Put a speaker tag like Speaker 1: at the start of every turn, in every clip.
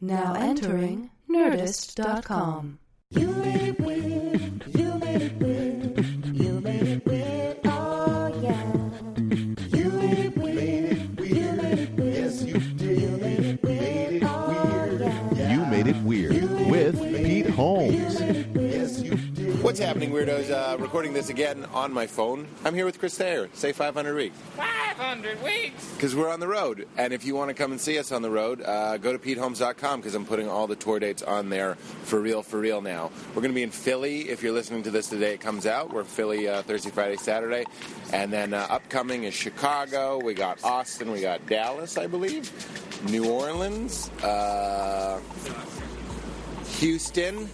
Speaker 1: Now entering Nerdist.com.
Speaker 2: You made it weird. You made it weird. You made it weird. Oh yeah. You made it weird. You made it weird. Yes, you did. You made it weird. Oh yeah.
Speaker 3: You Made It Weird with Pete Holmes.
Speaker 4: What's happening, weirdos? Uh, recording this again on my phone. I'm here with Chris Thayer. Say 500 weeks
Speaker 5: 500 weeks.
Speaker 4: because we're on the road. And if you want to come and see us on the road, uh, go to PeteHolmes.com because I'm putting all the tour dates on there for real, for real. Now we're going to be in Philly. If you're listening to this today, it comes out. We're in Philly uh, Thursday, Friday, Saturday, and then uh, upcoming is Chicago. We got Austin. We got Dallas, I believe. New Orleans. Uh, Houston.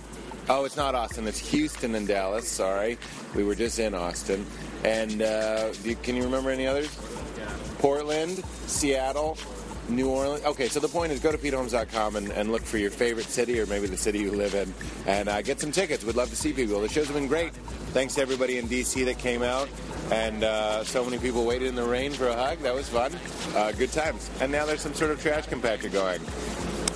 Speaker 4: Oh, it's not Austin. It's Houston and Dallas. Sorry, we were just in Austin. And uh, do you, can you remember any others? Portland, Seattle, New Orleans. Okay, so the point is go to PeteHolmes.com and, and look for your favorite city or maybe the city you live in and uh, get some tickets. We'd love to see people. The shows have been great. Thanks to everybody in D.C. that came out. And uh, so many people waited in the rain for a hug. That was fun. Uh, good times. And now there's some sort of trash compactor going.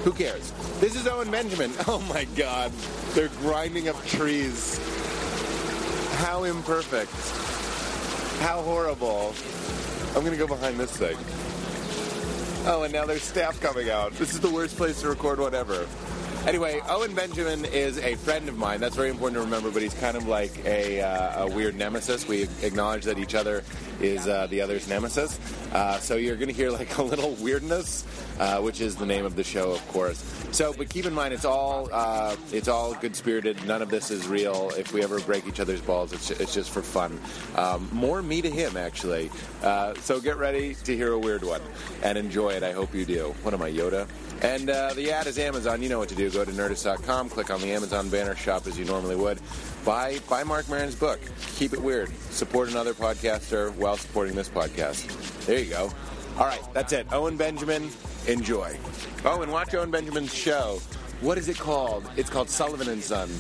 Speaker 4: Who cares? This is Owen Benjamin. Oh my god. They're grinding up trees. How imperfect. How horrible. I'm gonna go behind this thing. Oh, and now there's staff coming out. This is the worst place to record one ever. Anyway, Owen Benjamin is a friend of mine. That's very important to remember, but he's kind of like a, uh, a weird nemesis. We acknowledge that each other is uh, the other's nemesis. Uh, so you're going to hear like a little weirdness, uh, which is the name of the show, of course. So, but keep in mind, it's all uh, it's all good spirited. None of this is real. If we ever break each other's balls, it's, it's just for fun. Um, more me to him, actually. Uh, so get ready to hear a weird one and enjoy it. I hope you do. What am I, Yoda? And uh, the ad is Amazon. You know what to do. Go to nerdist.com, click on the Amazon banner, shop as you normally would. Buy, buy Mark Marin's book, Keep It Weird. Support another podcaster while supporting this podcast. There you go. All right, that's it. Owen Benjamin, enjoy. Oh, and watch Owen Benjamin's show. What is it called? It's called Sullivan and Son.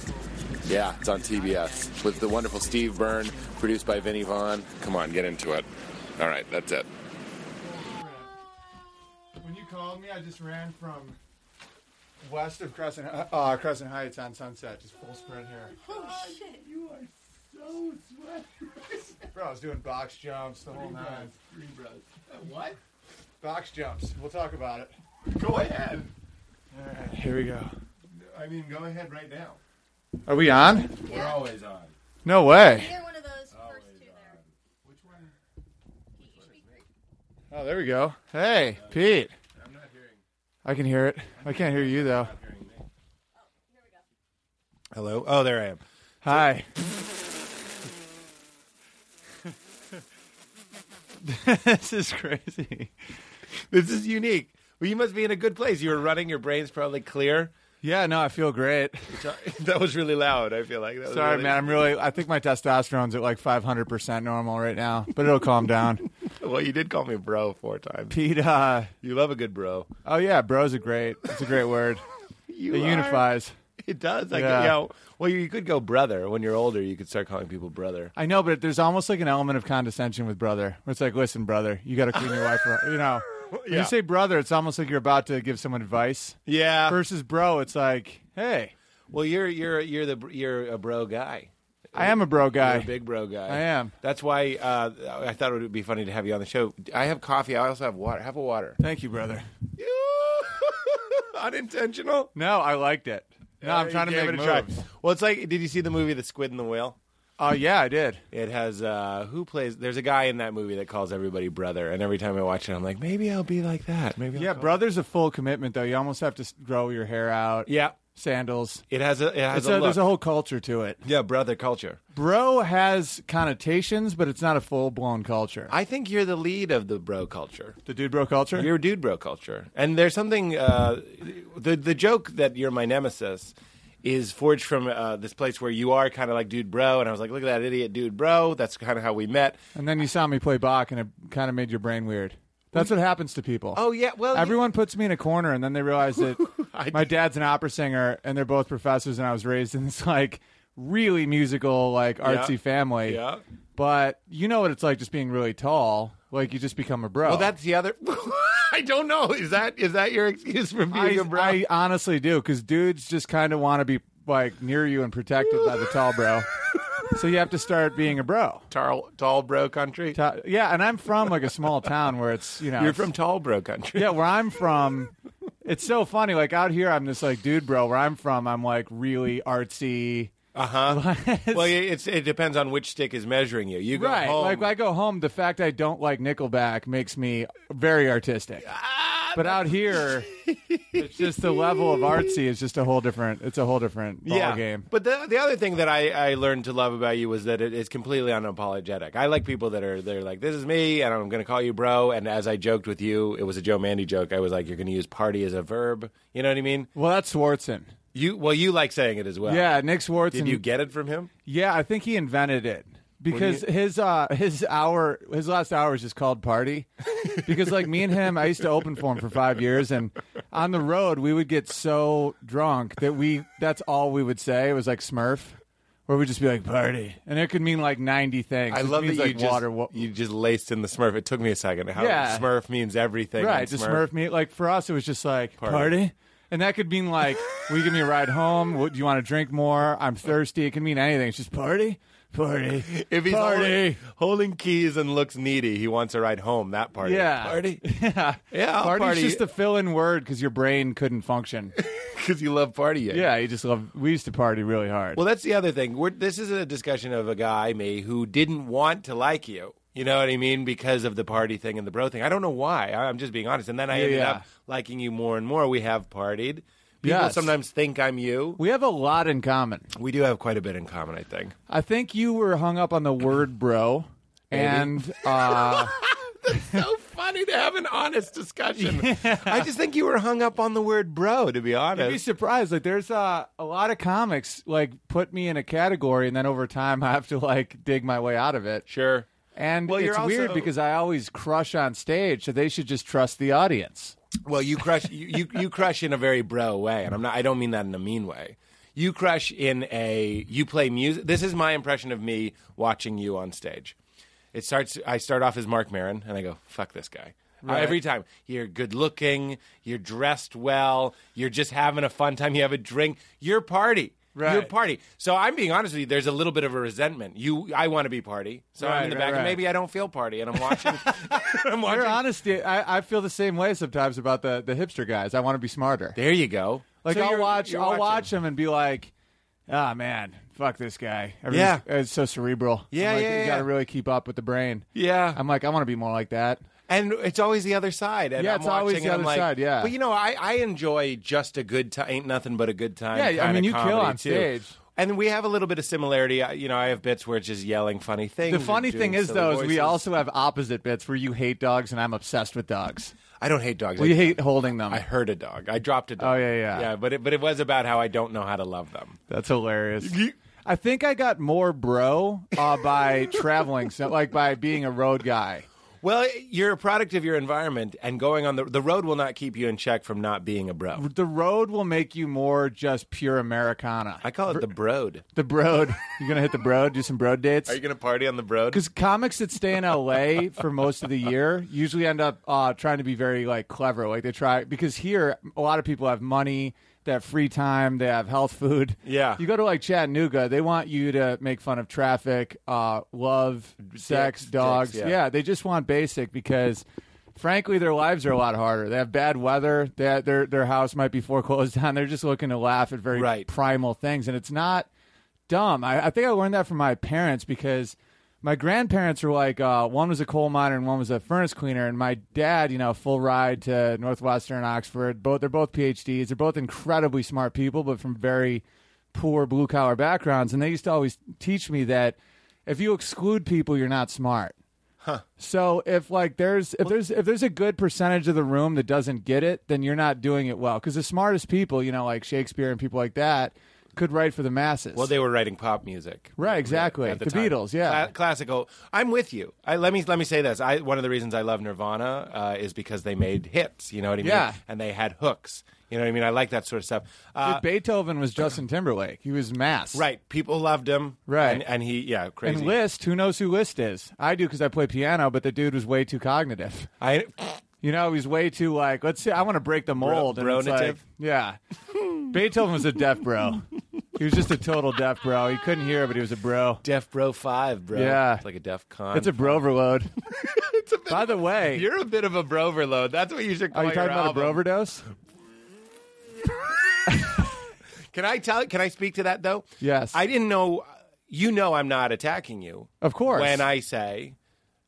Speaker 4: Yeah, it's on TBS with the wonderful Steve Byrne, produced by Vinnie Vaughn. Come on, get into it. All right, that's it.
Speaker 6: When you called me, I just ran from west of Crescent uh, Crescent Heights on Sunset, just full sprint here. Oh shit! You are so sweaty, bro. I was doing box jumps the whole nine.
Speaker 7: Three breaths. Uh, What?
Speaker 6: Box jumps. We'll talk about it.
Speaker 7: Go ahead.
Speaker 6: All right, here we go.
Speaker 7: I mean, go ahead right now.
Speaker 6: Are we on?
Speaker 7: We're always on.
Speaker 6: No way.
Speaker 8: Either one of those first two there.
Speaker 7: Which one?
Speaker 8: He- he should be green.
Speaker 6: Oh, there we go. Hey, Pete.
Speaker 7: I'm not hearing.
Speaker 6: I can hear it. I can't hear you though.
Speaker 7: Not hearing me.
Speaker 8: Here we go.
Speaker 7: Hello. Oh, there I am.
Speaker 6: Hi.
Speaker 7: this is crazy. This is unique. Well, you must be in a good place. You were running. Your brain's probably clear.
Speaker 6: Yeah, no, I feel great.
Speaker 7: That was really loud. I feel like. That was
Speaker 6: Sorry,
Speaker 7: Oh, really-
Speaker 6: man. I'm really. I think my testosterone's at like 500% normal right now, but it'll calm down.
Speaker 7: Well, you did call me bro four times.
Speaker 6: Pete, uh,
Speaker 7: You love a good bro.
Speaker 6: oh yeah, bro's a great. It's a great word.
Speaker 7: You
Speaker 6: It
Speaker 7: are-
Speaker 6: unifies.
Speaker 7: It does. Like,
Speaker 6: Yeah.
Speaker 7: yeah. well, you could go brother when you're older. You could start calling people brother.
Speaker 6: I know, but there's almost like an element of condescension with brother. Where it's like, listen, brother, you got to clean your wife. Up. You know, when
Speaker 7: Yeah.
Speaker 6: you say brother, it's almost like you're about to give someone advice.
Speaker 7: Yeah.
Speaker 6: Versus bro, it's like, hey,
Speaker 7: Well, you're you're you're the you're a bro guy.
Speaker 6: I am a bro
Speaker 7: You're
Speaker 6: guy.
Speaker 7: a big bro guy.
Speaker 6: I am.
Speaker 7: That's why uh, I thought it would be funny to have you on the show. I have coffee. I also have water. Have a water.
Speaker 6: Thank you, brother.
Speaker 7: Unintentional.
Speaker 6: No, I liked it. No, I'm
Speaker 7: Uh,
Speaker 6: trying to
Speaker 7: you
Speaker 6: make
Speaker 7: gave
Speaker 6: moves.
Speaker 7: it a try. Well, it's like, did you see the movie The Squid and the Whale?
Speaker 6: Oh yeah, I did.
Speaker 7: It has uh, who plays? There's a guy in that movie that calls everybody brother, and every time I watch it, I'm like, maybe I'll be like that. Maybe I'll
Speaker 6: Yeah,
Speaker 7: call-
Speaker 6: brother's a full commitment though. You almost have to s- grow your hair out.
Speaker 7: Yeah,
Speaker 6: sandals.
Speaker 7: it has a it has
Speaker 6: It's
Speaker 7: a,
Speaker 6: a,
Speaker 7: look.
Speaker 6: there's a whole culture to it.
Speaker 7: yeah brother culture.
Speaker 6: Bro has connotations, but it's not a full blown culture.
Speaker 7: I think you're the lead of the bro culture.
Speaker 6: the dude bro culture.
Speaker 7: You're a dude bro culture, and there's something uh, the the joke that you're my nemesis is forged from uh, this place where you are kind of like dude bro, and I was like, look at that idiot dude bro. That's kind of how we met.
Speaker 6: And then you saw me play Bach, and it kind of made your brain weird. That's what happens to people.
Speaker 7: Oh yeah, well
Speaker 6: Everyone puts me in a corner, and then they realize that
Speaker 7: I
Speaker 6: my
Speaker 7: did-
Speaker 6: dad's an opera singer, and they're both professors, and I was raised in this like really musical, like artsy family.
Speaker 7: Yeah.
Speaker 6: But you know what it's like just being really tall. Like you just become a
Speaker 7: Oh,
Speaker 6: bro.
Speaker 9: Well, that's the other. I don't know. Is that is that your excuse for being
Speaker 6: I,
Speaker 9: a bro?
Speaker 6: I honestly do because dudes just kind of want to be like near you and protected by the tall bro. So you have to start being a bro.
Speaker 9: tall, tall bro country.
Speaker 6: Ta- Yeah, and I'm from like a small town where it's you know
Speaker 9: You're
Speaker 6: it's-
Speaker 9: from tall bro country.
Speaker 6: yeah where I'm from. It's so funny. Like out here, I'm just like dude, bro. Where I'm from, I'm like really artsy.
Speaker 9: Uh huh. well, it's it depends on which stick is measuring you. You go
Speaker 6: Right.
Speaker 9: home.
Speaker 6: Like when I go home, the fact I don't like Nickelback makes me very artistic. but out here, it's just the level of artsy is just a whole different. It's a whole different ball
Speaker 9: yeah.
Speaker 6: game.
Speaker 9: But the the other thing that I, I learned to love about you was that it is completely unapologetic. I like people that are they're like, This is me and I'm gonna call you bro and as I joked with you, it was a Joe Mandy joke, I was like, You're gonna use party as a verb. You know what I mean?
Speaker 6: Well, that's Swartzen.
Speaker 9: You well you like saying it as well.
Speaker 6: Yeah, Nick Swartzen.
Speaker 9: Did you get it from him?
Speaker 6: Yeah, I think he invented it because his uh his hour his last hour is just called party because like me and him I used to open for him for 5 years and on the road we would get so drunk that we that's all we would say it was like smurf where we'd just be like party and it could mean like 90 things
Speaker 9: I
Speaker 6: It
Speaker 9: love that
Speaker 6: means,
Speaker 9: you
Speaker 6: like
Speaker 9: just
Speaker 6: water wa-
Speaker 9: you just laced in the Smurf. It took me a second. How
Speaker 6: Yeah.
Speaker 9: Smurf means everything.
Speaker 6: right
Speaker 9: and
Speaker 6: just smurf me like for us it was just like party, and that could mean like will you give me a ride home what, do you want to drink more I'm thirsty it can mean anything it's just party party
Speaker 9: If he's
Speaker 6: party
Speaker 9: Holding, holding keys and looks needy, he wants a ride home. That party.
Speaker 6: Yeah.
Speaker 9: Party.
Speaker 6: Yeah.
Speaker 9: Yeah, I'll
Speaker 6: Party's
Speaker 9: party.
Speaker 6: just a fill in word because your brain couldn't function.
Speaker 9: Because you love partying.
Speaker 6: yeah, you just love. We used to party really hard.
Speaker 9: Well, that's the other thing. We're, this is a discussion of a guy, me, who didn't want to like you. You know what I mean? Because of the party thing and the bro thing. I don't know why. I- I'm just being honest. And then I
Speaker 6: Yeah,
Speaker 9: ended
Speaker 6: yeah.
Speaker 9: up liking you more and more. We have partied. People
Speaker 6: Yes.
Speaker 9: sometimes think I'm you.
Speaker 6: we have a lot in common.
Speaker 9: We do have quite a bit in common, I think.
Speaker 6: I think you were hung up on the word bro. And uh,
Speaker 9: so funny to have an honest discussion. I just think you were hung up on the word bro, to be
Speaker 6: you'd be
Speaker 9: honest.
Speaker 6: surprised. Like, there's uh, a lot of comics like put me in a category, and then over time, I have to like dig my way out of it.
Speaker 9: Sure.
Speaker 6: And
Speaker 9: Well,
Speaker 6: it's
Speaker 9: you're also-
Speaker 6: weird because I always crush on stage, so they should just trust the audience.
Speaker 9: Well, you crush you, you you crush in a very bro way, and I'm not. I don't mean that in a mean way. You crush in a you play music. This is my impression of me watching you on stage. It starts. I start off as Mark Maron, and I go, "Fuck this guy." Uh, Every time you're good looking, you're dressed well, you're just having a fun time. You have a drink, you're party,
Speaker 6: Right.
Speaker 9: you're party. So I'm being honest with you. There's a little bit of a resentment. You, I want to be party, so I'm in
Speaker 6: Right,
Speaker 9: the
Speaker 6: right,
Speaker 9: back, and
Speaker 6: right.
Speaker 9: maybe I don't feel party, and I'm watching. I'm watching.
Speaker 6: Your honesty, I, I feel the same way sometimes about the, the hipster guys. I want to be smarter.
Speaker 9: There you go.
Speaker 6: Like
Speaker 9: So
Speaker 6: I'll
Speaker 9: you're-
Speaker 6: watch,
Speaker 9: you're
Speaker 6: I'll
Speaker 9: watching.
Speaker 6: watch him and be like, "Ah, man, fuck this guy."
Speaker 9: Yeah.
Speaker 6: Everything's- uh, it's so cerebral.
Speaker 9: Yeah,
Speaker 6: I'm like,
Speaker 9: yeah,
Speaker 6: You
Speaker 9: yeah.
Speaker 6: got to really keep up with the brain.
Speaker 9: Yeah.
Speaker 6: I'm like, I want to be more like that.
Speaker 9: Um, And it's always the other side. And
Speaker 6: Yeah,
Speaker 9: I'm
Speaker 6: it's always
Speaker 9: watching
Speaker 6: the
Speaker 9: and I'm
Speaker 6: other
Speaker 9: like,
Speaker 6: side, yeah.
Speaker 9: But you know, I, I enjoy just a good time. Ain't nothing but a good time.
Speaker 6: Yeah, I
Speaker 9: kinda
Speaker 6: mean, you kill
Speaker 9: comedy,
Speaker 6: on
Speaker 9: too.
Speaker 6: stage.
Speaker 9: And we have a little bit of similarity. I- You know, I have bits where it's just yelling funny things.
Speaker 6: The
Speaker 9: and
Speaker 6: funny
Speaker 9: doing
Speaker 6: thing is,
Speaker 9: silly
Speaker 6: though, is we
Speaker 9: voices.
Speaker 6: also have opposite bits where you hate dogs and I'm obsessed with dogs.
Speaker 9: I don't hate dogs.
Speaker 6: Well, you
Speaker 9: I,
Speaker 6: hate holding them.
Speaker 9: I hurt a dog. I dropped a dog.
Speaker 6: Oh, yeah, yeah.
Speaker 9: Yeah, but it, but it was about how I don't know how to love them.
Speaker 6: That's hilarious. I think I got more bro uh, by traveling, so, like by being a road guy.
Speaker 9: Well, you're a product of your environment, and going on the the road will not keep you in check from not being a bro.
Speaker 6: The road will make you more just pure Americana.
Speaker 9: I call it the broad.
Speaker 6: The broad. You're gonna hit the broad. Do some broad dates.
Speaker 9: Are you going to party on the broad?
Speaker 6: Because comics that stay in LA for most of the year usually end up uh, trying to be very like clever. Like they try because here a lot of people have money, they have free time, they have health food.
Speaker 9: Yeah.
Speaker 6: you go to like Chattanooga, they want you to make fun of traffic, uh, love, sex,
Speaker 9: dicks,
Speaker 6: dogs.
Speaker 9: yeah.
Speaker 6: yeah, they just want basic because. Frankly, their lives are a lot harder. They have bad weather. That their their house might be foreclosed on. They're just looking to laugh at very
Speaker 9: Right.
Speaker 6: primal things, and it's not dumb. I, I think I learned that from my parents because my grandparents were like, uh, one was a coal miner and one was a furnace cleaner, and my dad, you know, full ride to Northwestern, Oxford. Both they're both PhDs. They're both incredibly smart people, but from very poor blue collar backgrounds, and they used to always teach me that if you exclude people, you're not smart. So if like there's if there's if there's a good percentage of the room that doesn't get it, then you're not doing it well. Because the smartest people, you know, like Shakespeare and people like that, could write for the masses.
Speaker 9: Well, they were writing pop music,
Speaker 6: Right, exactly.
Speaker 9: At the,
Speaker 6: The
Speaker 9: time.
Speaker 6: Beatles, yeah.
Speaker 9: Cla- classical. I'm with you. I, let me let me say this. I, one of the reasons I love Nirvana uh, is because they made hits. You know what I mean?
Speaker 6: Yeah.
Speaker 9: and they had hooks. You know what I mean? I like that sort of stuff. Uh,
Speaker 6: Dude, Beethoven was Justin Timberlake. He was mass.
Speaker 9: right, people loved him.
Speaker 6: Right.
Speaker 9: and, and he, yeah, crazy.
Speaker 6: And List, who knows who List is? I do because I play piano, but the dude was way too cognitive.
Speaker 9: I,
Speaker 6: You know, he's way too like, let's see, I want to break the mold. and it's
Speaker 9: bronative?
Speaker 6: like, yeah. Beethoven was a deaf bro. He was just a total deaf bro. He couldn't hear, but he was a bro.
Speaker 9: Def Bro Five, bro.
Speaker 6: Yeah.
Speaker 9: it's like a Def Con.
Speaker 6: It's a broverload. By the way,
Speaker 9: You're a bit of a broverload. That's what you should call
Speaker 6: are you
Speaker 9: your
Speaker 6: talking about
Speaker 9: album.
Speaker 6: a broverdose?
Speaker 9: Can I tell? Can I speak to that though?
Speaker 6: Yes.
Speaker 9: I didn't know. You know, I'm not attacking you.
Speaker 6: Of course.
Speaker 9: When I say,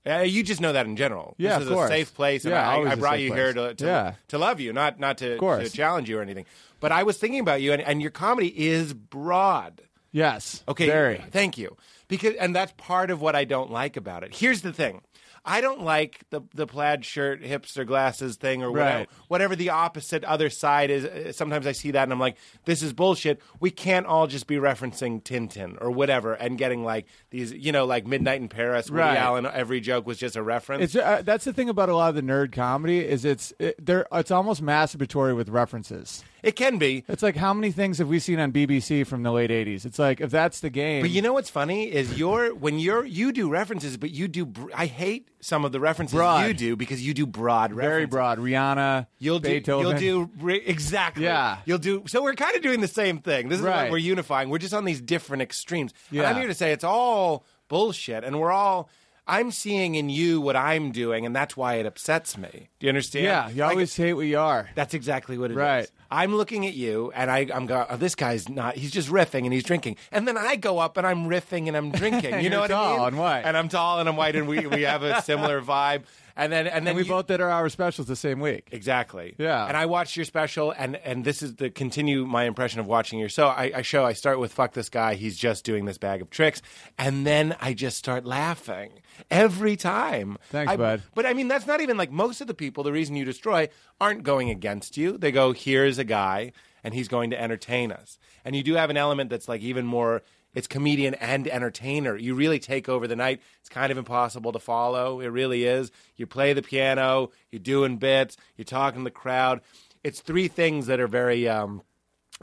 Speaker 9: uh, you just know that in general.
Speaker 6: Yeah,
Speaker 9: this
Speaker 6: of
Speaker 9: is
Speaker 6: course.
Speaker 9: a safe place. And
Speaker 6: Yeah,
Speaker 9: I-
Speaker 6: always
Speaker 9: I,
Speaker 6: a
Speaker 9: brought
Speaker 6: safe
Speaker 9: you
Speaker 6: place.
Speaker 9: here to to,
Speaker 6: Yeah.
Speaker 9: to love you, not not to, to
Speaker 6: course.
Speaker 9: challenge you or anything. But I was thinking about you, and, and your comedy is broad.
Speaker 6: Yes.
Speaker 9: Okay.
Speaker 6: Very.
Speaker 9: Thank you. Because and that's part of what I don't like about it. Here's the thing. I don't like the the plaid shirt, hipster glasses thing or whatever,
Speaker 6: Right.
Speaker 9: whatever the opposite other side is. Uh, Sometimes I see that and I'm like, this is bullshit. We can't all just be referencing Tintin or whatever and getting like these, you know, like Midnight in Paris, Woody
Speaker 6: Right.
Speaker 9: Allen, every joke was just a reference.
Speaker 6: It's uh, that's the thing about a lot of the nerd comedy is it's it, they're it's almost masturbatory with references.
Speaker 9: it can be.
Speaker 6: It's like how many things have we seen on BBC from the late '80s? It's like if that's the game,
Speaker 9: But you know what's funny is you're when you're you do references, but you do. Br- I hate some of the references
Speaker 6: Broad.
Speaker 9: you do because you do broad,
Speaker 6: very
Speaker 9: references.
Speaker 6: broad. Rihanna,
Speaker 9: You'll do,
Speaker 6: Beethoven.
Speaker 9: you'll do re- exactly.
Speaker 6: Yeah.
Speaker 9: you'll do. So we're kind of doing the same thing. This is
Speaker 6: Right.
Speaker 9: what we're unifying. We're just on these different extremes. And I'm
Speaker 6: Yeah.
Speaker 9: here to say it's all bullshit, and we're all. I'm seeing in you what I'm doing, and that's why it upsets me. Do you understand?
Speaker 6: Yeah, you
Speaker 9: Like,
Speaker 6: always hate what you are.
Speaker 9: that's exactly what it is.
Speaker 6: Right.
Speaker 9: I'm looking at you, and I, I'm going, oh, this guy's not, he's just riffing and he's drinking. And then I go up and I'm riffing and I'm drinking. You
Speaker 6: And
Speaker 9: know
Speaker 6: you're
Speaker 9: what I
Speaker 6: tall
Speaker 9: mean?
Speaker 6: and white.
Speaker 9: And I'm tall and I'm white, and we, we have a similar vibe. And then, and then
Speaker 6: And we
Speaker 9: you-
Speaker 6: both did our hour specials the same week.
Speaker 9: Exactly.
Speaker 6: Yeah.
Speaker 9: And I watched your special, and and this is the continue my impression of watching your show. I, I show I start with fuck this guy. He's just doing this bag of tricks, and then I just start laughing every time.
Speaker 6: Thanks,
Speaker 9: I-
Speaker 6: bud.
Speaker 9: But I mean, that's not even like most of the people. The reason you destroy aren't going against you. They go, here's a guy, and he's going to entertain us. And you do have an element that's like even more. It's comedian and entertainer. You really take over the night. It's kind of impossible to follow. It really is. You play the piano. You're doing bits. You're talking to the crowd. It's three things that are very. Um,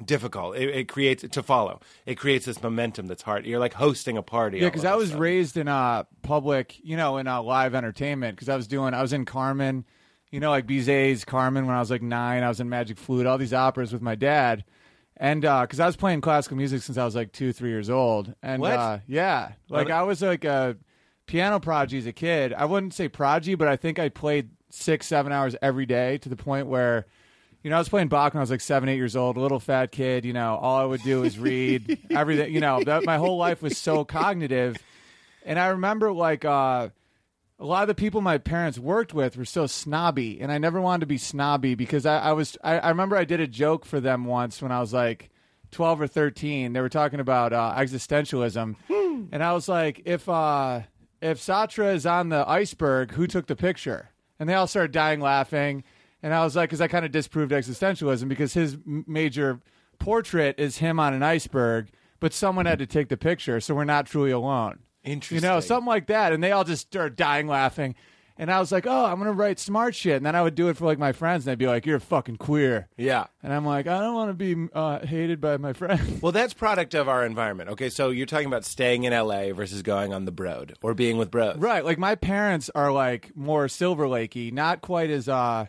Speaker 9: difficult it, it creates to follow it creates this momentum that's hard you're like hosting a party
Speaker 6: Yeah,
Speaker 9: all
Speaker 6: because
Speaker 9: of
Speaker 6: I
Speaker 9: a
Speaker 6: was
Speaker 9: sudden.
Speaker 6: raised in uh, public, you know, in uh, live entertainment. Because I was doing, I was in Carmen, you know, like Bizet's Carmen when I was like nine. I was in Magic Flute, all these operas with my dad, and because I was playing classical music since I was like two, three years old. And
Speaker 9: What?
Speaker 6: Uh, yeah, like I was like a piano prodigy as a kid. I wouldn't say prodigy, but I think I played six, seven hours every day to the point where. You know, I was playing Bach when I was like seven, eight years old, little fat kid. You know, all I would do was read everything. You know, that, my whole life was so cognitive. And I remember like uh, a lot of the people my parents worked with were so snobby, and I never wanted to be snobby because I, I was. I, I remember I did a joke for them once when I was like. 12 or 13 they were talking about uh, existentialism and i was like if uh if satra is on the iceberg who took the picture and they all started dying laughing and i was like because i kind of disproved existentialism because his m- major portrait is him on an iceberg but someone had to take the picture so we're not truly alone you know,
Speaker 9: Interesting.
Speaker 6: something like that. And they all just are dying laughing. And I was like, oh, I'm going to write smart shit. And then I would do it for like my friends. And they'd be like, you're fucking queer.
Speaker 9: yeah
Speaker 6: And I'm like, I don't want to be uh, hated by my friends.
Speaker 9: Well, that's product of our environment. Okay, so you're talking about staying in LA versus going on the broad or being with bros.
Speaker 6: right. Like my parents are like more Silver Lakey, not quite as uh,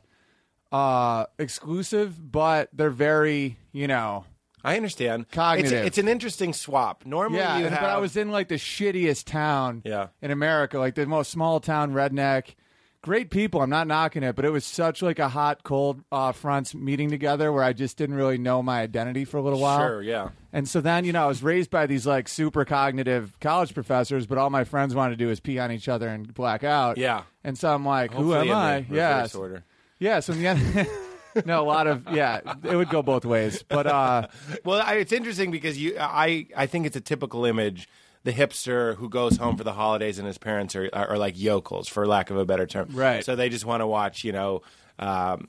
Speaker 6: uh, exclusive, but they're very, you know.
Speaker 9: I understand.
Speaker 6: Cognitive.
Speaker 9: It's, it's an interesting swap. Normally,
Speaker 6: Yeah,
Speaker 9: you
Speaker 6: and-
Speaker 9: have.
Speaker 6: but I was in like the shittiest town
Speaker 9: Yeah.
Speaker 6: in America, like the most small town redneck. Great people, I'm not knocking it, but it was such like a hot, cold uh, fronts meeting together where I just didn't really know my identity for a little while.
Speaker 9: Sure, yeah.
Speaker 6: And so then, you know, I was raised by these like super cognitive college professors, but all my friends wanted to do is pee on each other and black out.
Speaker 9: Yeah.
Speaker 6: And so I'm like,
Speaker 9: Hopefully in
Speaker 6: who
Speaker 9: the
Speaker 6: am I?
Speaker 9: reverse
Speaker 6: Yeah.
Speaker 9: order.
Speaker 6: Yeah. So in the end, no, a lot of, yeah, it would go both ways. But uh,
Speaker 9: Well, I, it's interesting because you, I, I think it's a typical image. The hipster who goes home for the holidays and his parents are, are, like yokels, for lack of a better term.
Speaker 6: Right.
Speaker 9: So they just want to watch, you know, um,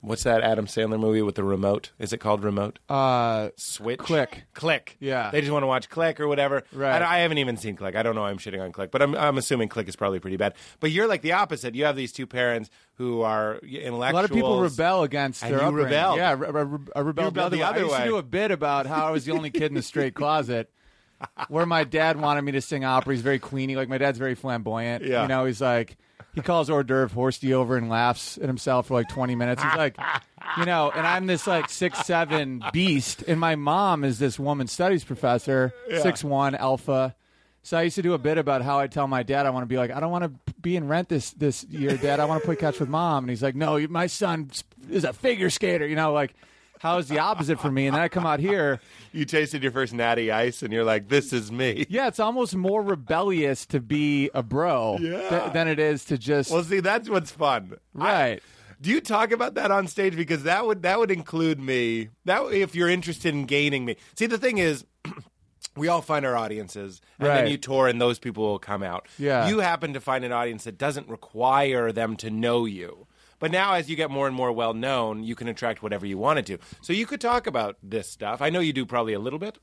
Speaker 9: What's that Adam Sandler movie with the remote? Is it called Remote?
Speaker 6: Uh,
Speaker 9: Switch.
Speaker 6: Click.
Speaker 9: Click.
Speaker 6: Yeah.
Speaker 9: They just want to watch Click or whatever.
Speaker 6: Right.
Speaker 9: I, I haven't even seen Click. I don't know. why I'm shitting on Click, but I'm I'm assuming Click is probably pretty bad. But you're like the opposite. You have these two parents who are intellectuals.
Speaker 6: a lot of people rebel against
Speaker 9: And
Speaker 6: their
Speaker 9: you
Speaker 6: upbringing.
Speaker 9: rebelled.
Speaker 6: Yeah, I, re- I re- I rebelled,
Speaker 9: rebelled the
Speaker 6: way.
Speaker 9: other
Speaker 6: I used
Speaker 9: way.
Speaker 6: to do a bit about how I was the only kid in the straight closet, where my dad wanted me to sing opera. He's very queeny. Like my dad's very flamboyant.
Speaker 9: Yeah.
Speaker 6: you know, he's like he calls hors d'oeuvre horsey over and laughs at himself for like twenty minutes. He's like, you know, and I'm this like six seven beast, and my mom is this woman studies professor, six one alpha. So I used to do a bit about how I tell my dad I want to be like I don't want to be in rent this this year, Dad. I want to play catch with mom, and he's like, No, you- my son is a figure skater. You know, like how is the opposite for me? And then I come out here,
Speaker 9: You tasted your first natty ice, and you're like, "This is me."
Speaker 6: yeah, it's almost more rebellious to be a bro th- than it is to just
Speaker 9: Well, see, that's what's fun.
Speaker 6: right.
Speaker 9: Do you talk about that on stage? Because that would that would include me. That if you're interested in gaining me. See, the thing is, we all find our audiences, and then
Speaker 6: Right.
Speaker 9: you tour, and those people will come out.
Speaker 6: Yeah.
Speaker 9: you happen to find an audience that doesn't require them to know you. But now, as you get more and more well known, you can attract whatever you wanted to. So you could talk about this stuff. I know you do probably a little bit.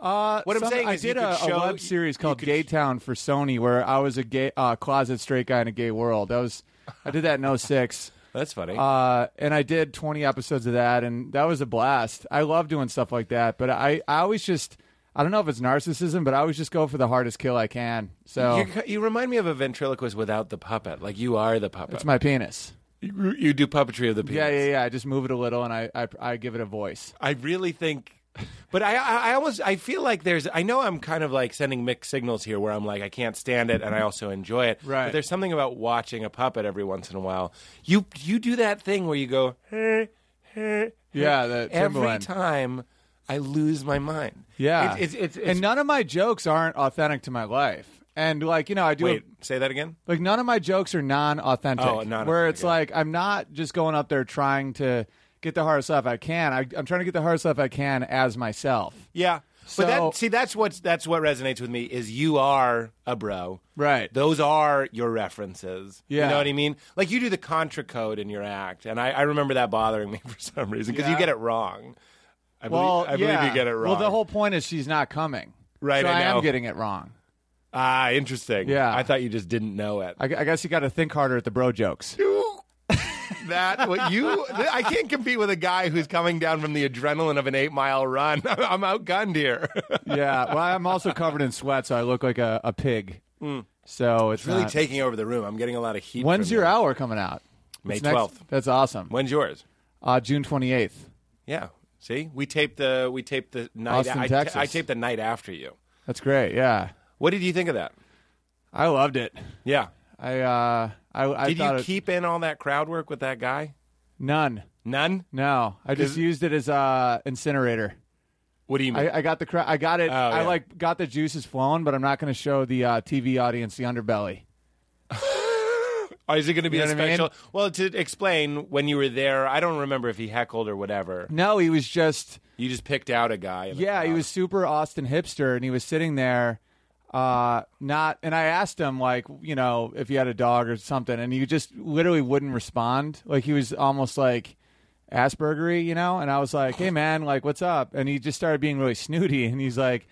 Speaker 6: Uh,
Speaker 9: What I'm
Speaker 6: some-
Speaker 9: saying
Speaker 6: I
Speaker 9: is you
Speaker 6: did
Speaker 9: could
Speaker 6: a,
Speaker 9: show-
Speaker 6: a web series
Speaker 9: you
Speaker 6: called
Speaker 9: could-
Speaker 6: Gay Town for Sony, where I was a gay uh, closet straight guy in a gay world. That was I did that in 06.
Speaker 9: That's funny.
Speaker 6: Uh, and I did 20 episodes of that, and that was a blast. I love doing stuff like that, but I, I always just, I don't know if it's narcissism, but I always just go for the hardest kill I can. So
Speaker 9: you, you remind me of a ventriloquist without the puppet. Like you are the puppet.
Speaker 6: it's my penis.
Speaker 9: you, you do puppetry of the penis.
Speaker 6: Yeah, yeah, yeah. I just move it a little, and I, I, I give it a voice.
Speaker 9: I really think, but I, I, I almost, I feel like there's, I know I'm kind of like sending mixed signals here, where I'm like, I can't stand it, and I also enjoy it.
Speaker 6: Right.
Speaker 9: But there's something about watching a puppet every once in a while. You, you do that thing where you go, "Eh, eh,
Speaker 6: Yeah,
Speaker 9: eh."
Speaker 6: the
Speaker 9: every
Speaker 6: Timbaland.
Speaker 9: time I lose my mind.
Speaker 6: Yeah,
Speaker 9: It's, it's, it's,
Speaker 6: and none of my jokes aren't authentic to my life. And like you know, I do
Speaker 9: wait, say that again.
Speaker 6: Like none of my jokes are non-authentic.
Speaker 9: Oh, non-authentic,
Speaker 6: Where it's
Speaker 9: yeah.
Speaker 6: like I'm not just going up there trying to get the hardest stuff I can. I, I'm trying to get the hardest stuff I can as myself.
Speaker 9: Yeah. but
Speaker 6: So-
Speaker 9: that, see, that's what's that's what resonates with me is you are a bro,
Speaker 6: Right.
Speaker 9: Those are your references.
Speaker 6: Yeah.
Speaker 9: you know what I mean. Like you do the contra code in your act, and I, I remember that bothering me for some reason because you
Speaker 6: Yeah.
Speaker 9: get it wrong. I
Speaker 6: Well,
Speaker 9: believe, I believe
Speaker 6: yeah.
Speaker 9: you get it wrong.
Speaker 6: Well, the whole point is she's not coming.
Speaker 9: Right,
Speaker 6: So
Speaker 9: I
Speaker 6: I,
Speaker 9: know.
Speaker 6: am getting it wrong.
Speaker 9: ah, interesting.
Speaker 6: Yeah.
Speaker 9: I thought you just didn't know it.
Speaker 6: I, gu- I guess you got to think harder at the bro jokes.
Speaker 9: that what you? I can't compete with a guy who's coming down from the adrenaline of an eight mile run. I'm outgunned here.
Speaker 6: yeah. Well, I'm also covered in sweat, so I look like a, a pig. So it's,
Speaker 9: Hmm. really
Speaker 6: not-
Speaker 9: taking over the room. I'm getting a lot of heat.
Speaker 6: When's
Speaker 9: from
Speaker 6: your
Speaker 9: you.
Speaker 6: hour coming out?
Speaker 9: May
Speaker 6: It's next-
Speaker 9: 12th.
Speaker 6: That's awesome.
Speaker 9: When's yours?
Speaker 6: Uh, June 28th.
Speaker 9: Yeah. See, we taped the we taped the night.
Speaker 6: Austin,
Speaker 9: I ta-
Speaker 6: Texas.
Speaker 9: I taped the night after you.
Speaker 6: That's great. Yeah.
Speaker 9: What did you think of that?
Speaker 6: I loved it.
Speaker 9: Yeah.
Speaker 6: I uh, I, I
Speaker 9: Did
Speaker 6: thought
Speaker 9: you
Speaker 6: it-
Speaker 9: keep in all that crowd work with that guy?
Speaker 6: none.
Speaker 9: None.
Speaker 6: No, I just
Speaker 9: Is-
Speaker 6: used it as a incinerator.
Speaker 9: What do you mean?
Speaker 6: I, I got the cra- I got it.
Speaker 9: Oh,
Speaker 6: I
Speaker 9: yeah.
Speaker 6: like got the juices flowing, but I'm not going to show the uh, TV audience the underbelly.
Speaker 9: Or Oh, is it going to be
Speaker 6: You
Speaker 9: a
Speaker 6: know what I mean?
Speaker 9: special? Well, to explain, when you were there, I don't remember if he heckled or whatever.
Speaker 6: No, he was just
Speaker 9: You just picked out a guy. in the
Speaker 6: yeah, he
Speaker 9: crowd.
Speaker 6: was super Austin hipster, and he was sitting there, uh, not. And I asked him like you know if he had a dog or something, and he just literally wouldn't respond. Like he was almost like Aspergery, you know. And I was like, hey man, like what's up? And he just started being really snooty, and he's like,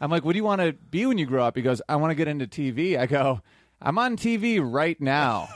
Speaker 6: I'm like, what do you want to be when you grow up? He goes, I want to get into TV. I go. I'm on TV right now.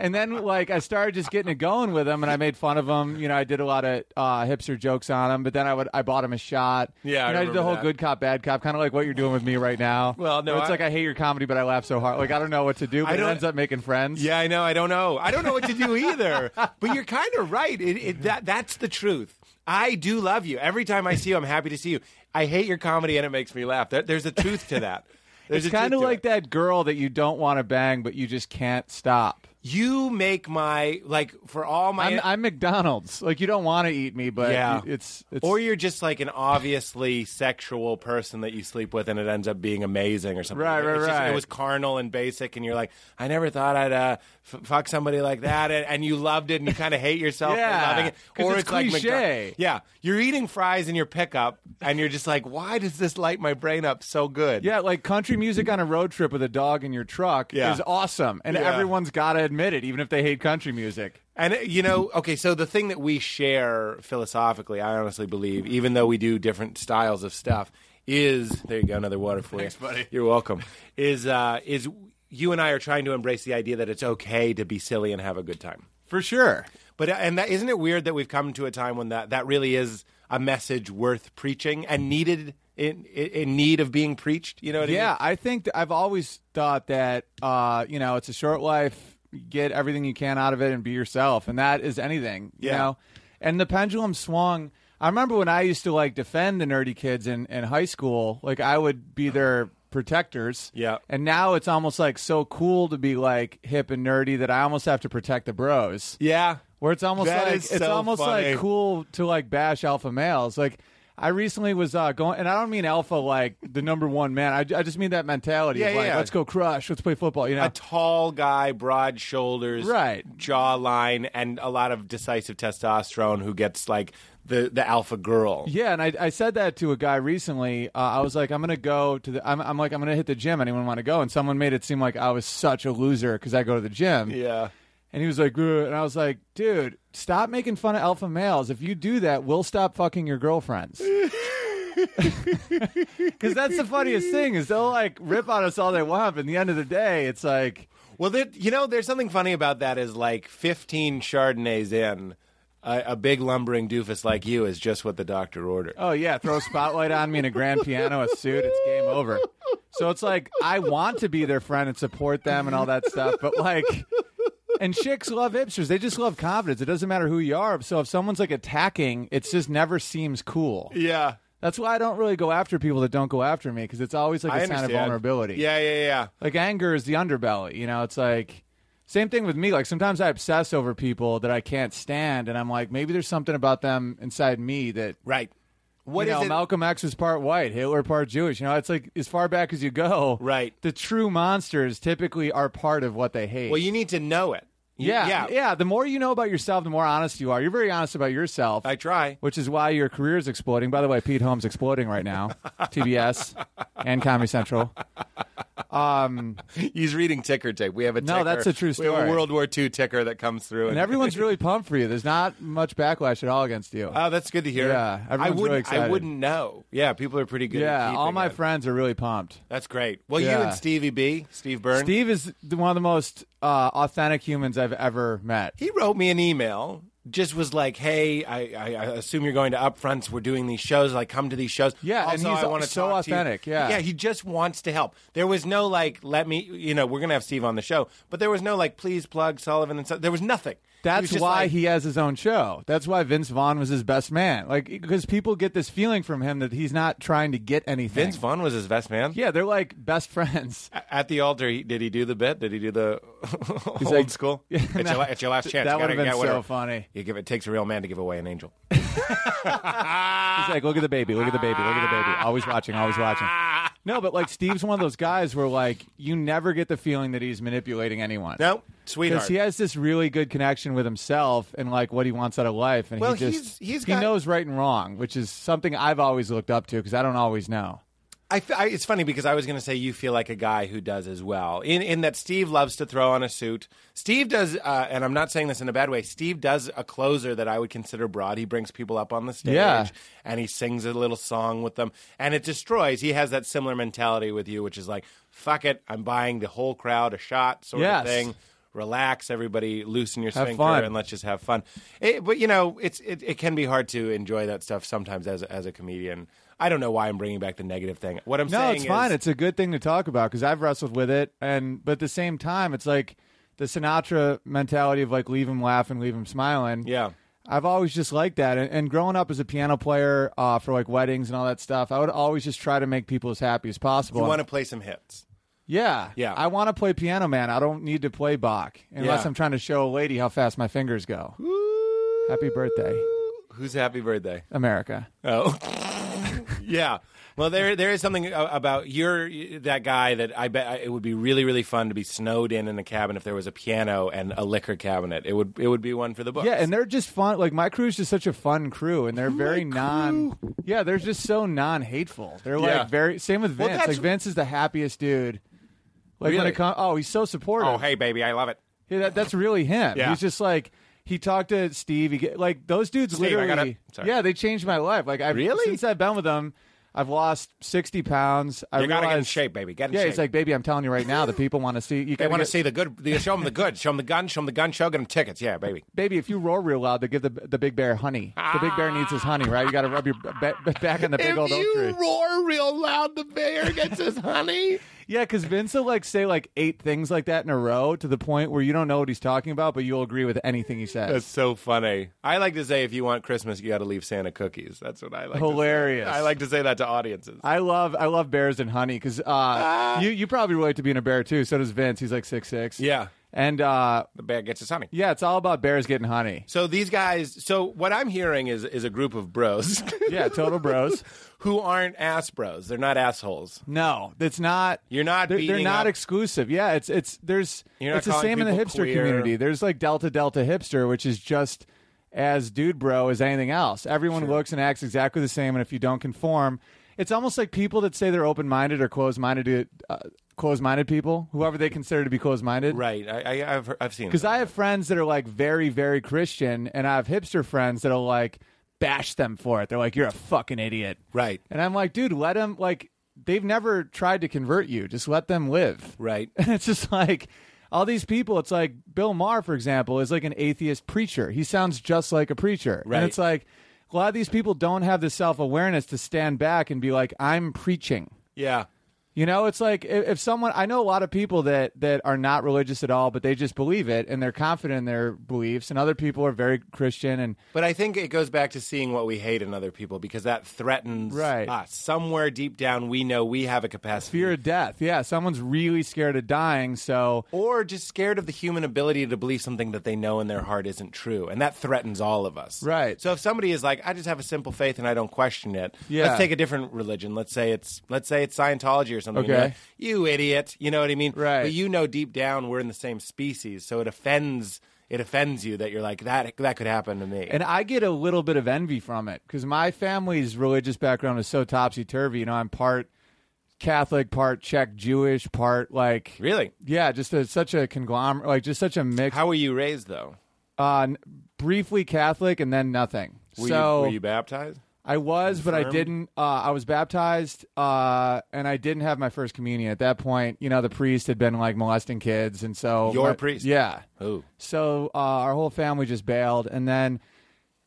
Speaker 6: and then like I started just getting it going with him, and I made fun of him. You know, I did a lot of uh, hipster jokes on him, but then I would I bought him a shot.
Speaker 9: Yeah, I
Speaker 6: and I, did
Speaker 9: remember
Speaker 6: the whole
Speaker 9: that.
Speaker 6: good cop bad cop, kind of like what you're doing with me right now.
Speaker 9: Well, no,
Speaker 6: Where it's
Speaker 9: I-
Speaker 6: like I hate your comedy, but I laugh so hard. Like I don't know what to do,
Speaker 9: I
Speaker 6: but it
Speaker 9: don't-
Speaker 6: ends up making friends.
Speaker 9: Yeah, I know. I don't know. I don't know what to do either. but you're kind of right. It, it, that that's the truth. I do love you. Every time I see you, I'm happy to see you. I hate your comedy, and it makes me laugh. There, there's a truth to that. There's
Speaker 6: it's
Speaker 9: a
Speaker 6: kind of
Speaker 9: truth to
Speaker 6: like
Speaker 9: it.
Speaker 6: that girl that you don't want to bang, but you just can't stop.
Speaker 9: You make my like for all my.
Speaker 6: I'm, I'm McDonald's. Like you don't want to eat me, but
Speaker 9: Yeah.
Speaker 6: you- it's it's
Speaker 9: or you're just like an obviously sexual person that you sleep with, and it ends up being amazing or something.
Speaker 6: Right, right,
Speaker 9: It's just- It
Speaker 6: right.
Speaker 9: was carnal and basic, and you're like, I never thought I'd uh, f- fuck somebody like that, and, and you loved it, and you kind of hate yourself
Speaker 6: Yeah,
Speaker 9: for loving it.
Speaker 6: 'cause it's cliche.
Speaker 9: McDonald's. yeah, you're eating fries in your pickup, and you're just like, why does this light my brain up so good?
Speaker 6: Yeah, like country music on a road trip with a dog in your truck
Speaker 9: Yeah.
Speaker 6: is awesome, and
Speaker 9: Yeah.
Speaker 6: everyone's got to admit it, even if they hate country music.
Speaker 9: And uh, you know, okay, so the thing that we share philosophically, I honestly believe, even though we do different styles of stuff, is there you go, another water for
Speaker 5: Thanks,
Speaker 9: you.
Speaker 5: buddy.
Speaker 9: You're welcome. Is uh, is you and I are trying to embrace the idea that it's okay to be silly and have a good time.
Speaker 5: for sure.
Speaker 9: But uh, and that isn't it weird that we've come to a time when that that really is a message worth preaching and needed in in, in need of being preached. You know what I mean?
Speaker 6: Yeah, I think th- I've always thought that uh, you know it's a short life. Get everything you can out of it and be yourself, and that is anything. You
Speaker 9: Yeah.
Speaker 6: know, and the pendulum swung. I remember when I used to like defend the nerdy kids in, in high school. Like I would be their protectors.
Speaker 9: Yeah.
Speaker 6: And now it's almost like so cool to be like hip and nerdy that I almost have to protect the bros.
Speaker 9: Yeah.
Speaker 6: Where it's almost
Speaker 9: That
Speaker 6: like
Speaker 9: is
Speaker 6: it's
Speaker 9: so
Speaker 6: almost
Speaker 9: funny.
Speaker 6: like cool to like bash alpha males. Like I recently was uh, going, and I don't mean alpha like the number one man. I, I just mean that mentality.
Speaker 9: Yeah,
Speaker 6: of like,
Speaker 9: yeah.
Speaker 6: Let's go crush. Let's play football. You know.
Speaker 9: a tall guy, broad shoulders,
Speaker 6: Right.
Speaker 9: jawline, and a lot of decisive testosterone who gets like the the alpha girl.
Speaker 6: yeah, and I, I said that to a guy recently. Uh, I was like, I'm gonna go to the. I'm, I'm like, I'm gonna hit the gym. Anyone want to go? And someone made it seem like I was such a loser because I go to the gym.
Speaker 9: Yeah.
Speaker 6: And he was like, "Ugh," and I was like, dude, stop making fun of alpha males. If you do that, we'll stop fucking your girlfriends. Because that's the funniest thing is they'll like rip on us all they want, but in the end of the day, it's like,
Speaker 9: Well, there, you know, there's something funny about that. Is like 15 Chardonnays in, a, a big lumbering doofus like you is just what the doctor ordered.
Speaker 6: oh yeah, throw a spotlight on me and a grand piano, a suit, it's game over. So it's like I want to be their friend and support them and all that stuff, but like. And chicks love hipsters. They just love confidence. It doesn't matter who you are. So if someone's like attacking, it just never seems cool.
Speaker 9: yeah,
Speaker 6: That's why I don't really go after people that don't go after me because it's always like
Speaker 9: I
Speaker 6: a sign of
Speaker 9: understand.
Speaker 6: vulnerability.
Speaker 9: Yeah, yeah, yeah.
Speaker 6: Like anger is the underbelly. You know, it's like same thing with me. Like sometimes I obsess over people that I can't stand, and I'm like, maybe there's something about them inside me that.
Speaker 9: Right. What
Speaker 6: you
Speaker 9: is
Speaker 6: know,
Speaker 9: it?
Speaker 6: Malcolm X was part white, Hitler part Jewish. You know, it's like as far back as you go.
Speaker 9: Right.
Speaker 6: The true monsters typically are part of what they hate.
Speaker 9: well, you need to know it. You-
Speaker 6: yeah,
Speaker 9: yeah,
Speaker 6: yeah. The more you know about yourself, the more honest you are. You're very honest about yourself
Speaker 9: I try.
Speaker 6: which is why your career is exploding. By the way, Pete Holmes exploding right now, TBS and Comedy Central.
Speaker 9: He's reading ticker tape. We have a
Speaker 6: No,
Speaker 9: ticker.
Speaker 6: that's a true
Speaker 9: We have a
Speaker 6: story.
Speaker 9: World War II ticker that comes through,
Speaker 6: And everyone's really pumped for you. There's not much backlash at all against you.
Speaker 9: Oh, that's good to hear.
Speaker 6: Yeah,
Speaker 9: I
Speaker 6: everyone's
Speaker 9: wouldn't.
Speaker 6: really
Speaker 9: I
Speaker 6: excited.
Speaker 9: wouldn't know. Yeah, people are pretty good. at
Speaker 6: yeah,
Speaker 9: keeping
Speaker 6: all my
Speaker 9: it.
Speaker 6: friends are really pumped.
Speaker 9: That's great. Well, you
Speaker 6: Yeah.
Speaker 9: and Stevie B, Steve Byrne.
Speaker 6: Steve is the, one of the most uh, authentic humans I've ever met.
Speaker 9: he wrote me an email. Just was like, hey, I, I, I assume you're going to upfronts. We're doing these shows. Like, come to these shows.
Speaker 6: Yeah, and
Speaker 9: also,
Speaker 6: he's
Speaker 9: I want to
Speaker 6: so
Speaker 9: talk to you."
Speaker 6: authentic, yeah.
Speaker 9: yeah. He just wants to help. There was no like, let me. You know, we're gonna have Steve on the show, but there was no like, please plug Sullivan and so. There was nothing. He was
Speaker 6: That's
Speaker 9: just
Speaker 6: why
Speaker 9: like-
Speaker 6: he has his own show. That's why Vince Vaughn was his best man. Like because people get this feeling from him that he's not trying to get anything.
Speaker 9: Vince Vaughn was his best man.
Speaker 6: Yeah, they're like best friends.
Speaker 9: At the altar, he, did he do the bit? Did he do the old
Speaker 6: like-
Speaker 9: school?
Speaker 6: Yeah,
Speaker 9: it's, your,
Speaker 6: no.
Speaker 9: la- it's your last chance.
Speaker 6: That
Speaker 9: You gotta-
Speaker 6: would've been
Speaker 9: yeah,
Speaker 6: so
Speaker 9: whatever.
Speaker 6: funny.
Speaker 9: You give, it takes a real man to give away an angel.
Speaker 6: He's like, look at the baby, look at the baby, look at the baby. Always watching, always watching. No, but like Steve's one of those guys where like you never get the feeling that he's manipulating anyone.
Speaker 9: No, sweetheart.
Speaker 6: Because he has this really good connection with himself and like what he wants out of life, and
Speaker 9: Well,
Speaker 6: he just
Speaker 9: he's- he's
Speaker 6: he
Speaker 9: got-
Speaker 6: knows right and wrong, which is something I've always looked up to because I don't always know.
Speaker 9: I f I it's funny because I was going to say you feel like a guy who does as well. In in that Steve loves to throw on a suit. Steve does, uh, and I'm not saying this in a bad way. Steve does a closer that I would consider broad. He brings people up on the stage,
Speaker 6: Yeah.
Speaker 9: and he sings a little song with them, and it destroys. He has that similar mentality with you, which is like, "Fuck it, I'm buying the whole crowd a shot," sort
Speaker 6: Yes.
Speaker 9: of thing. Relax, everybody. Loosen your
Speaker 6: Have
Speaker 9: sphincter
Speaker 6: fun.
Speaker 9: and let's just have fun. It, but you know, it's it, it can be hard to enjoy that stuff sometimes as as a comedian. I don't know why I'm bringing back the negative thing. What I'm
Speaker 6: No,
Speaker 9: saying
Speaker 6: it's fine.
Speaker 9: is,
Speaker 6: It's a good thing to talk about because I've wrestled with it, and but at the same time, it's like the Sinatra mentality of like leave him laughing, leave him smiling.
Speaker 9: Yeah.
Speaker 6: I've always just liked that, and, and growing up as a piano player uh, for like weddings and all that stuff, I would always just try to make people as happy as possible.
Speaker 9: you want to play some hits.
Speaker 6: yeah,
Speaker 9: Yeah.
Speaker 6: I want to play piano man. I don't need to play Bach unless
Speaker 9: Yeah.
Speaker 6: I'm trying to show a lady how fast my fingers go. Happy birthday,
Speaker 9: Who's happy birthday?
Speaker 6: America.
Speaker 9: Oh, yeah. Well, there there is something a- about you're that guy that I bet it would be really really fun to be snowed in in a cabin if there was a piano and a liquor cabinet. It would it would be one for the books.
Speaker 6: Yeah, and they're just fun. Like my crew's just such a fun crew, and they're very non. Yeah, they're just so non-hateful. They're
Speaker 9: Yeah.
Speaker 6: like very same with
Speaker 9: Well,
Speaker 6: Vince.
Speaker 9: that's-
Speaker 6: like Vince is the happiest dude. Like when
Speaker 9: Really?
Speaker 6: it comes, oh, he's so supportive.
Speaker 9: oh hey baby, I love it.
Speaker 6: Yeah, that, that's really him.
Speaker 9: Yeah.
Speaker 6: He's just like, He talked to Steve. He get, like those dudes
Speaker 9: Steve, I
Speaker 6: literally.
Speaker 9: gotta- sorry.
Speaker 6: Yeah, they changed my life. Like I
Speaker 9: Really?
Speaker 6: since I've been with them, I've lost sixty pounds. I
Speaker 9: You gotta get in
Speaker 6: realized-
Speaker 9: shape, baby. Get in
Speaker 6: Yeah,
Speaker 9: shape.
Speaker 6: he's like, baby, I'm telling you right now, the people want to see. You
Speaker 9: they
Speaker 6: gotta
Speaker 9: want to
Speaker 6: get-
Speaker 9: see the good. The, show them the good. Show them the gun. Show them the gun show. Get them tickets. Yeah, baby.
Speaker 6: baby, if you roar real loud, they give the the big bear honey. The big bear needs his honey, right? You got to rub your ba- ba- back on the big old oak tree.
Speaker 9: roar real loud, the bear gets his honey.
Speaker 6: Yeah, because Vince will like say like eight things like that in a row to the point where you don't know what he's talking about, but you'll agree with anything he says.
Speaker 9: That's so funny. I like to say, if you want Christmas, you got to leave Santa cookies. That's what I like.
Speaker 6: Hilarious.
Speaker 9: To say. I like to say that to audiences.
Speaker 6: I love I love bears and honey because uh,
Speaker 9: Ah.
Speaker 6: you you probably relate to being a bear too. So does Vince. He's like six six.
Speaker 9: yeah,
Speaker 6: and uh,
Speaker 9: the bear gets his honey.
Speaker 6: yeah, it's all about bears getting honey.
Speaker 9: So these guys. So what I'm hearing is is a group of bros.
Speaker 6: Yeah, total bros.
Speaker 9: Who aren't ass bros? They're not assholes.
Speaker 6: No, that's not.
Speaker 9: You're not
Speaker 6: They're, they're
Speaker 9: beating
Speaker 6: not
Speaker 9: up-
Speaker 6: exclusive. Yeah, it's it's there's
Speaker 9: You're not
Speaker 6: it's the
Speaker 9: calling
Speaker 6: same in the
Speaker 9: people
Speaker 6: hipster
Speaker 9: queer.
Speaker 6: community. There's like Delta Delta hipster, which is just as dude bro as anything else. Everyone looks and acts exactly the same, and if you don't conform, it's almost like people that say they're open minded or closed minded to uh, closed minded people, whoever they consider to be closed minded.
Speaker 9: Right. I, I I've heard- I've seen.
Speaker 6: Because
Speaker 9: that.
Speaker 6: I have friends that are like very, very Christian, and I have hipster friends that are like bash them for it. They're like, "You're a fucking idiot,"
Speaker 9: Right.
Speaker 6: And I'm like, "Dude, let them like they've never tried to convert you. Just let them live."
Speaker 9: Right.
Speaker 6: And it's just like all these people. It's like Bill Maher, for example, is like an atheist preacher. He sounds just like a preacher,
Speaker 9: Right.
Speaker 6: and it's like a lot of these people don't have the self awareness to stand back and be like, "I'm preaching."
Speaker 9: Yeah.
Speaker 6: You know, it's like if, if someone I know a lot of people that that are not religious at all, but they just believe it and they're confident in their beliefs, and other people are very Christian and
Speaker 9: But I think it goes back to seeing what we hate in other people because that threatens
Speaker 6: Right.
Speaker 9: us. Somewhere deep down, we know we have a capacity.
Speaker 6: fear of death. Yeah, someone's really scared of dying, so
Speaker 9: Or just scared of the human ability to believe something that they know in their heart isn't true. And that threatens all of us.
Speaker 6: Right.
Speaker 9: So if somebody is like, I just have a simple faith and I don't question it,
Speaker 6: Yeah.
Speaker 9: let's take a different religion. Let's say it's let's say it's Scientology or something. And you're
Speaker 6: Okay.
Speaker 9: like, you idiot. You know what I mean?
Speaker 6: Right.
Speaker 9: But you know deep down we're in the same species, so it offends it offends you that you're like, that that could happen to me.
Speaker 6: and I get a little bit of envy from it because my family's religious background is so topsy turvy. You know, I'm part Catholic, part Czech Jewish, part like
Speaker 9: really?
Speaker 6: yeah, just a, such a conglomerate, like just such a mix.
Speaker 9: How were you raised though?
Speaker 6: uh, n- briefly Catholic and then nothing.
Speaker 9: Were,
Speaker 6: so
Speaker 9: you, were you baptized?
Speaker 6: I was, but I
Speaker 9: Confirmed?
Speaker 6: didn't. Uh, I was baptized, uh, and I didn't have my first communion at that point. You know, the priest had been like molesting kids, and so
Speaker 9: Your
Speaker 6: my-
Speaker 9: priest?
Speaker 6: yeah.
Speaker 9: Ooh.
Speaker 6: So uh, our whole family just bailed, and then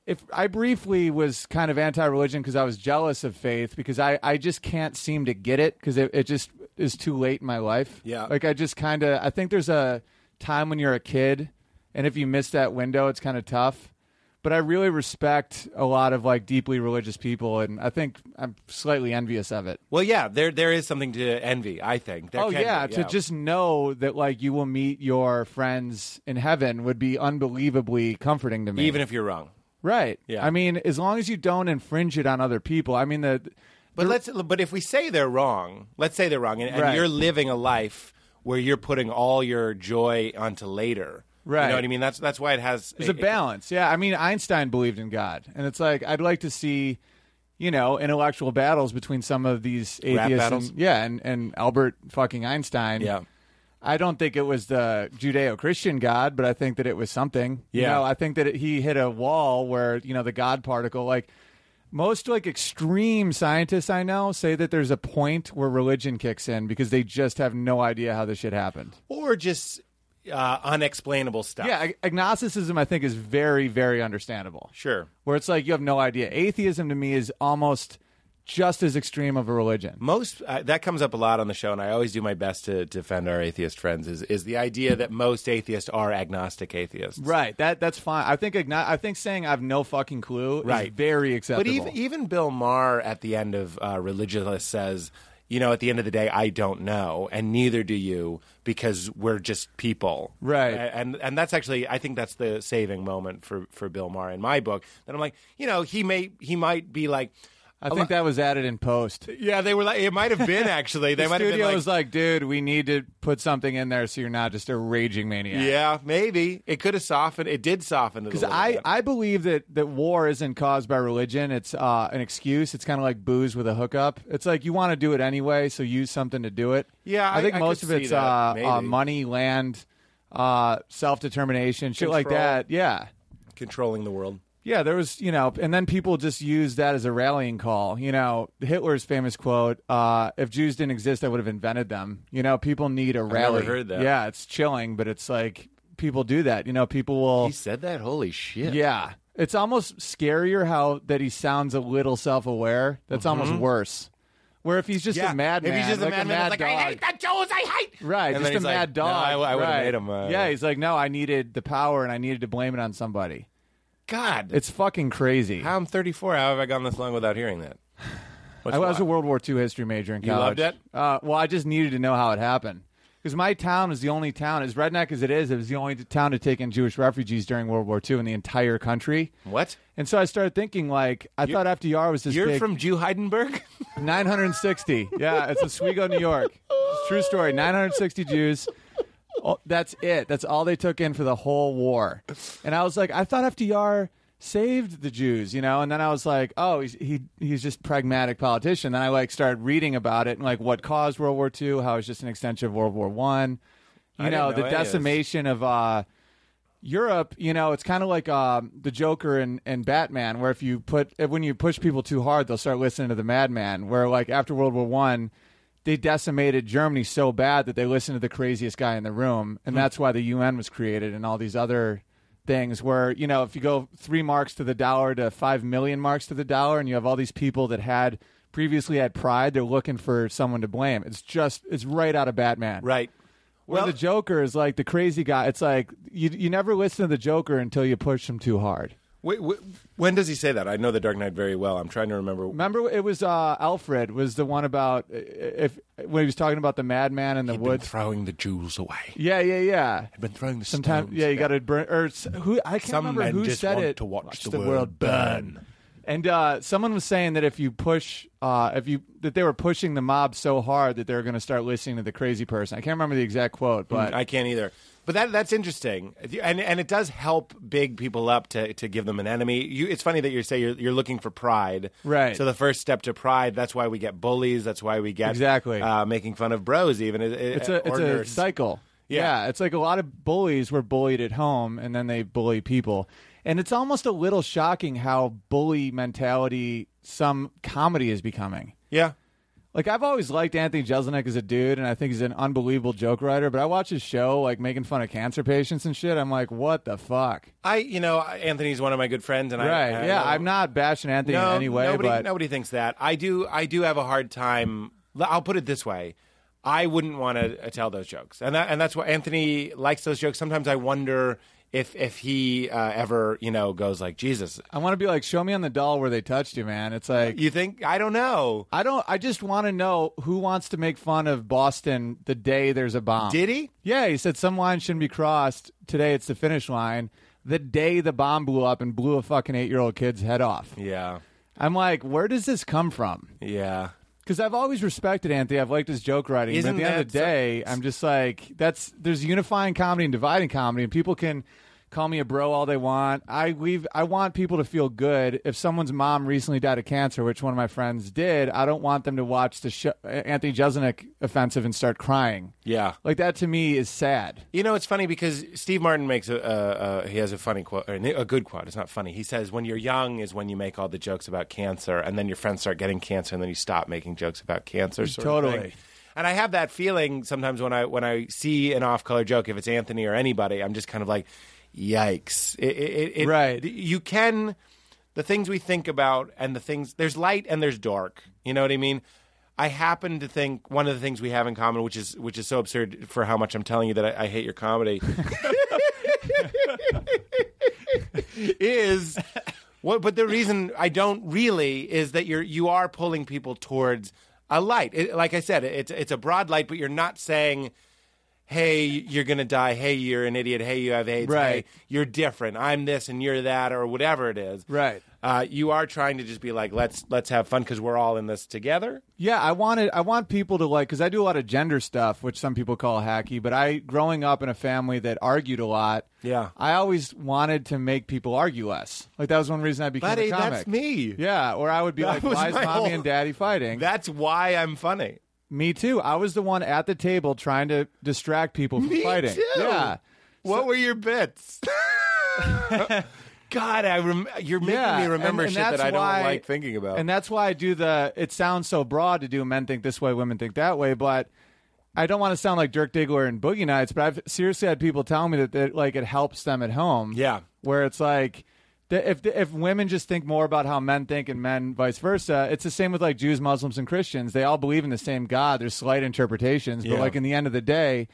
Speaker 6: if I briefly was kind of anti-religion because I was jealous of faith because I I just can't seem to get it because it, it just is too late in my life.
Speaker 9: Yeah.
Speaker 6: like I just kind of I think there's a time when you're a kid, and if you miss that window, it's kind of tough. But I really respect a lot of like deeply religious people, and I think I'm slightly envious of it.
Speaker 9: Well, yeah, there there is something to envy. I think. There
Speaker 6: oh
Speaker 9: can
Speaker 6: yeah,
Speaker 9: be,
Speaker 6: to just know that like you will meet your friends in heaven would be unbelievably comforting to me.
Speaker 9: even if you're wrong.
Speaker 6: Right.
Speaker 9: Yeah.
Speaker 6: I mean, as long as you don't infringe it on other people. I mean, the
Speaker 9: But let's but if we say they're wrong, let's say they're wrong, and, and
Speaker 6: Right.
Speaker 9: you're living a life where you're putting all your joy onto later. You
Speaker 6: Right.
Speaker 9: know what I mean? That's that's why it has.
Speaker 6: there's a balance. Yeah. I mean, Einstein believed in God, and it's like I'd like to see, you know, intellectual battles between some of these atheists.
Speaker 9: battles?
Speaker 6: And, yeah, and and Albert fucking Einstein.
Speaker 9: Yeah.
Speaker 6: I don't think it was the Judeo-Christian God, but I think that it was something. You
Speaker 9: Yeah.
Speaker 6: know, I think that it, he hit a wall where you know the God particle, like most like extreme scientists I know, say that there's a point where religion kicks in because they just have no idea how this shit happened.
Speaker 9: Or just uh, unexplainable stuff.
Speaker 6: Yeah, ag- agnosticism I think is very, very understandable.
Speaker 9: sure.
Speaker 6: Where it's like you have no idea. Atheism to me is almost just as extreme of a religion.
Speaker 9: most uh, that comes up a lot on the show and i always do my best to defend our atheist friends is, is the idea that most atheists are agnostic atheists
Speaker 6: Right. That that's fine. I think agno- I think saying I've no fucking clue
Speaker 9: Right.
Speaker 6: is very acceptable.
Speaker 9: but even, even bill maher at the end of uh, religious says you know at the end of the day i don't know and neither do you because we're just people
Speaker 6: Right.
Speaker 9: A- and and that's actually i think that's the saving moment for for bill maher in my book that i'm like you know he may he might be like
Speaker 6: I think that was added in post.
Speaker 9: yeah they were like it might have been actually they
Speaker 6: the
Speaker 9: might have been
Speaker 6: studio
Speaker 9: like,
Speaker 6: was like, dude, we need to put something in there so you're not just a raging maniac.
Speaker 9: yeah maybe it could have softened it did soften it a
Speaker 6: Because
Speaker 9: little
Speaker 6: I,
Speaker 9: bit.
Speaker 6: I believe that, that war isn't caused by religion. It's uh, an excuse. It's kind of like booze with a hookup. It's like you want to do it anyway, so use something to do it.
Speaker 9: Yeah,
Speaker 6: I
Speaker 9: I-
Speaker 6: think
Speaker 9: I
Speaker 6: most
Speaker 9: could
Speaker 6: of it's
Speaker 9: see that,
Speaker 6: uh, uh,
Speaker 9: maybe.
Speaker 6: money, land, uh, self determination, shit like
Speaker 9: Control.
Speaker 6: that. Yeah.
Speaker 9: controlling the world.
Speaker 6: Yeah, there was, you know, and then people just used that as a rallying call. You know, Hitler's famous quote, uh, if Jews didn't exist, I would have invented them. You know, people need a rally.
Speaker 9: heard that.
Speaker 6: Yeah, it's chilling, but it's like people do that. You know, people will.
Speaker 9: He said that. Holy shit!
Speaker 6: yeah. It's almost scarier how that he sounds a little self aware. That's almost worse. Where if he's just
Speaker 9: Mm-hmm. Yeah,
Speaker 6: a madman,
Speaker 9: If he's just
Speaker 6: like
Speaker 9: a madman,
Speaker 6: mad
Speaker 9: it's
Speaker 6: dog.
Speaker 9: like I hate the Jews. I hate.
Speaker 6: Right, just
Speaker 9: And then
Speaker 6: a
Speaker 9: he's like,
Speaker 6: mad
Speaker 9: "No,
Speaker 6: dog.
Speaker 9: I- I would've
Speaker 6: right.
Speaker 9: made him, uh,
Speaker 6: yeah, he's like, no, I needed the power and I needed to blame it on somebody.
Speaker 9: God,
Speaker 6: It's fucking crazy.
Speaker 9: How I'm 34. How have I gone this long without hearing that? What's
Speaker 6: I was
Speaker 9: why?
Speaker 6: a World War II history major in
Speaker 9: You
Speaker 6: college.
Speaker 9: loved it?
Speaker 6: Uh, well, I just needed to know how it happened because my town is the only town, as redneck as it is, it was the only town to take in Jewish refugees during World War II in the entire country.
Speaker 9: what?
Speaker 6: And so I started thinking, like, I thought FDR was this
Speaker 9: You're
Speaker 6: big
Speaker 9: from Jew Heidenberg?
Speaker 6: 960. Yeah, it's Oswego, New York. It's a true story. 960 Jews. Oh, that's it. That's all they took in for the whole war. And I was like, I thought FDR saved the Jews, you know. And then I was like, oh, he's, he he's just pragmatic politician. Then I like started reading about it and like what caused World War II, how it's just an extension of World War One. You
Speaker 9: I didn't
Speaker 6: know,
Speaker 9: know
Speaker 6: the
Speaker 9: any of this.
Speaker 6: decimation of uh, Europe, you know, it's kind of like um, the Joker and, and Batman, where if you put if- when you push people too hard, they'll start listening to the Madman. Where like after World War One, they decimated Germany so bad that they listened to the craziest guy in the room, and that's why the UN was created and all these other things. Where you know, if you go three marks to the dollar to five million marks to the dollar, and you have all these people that had previously had pride, they're looking for someone to blame. It's just it's right out of Batman,
Speaker 9: Right.
Speaker 6: well, the Joker is like the crazy guy. It's like you you never listen to the Joker until you push him too hard.
Speaker 9: Wait, wait, when does he say that? I know The Dark Knight very well. I'm trying to remember.
Speaker 6: Remember, it was uh, Alfred was the one about uh, if when he was talking about the madman in the
Speaker 9: He'd been
Speaker 6: woods.
Speaker 9: throwing the Jews away.
Speaker 6: yeah, yeah, yeah.
Speaker 9: I've been throwing the
Speaker 6: Sometimes,
Speaker 9: stones
Speaker 6: yeah, you
Speaker 9: down.
Speaker 6: got to burn. Or s- who I can't
Speaker 9: Some
Speaker 6: remember
Speaker 9: men
Speaker 6: who
Speaker 9: just
Speaker 6: said
Speaker 9: want
Speaker 6: it.
Speaker 9: to watch the world burn.
Speaker 6: And uh, someone was saying that if you push, uh, if you that they were pushing the mob so hard that they were going to start listening to the crazy person. I can't remember the exact quote, but
Speaker 9: Mm, I can't either. But that that's interesting, and and it does help big people up to, to give them an enemy. You, it's funny that you say you're you're looking for pride,
Speaker 6: Right.
Speaker 9: So the first step to pride. That's why we get bullies. That's why we get
Speaker 6: Exactly.
Speaker 9: uh, making fun of bros. Even it- it-
Speaker 6: it's a
Speaker 9: or
Speaker 6: it's a
Speaker 9: nerds.
Speaker 6: cycle.
Speaker 9: Yeah.
Speaker 6: Yeah. it's like a lot of bullies were bullied at home, and then they bully people, and it's almost a little shocking how bully mentality some comedy is becoming.
Speaker 9: Yeah,
Speaker 6: Like I've always liked Anthony Jeselnik as a dude, and I think he's an unbelievable joke writer. But I watch his show, like making fun of cancer patients and shit. I'm like, what the fuck?
Speaker 9: I you know Anthony's one of my good friends, and I,
Speaker 6: right?
Speaker 9: I
Speaker 6: yeah,
Speaker 9: know-
Speaker 6: I'm not bashing Anthony
Speaker 9: no,
Speaker 6: in any way,
Speaker 9: nobody,
Speaker 6: but
Speaker 9: nobody thinks that. I do. I do have a hard time. I'll put it this way: I wouldn't want to uh, tell those jokes, and that, and that's why Anthony likes those jokes. Sometimes I wonder if if he uh, ever you know goes like Jesus.
Speaker 6: I want to be like, show me on the doll where they touched you, man. It's like.
Speaker 9: You think I don't know?
Speaker 6: I don't. I just want to know who wants to make fun of Boston the day there's a bomb.
Speaker 9: Did he?
Speaker 6: Yeah, he said some line shouldn't be crossed. Today it's the finish line. The day the bomb blew up and blew a fucking eight year old kid's head off.
Speaker 9: Yeah,
Speaker 6: I'm like, where does this come from?
Speaker 9: yeah.
Speaker 6: Because I've always respected Anthony. I've liked his joke writing.
Speaker 9: Isn't
Speaker 6: but at the end of
Speaker 9: that
Speaker 6: the
Speaker 9: so-
Speaker 6: day, I'm just like, that's there's unifying comedy and dividing comedy, and people can call me a bro all they want. I leave. I want people to feel good. If someone's mom recently died of cancer, which one of my friends did, I don't want them to watch the show, Anthony Jeselnik offensive and start crying.
Speaker 9: Yeah.
Speaker 6: like that to me is sad.
Speaker 9: You know, it's funny because Steve Martin makes a, a, a he has a funny quote, or a good quote. It's not funny. He says, "When you're young is when you make all the jokes about cancer, and then your friends start getting cancer, and then you stop making jokes about cancer." Sort of
Speaker 6: Totally.
Speaker 9: thing. And I have that feeling sometimes when I when I see an off-color joke, if it's Anthony or anybody, I'm just kind of like, "Yikes!" It, it, it, it-
Speaker 6: Right.
Speaker 9: You can the things we think about and the things there's light and there's dark. You know what I mean? I happen to think one of the things we have in common, which is which is so absurd for how much I'm telling you that I, I hate your comedy, is what. But the reason I don't really is that you're you are pulling people towards a light. It, like I said, it's it's a broad light, but you're not saying. Hey, you're gonna die. Hey, you're an idiot. Hey, you have AIDS. Hey,
Speaker 6: Right.
Speaker 9: you're different. I'm this and you're that, or whatever it is.
Speaker 6: Right.
Speaker 9: Uh, you are trying to just be like, let's let's have fun because we're all in this together.
Speaker 6: Yeah, I wanted I want people to like because I do a lot of gender stuff, which some people call hacky. But I, growing up in a family that argued a lot,
Speaker 9: Yeah.
Speaker 6: I always wanted to make people argue less. Like that was one reason I became
Speaker 9: Buddy,
Speaker 6: a comic.
Speaker 9: that's me.
Speaker 6: Yeah, or I would be like,
Speaker 9: That was
Speaker 6: "Why is
Speaker 9: my
Speaker 6: mommy
Speaker 9: whole-
Speaker 6: and daddy fighting?"
Speaker 9: That's why I'm funny.
Speaker 6: me too. I was the one at the table trying to distract people from
Speaker 9: Me
Speaker 6: fighting.
Speaker 9: too.
Speaker 6: Yeah,
Speaker 9: What were your bits? God, I rem- you're making
Speaker 6: Yeah,
Speaker 9: me remember
Speaker 6: and- and
Speaker 9: shit that
Speaker 6: that's
Speaker 9: I don't
Speaker 6: why-
Speaker 9: like thinking about.
Speaker 6: And that's why I do the. It sounds so broad to do men think this way, women think that way, but I don't want to sound like Dirk Diggler and Boogie Nights. But I've seriously had people tell me that, that like it helps them at home.
Speaker 9: Yeah.
Speaker 6: where it's like. that If if women just think more about how men think and men vice versa, it's the same with like Jews, Muslims, and Christians. They all believe in the same God. There's slight interpretations, but
Speaker 9: Yeah.
Speaker 6: like in the end of the day,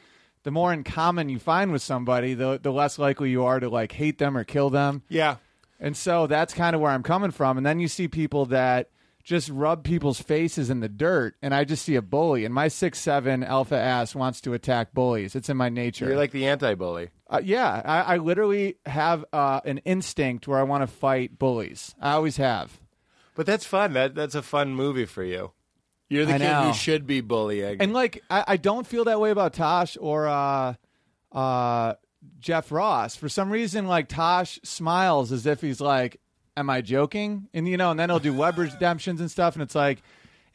Speaker 6: the more in common you find with somebody, the the less likely you are to like hate them or kill them.
Speaker 9: yeah,
Speaker 6: And so that's kind of where I'm coming from. And then you see people that just rub people's faces in the dirt, and I just see a bully. And my six seven alpha ass wants to attack bullies. It's in my nature.
Speaker 9: you're like the anti-bully.
Speaker 6: Uh, yeah, I, I literally have uh, an instinct where I want to fight bullies. I always have.
Speaker 9: But that's fun. That that's a fun movie for you. You're the
Speaker 6: I
Speaker 9: kid
Speaker 6: know.
Speaker 9: who should be bullying.
Speaker 6: And like, I, I don't feel that way about Tosh or uh, uh, Jeff Ross. For some reason, like Tosh smiles as if he's like, "Am I joking?" And you know, and then he'll do web redemptions and stuff, and it's like.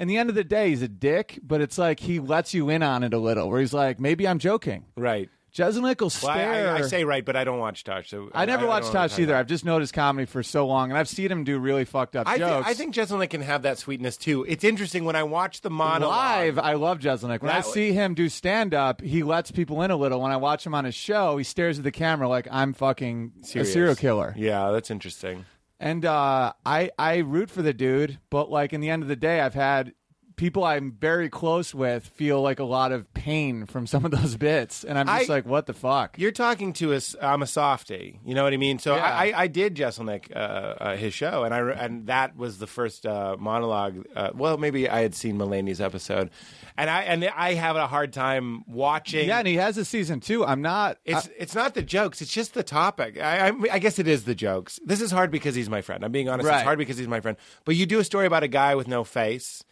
Speaker 6: In the end of the day, he's a dick, but it's like he lets you in on it a little, where he's like, maybe I'm joking.
Speaker 9: right.
Speaker 6: Jeselnik will
Speaker 9: Well, I,
Speaker 6: stare.
Speaker 9: I, I say right, but I don't watch Tosh. So
Speaker 6: I never watched
Speaker 9: don't know what I'm
Speaker 6: Tosh
Speaker 9: talking
Speaker 6: either.
Speaker 9: about.
Speaker 6: I've just noticed comedy for so long, and I've seen him do really fucked up
Speaker 9: I, thi-
Speaker 6: jokes.
Speaker 9: I think Jeselnik can have that sweetness too. It's interesting when I watch the monologue.
Speaker 6: live, I love Jeselnik. When I
Speaker 9: That-
Speaker 6: see him do stand up, he lets people in a little. When I watch him on his show, he stares at the camera like I'm fucking a serial killer.
Speaker 9: Yeah, that's interesting.
Speaker 6: And uh, I I root for the dude, but like in the end of the day, I've had people I'm very close with feel like a lot of pain from some of those bits, and I'm just
Speaker 9: I-
Speaker 6: like, what the fuck?
Speaker 9: You're talking to us. I'm a softie. You know what I mean. So I, I, I did Jeselnik uh, uh, his show, and I re- and that was the first uh, monologue. Uh, well, maybe I had seen Mulaney's episode, and I and I have a hard time watching.
Speaker 6: yeah, and he has a season two. I'm not.
Speaker 9: It's it's not the jokes. It's just the topic. I, I, I guess it is the jokes. This is hard because he's my friend. I'm being honest.
Speaker 6: Right.
Speaker 9: It's hard because he's my friend. But you do a story about a guy with no face.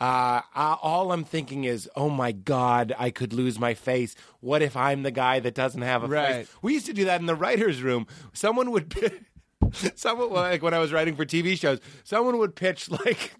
Speaker 9: Uh, I, all I'm thinking is, oh my god, I could lose my face. What if I'm the guy that doesn't have a
Speaker 6: Right.
Speaker 9: face? We used to do that in the writers' room. Someone would, pi- someone like when I was writing for TV shows, someone would pitch like.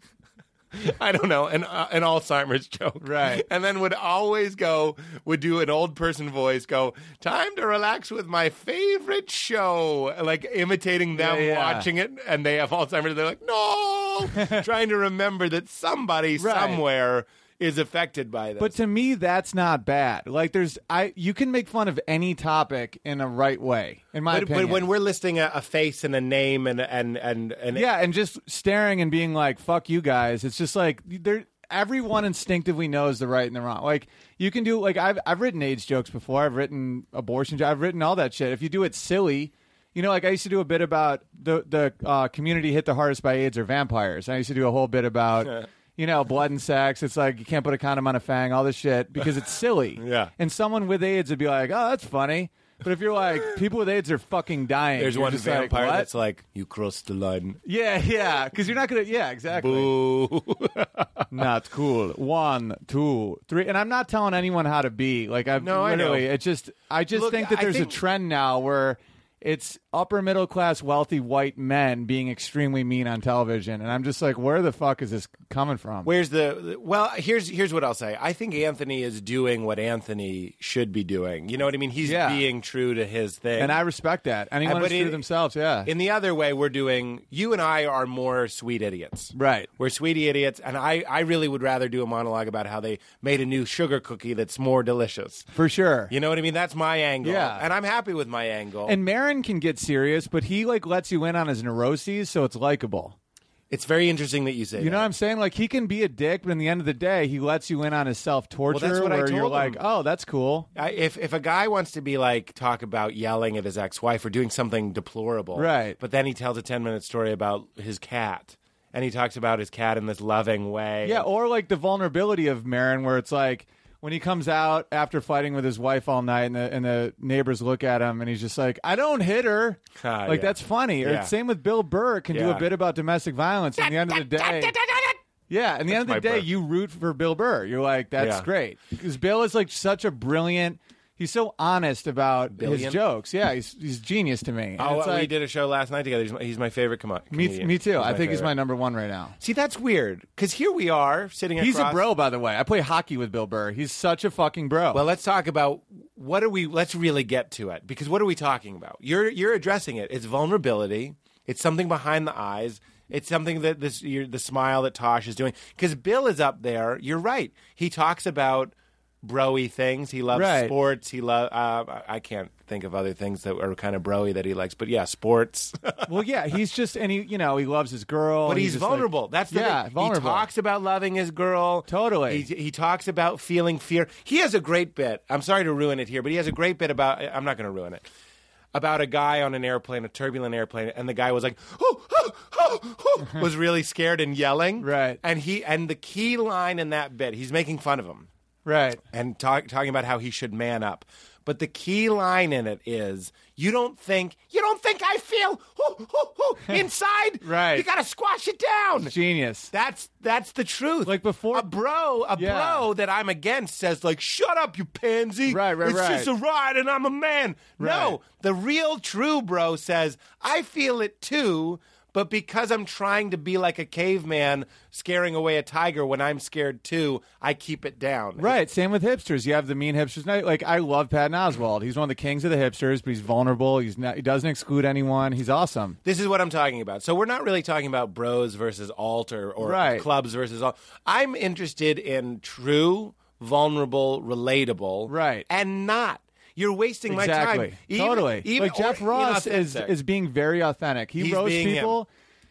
Speaker 9: I don't know, an uh, an Alzheimer's joke,
Speaker 6: Right.
Speaker 9: And then would always go, would do an old person voice, go, "Time to relax with my favorite show," like imitating them
Speaker 6: Yeah, yeah.
Speaker 9: watching it, and they have Alzheimer's. They're like, "No," trying to remember that somebody
Speaker 6: Right.
Speaker 9: somewhere is affected by this.
Speaker 6: But to me, that's not bad. Like, there's I you can make fun of any topic in a right way, in my
Speaker 9: but,
Speaker 6: opinion.
Speaker 9: but when we're listing a, a face and a name and and and and
Speaker 6: yeah, and just staring and being like, "Fuck you guys," it's just like there. Everyone instinctively knows the right and the wrong. Like you can do like I've I've written AIDS jokes before. I've written abortion. jo- I've written all that shit. If you do it silly. You know, like I used to do a bit about the the uh, community hit the hardest by AIDS or vampires. I used to do a whole bit about, you know, blood and sex. It's like you can't put a condom on a fang, all this shit because it's silly.
Speaker 9: Yeah.
Speaker 6: And someone with AIDS would be like, "Oh, that's funny," but if you're like, people with AIDS are fucking dying.
Speaker 9: there's
Speaker 6: you're
Speaker 9: one
Speaker 6: just
Speaker 9: vampire
Speaker 6: like, "What?"
Speaker 9: that's like, "You crossed the line."
Speaker 6: Yeah, yeah, because you're not gonna. Yeah, exactly.
Speaker 9: Ooh.
Speaker 6: Not cool. One, two, three, and I'm not telling anyone how to be. Like I've
Speaker 9: No, I
Speaker 6: literally.
Speaker 9: know.
Speaker 6: It just. I just
Speaker 9: Look,
Speaker 6: think that
Speaker 9: I
Speaker 6: there's
Speaker 9: think-
Speaker 6: a trend now where it's upper middle class wealthy white men being extremely mean on television, and I'm just like, where the fuck is this coming from?
Speaker 9: Where's the well? Here's here's what I'll say. I think Anthony is doing what Anthony should be doing. You know what I mean? He's
Speaker 6: Yeah.
Speaker 9: being true to his thing.
Speaker 6: and I respect that. Anyone
Speaker 9: But
Speaker 6: who's true
Speaker 9: it-
Speaker 6: to themselves, yeah.
Speaker 9: in the other way, we're doing. You and I are more sweet idiots,
Speaker 6: Right.
Speaker 9: We're sweet idiots, and I I really would rather do a monologue about how they made a new sugar cookie that's more delicious.
Speaker 6: For sure.
Speaker 9: You know what I mean? That's my angle,
Speaker 6: Yeah.
Speaker 9: and I'm happy with my angle.
Speaker 6: And Marin can get serious, but he like lets you in on his neuroses, so it's likable.
Speaker 9: it's very interesting that you say.
Speaker 6: You know
Speaker 9: that.
Speaker 6: what I'm saying? Like he can be a dick, but in the end of the day, he lets you in on his self torture.
Speaker 9: Well, that's what I
Speaker 6: where you're
Speaker 9: told
Speaker 6: like,
Speaker 9: him.
Speaker 6: oh, that's cool.
Speaker 9: I, if if a guy wants to be like talk about yelling at his ex wife or doing something deplorable,
Speaker 6: Right.
Speaker 9: But then he tells a ten minute story about his cat, and he talks about his cat in this loving way.
Speaker 6: Yeah, or like the vulnerability of Marin, where it's like when he comes out after fighting with his wife all night, and the and the neighbors look at him, and he's just like, I don't hit her.
Speaker 9: Ah,
Speaker 6: like
Speaker 9: yeah.
Speaker 6: that's funny. Or
Speaker 9: Yeah.
Speaker 6: same with Bill Burr can do
Speaker 9: Yeah.
Speaker 6: a bit about domestic violence. In the end of the day. Yeah, in the end of
Speaker 9: my
Speaker 6: the day,
Speaker 9: Burr.
Speaker 6: you root for Bill Burr. You're like, that's
Speaker 9: Yeah.
Speaker 6: great because Bill is like such a brilliant. he's so honest about his
Speaker 9: Billion?
Speaker 6: jokes. Yeah, he's he's genius to me. And
Speaker 9: Oh,
Speaker 6: it's
Speaker 9: we
Speaker 6: like-
Speaker 9: did a show last night together. He's my, he's my favorite com-
Speaker 6: Me,
Speaker 9: comedian.
Speaker 6: me too. I think he's
Speaker 9: favorite.
Speaker 6: my number one right now.
Speaker 9: See, that's weird because here we are sitting.
Speaker 6: He's a
Speaker 9: across-
Speaker 6: bro, by the way. I play hockey with Bill Burr. He's such a fucking bro.
Speaker 9: Well, let's talk about what are we. Let's really get to it because what are we talking about? You're you're addressing it. It's vulnerability. It's something behind the eyes. It's something that this your, the smile that Tosh is doing because Bill is up there. You're right. He talks about broy things. He loves
Speaker 6: Right.
Speaker 9: sports. He love. Uh, I- I can't think of other things that are kind of broy that he likes. But yeah, sports.
Speaker 6: well, yeah, he's just and he, you know, he loves his girl.
Speaker 9: But
Speaker 6: and
Speaker 9: he's,
Speaker 6: just like-
Speaker 9: vulnerable. That's the
Speaker 6: yeah,
Speaker 9: thing.
Speaker 6: vulnerable.
Speaker 9: He talks about loving his girl.
Speaker 6: Totally.
Speaker 9: He, he talks about feeling fear. He has a great bit. I'm sorry to ruin it here, but he has a great bit about. I'm not going to ruin it. About a guy on an airplane, a turbulent airplane, and the guy was like, "Oh, oh, oh, oh," was really scared and yelling.
Speaker 6: Right.
Speaker 9: And he and the key line in that bit, he's making fun of him
Speaker 6: right.
Speaker 9: and talk, talking about how he should man up. But the key line in it is, you don't think, you don't think I feel hoo, hoo, hoo, inside.
Speaker 6: Right.
Speaker 9: You got to squash it down.
Speaker 6: Genius.
Speaker 9: That's that's the truth.
Speaker 6: Like before-
Speaker 9: a bro, a
Speaker 6: Yeah.
Speaker 9: bro that I'm against says like, "Shut up, you pansy!
Speaker 6: Right, right,
Speaker 9: it's just a
Speaker 6: right.
Speaker 9: ride, and I'm a man."
Speaker 6: Right.
Speaker 9: No, the real true bro says, "I feel it too." But because I'm trying to be like a caveman scaring away a tiger when I'm scared too, I keep it down.
Speaker 6: Right. Same with hipsters. You have the mean hipsters. night. Like I love Patton Oswald. He's one of the kings of the hipsters, but he's vulnerable. He's not. He doesn't exclude anyone. He's awesome.
Speaker 9: This is what I'm talking about. So we're not really talking about bros versus alt or, or
Speaker 6: Right.
Speaker 9: clubs versus alt. I'm interested in true, vulnerable, relatable,
Speaker 6: Right.
Speaker 9: and not. You're wasting my
Speaker 6: exactly.
Speaker 9: time.
Speaker 6: totally. like Jeff
Speaker 9: or
Speaker 6: Ross is
Speaker 9: inauthentic.
Speaker 6: is being very authentic. He
Speaker 9: He's
Speaker 6: roasts
Speaker 9: being him.
Speaker 6: people.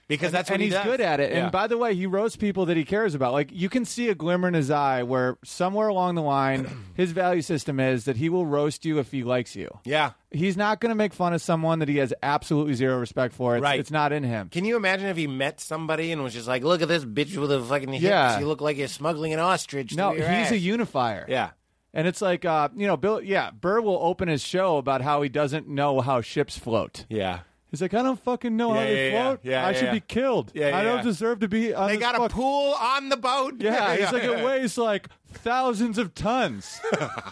Speaker 9: because that's what
Speaker 6: and
Speaker 9: he
Speaker 6: he's
Speaker 9: does.
Speaker 6: good at it.
Speaker 9: Yeah.
Speaker 6: And by the way, he roasts people that he cares about. Like you can see a glimmer in his eye where somewhere along the line, his value system is that he will roast you if he likes you.
Speaker 9: yeah.
Speaker 6: He's not going to make fun of someone that he has absolutely zero respect for. It's,
Speaker 9: Right.
Speaker 6: it's not in him.
Speaker 9: Can you imagine if he met somebody and was just like, "Look at this bitch with a fucking hips.
Speaker 6: Yeah.
Speaker 9: You look like you're smuggling an ostrich."
Speaker 6: No,
Speaker 9: through
Speaker 6: he's
Speaker 9: your ass."
Speaker 6: a unifier.
Speaker 9: yeah.
Speaker 6: And it's like, uh, you know, Bill, yeah, Burr will open his show about how he doesn't know how ships float.
Speaker 9: Yeah.
Speaker 6: He's like, I don't fucking know how
Speaker 9: Yeah,
Speaker 6: they
Speaker 9: yeah, yeah.
Speaker 6: float.
Speaker 9: Yeah,
Speaker 6: I
Speaker 9: yeah,
Speaker 6: should
Speaker 9: yeah.
Speaker 6: be killed.
Speaker 9: Yeah, yeah,
Speaker 6: I don't
Speaker 9: yeah.
Speaker 6: deserve to be on
Speaker 9: They
Speaker 6: this
Speaker 9: got a
Speaker 6: fuck-
Speaker 9: pool on the boat.
Speaker 6: Yeah, he's like it weighs like thousands of tons.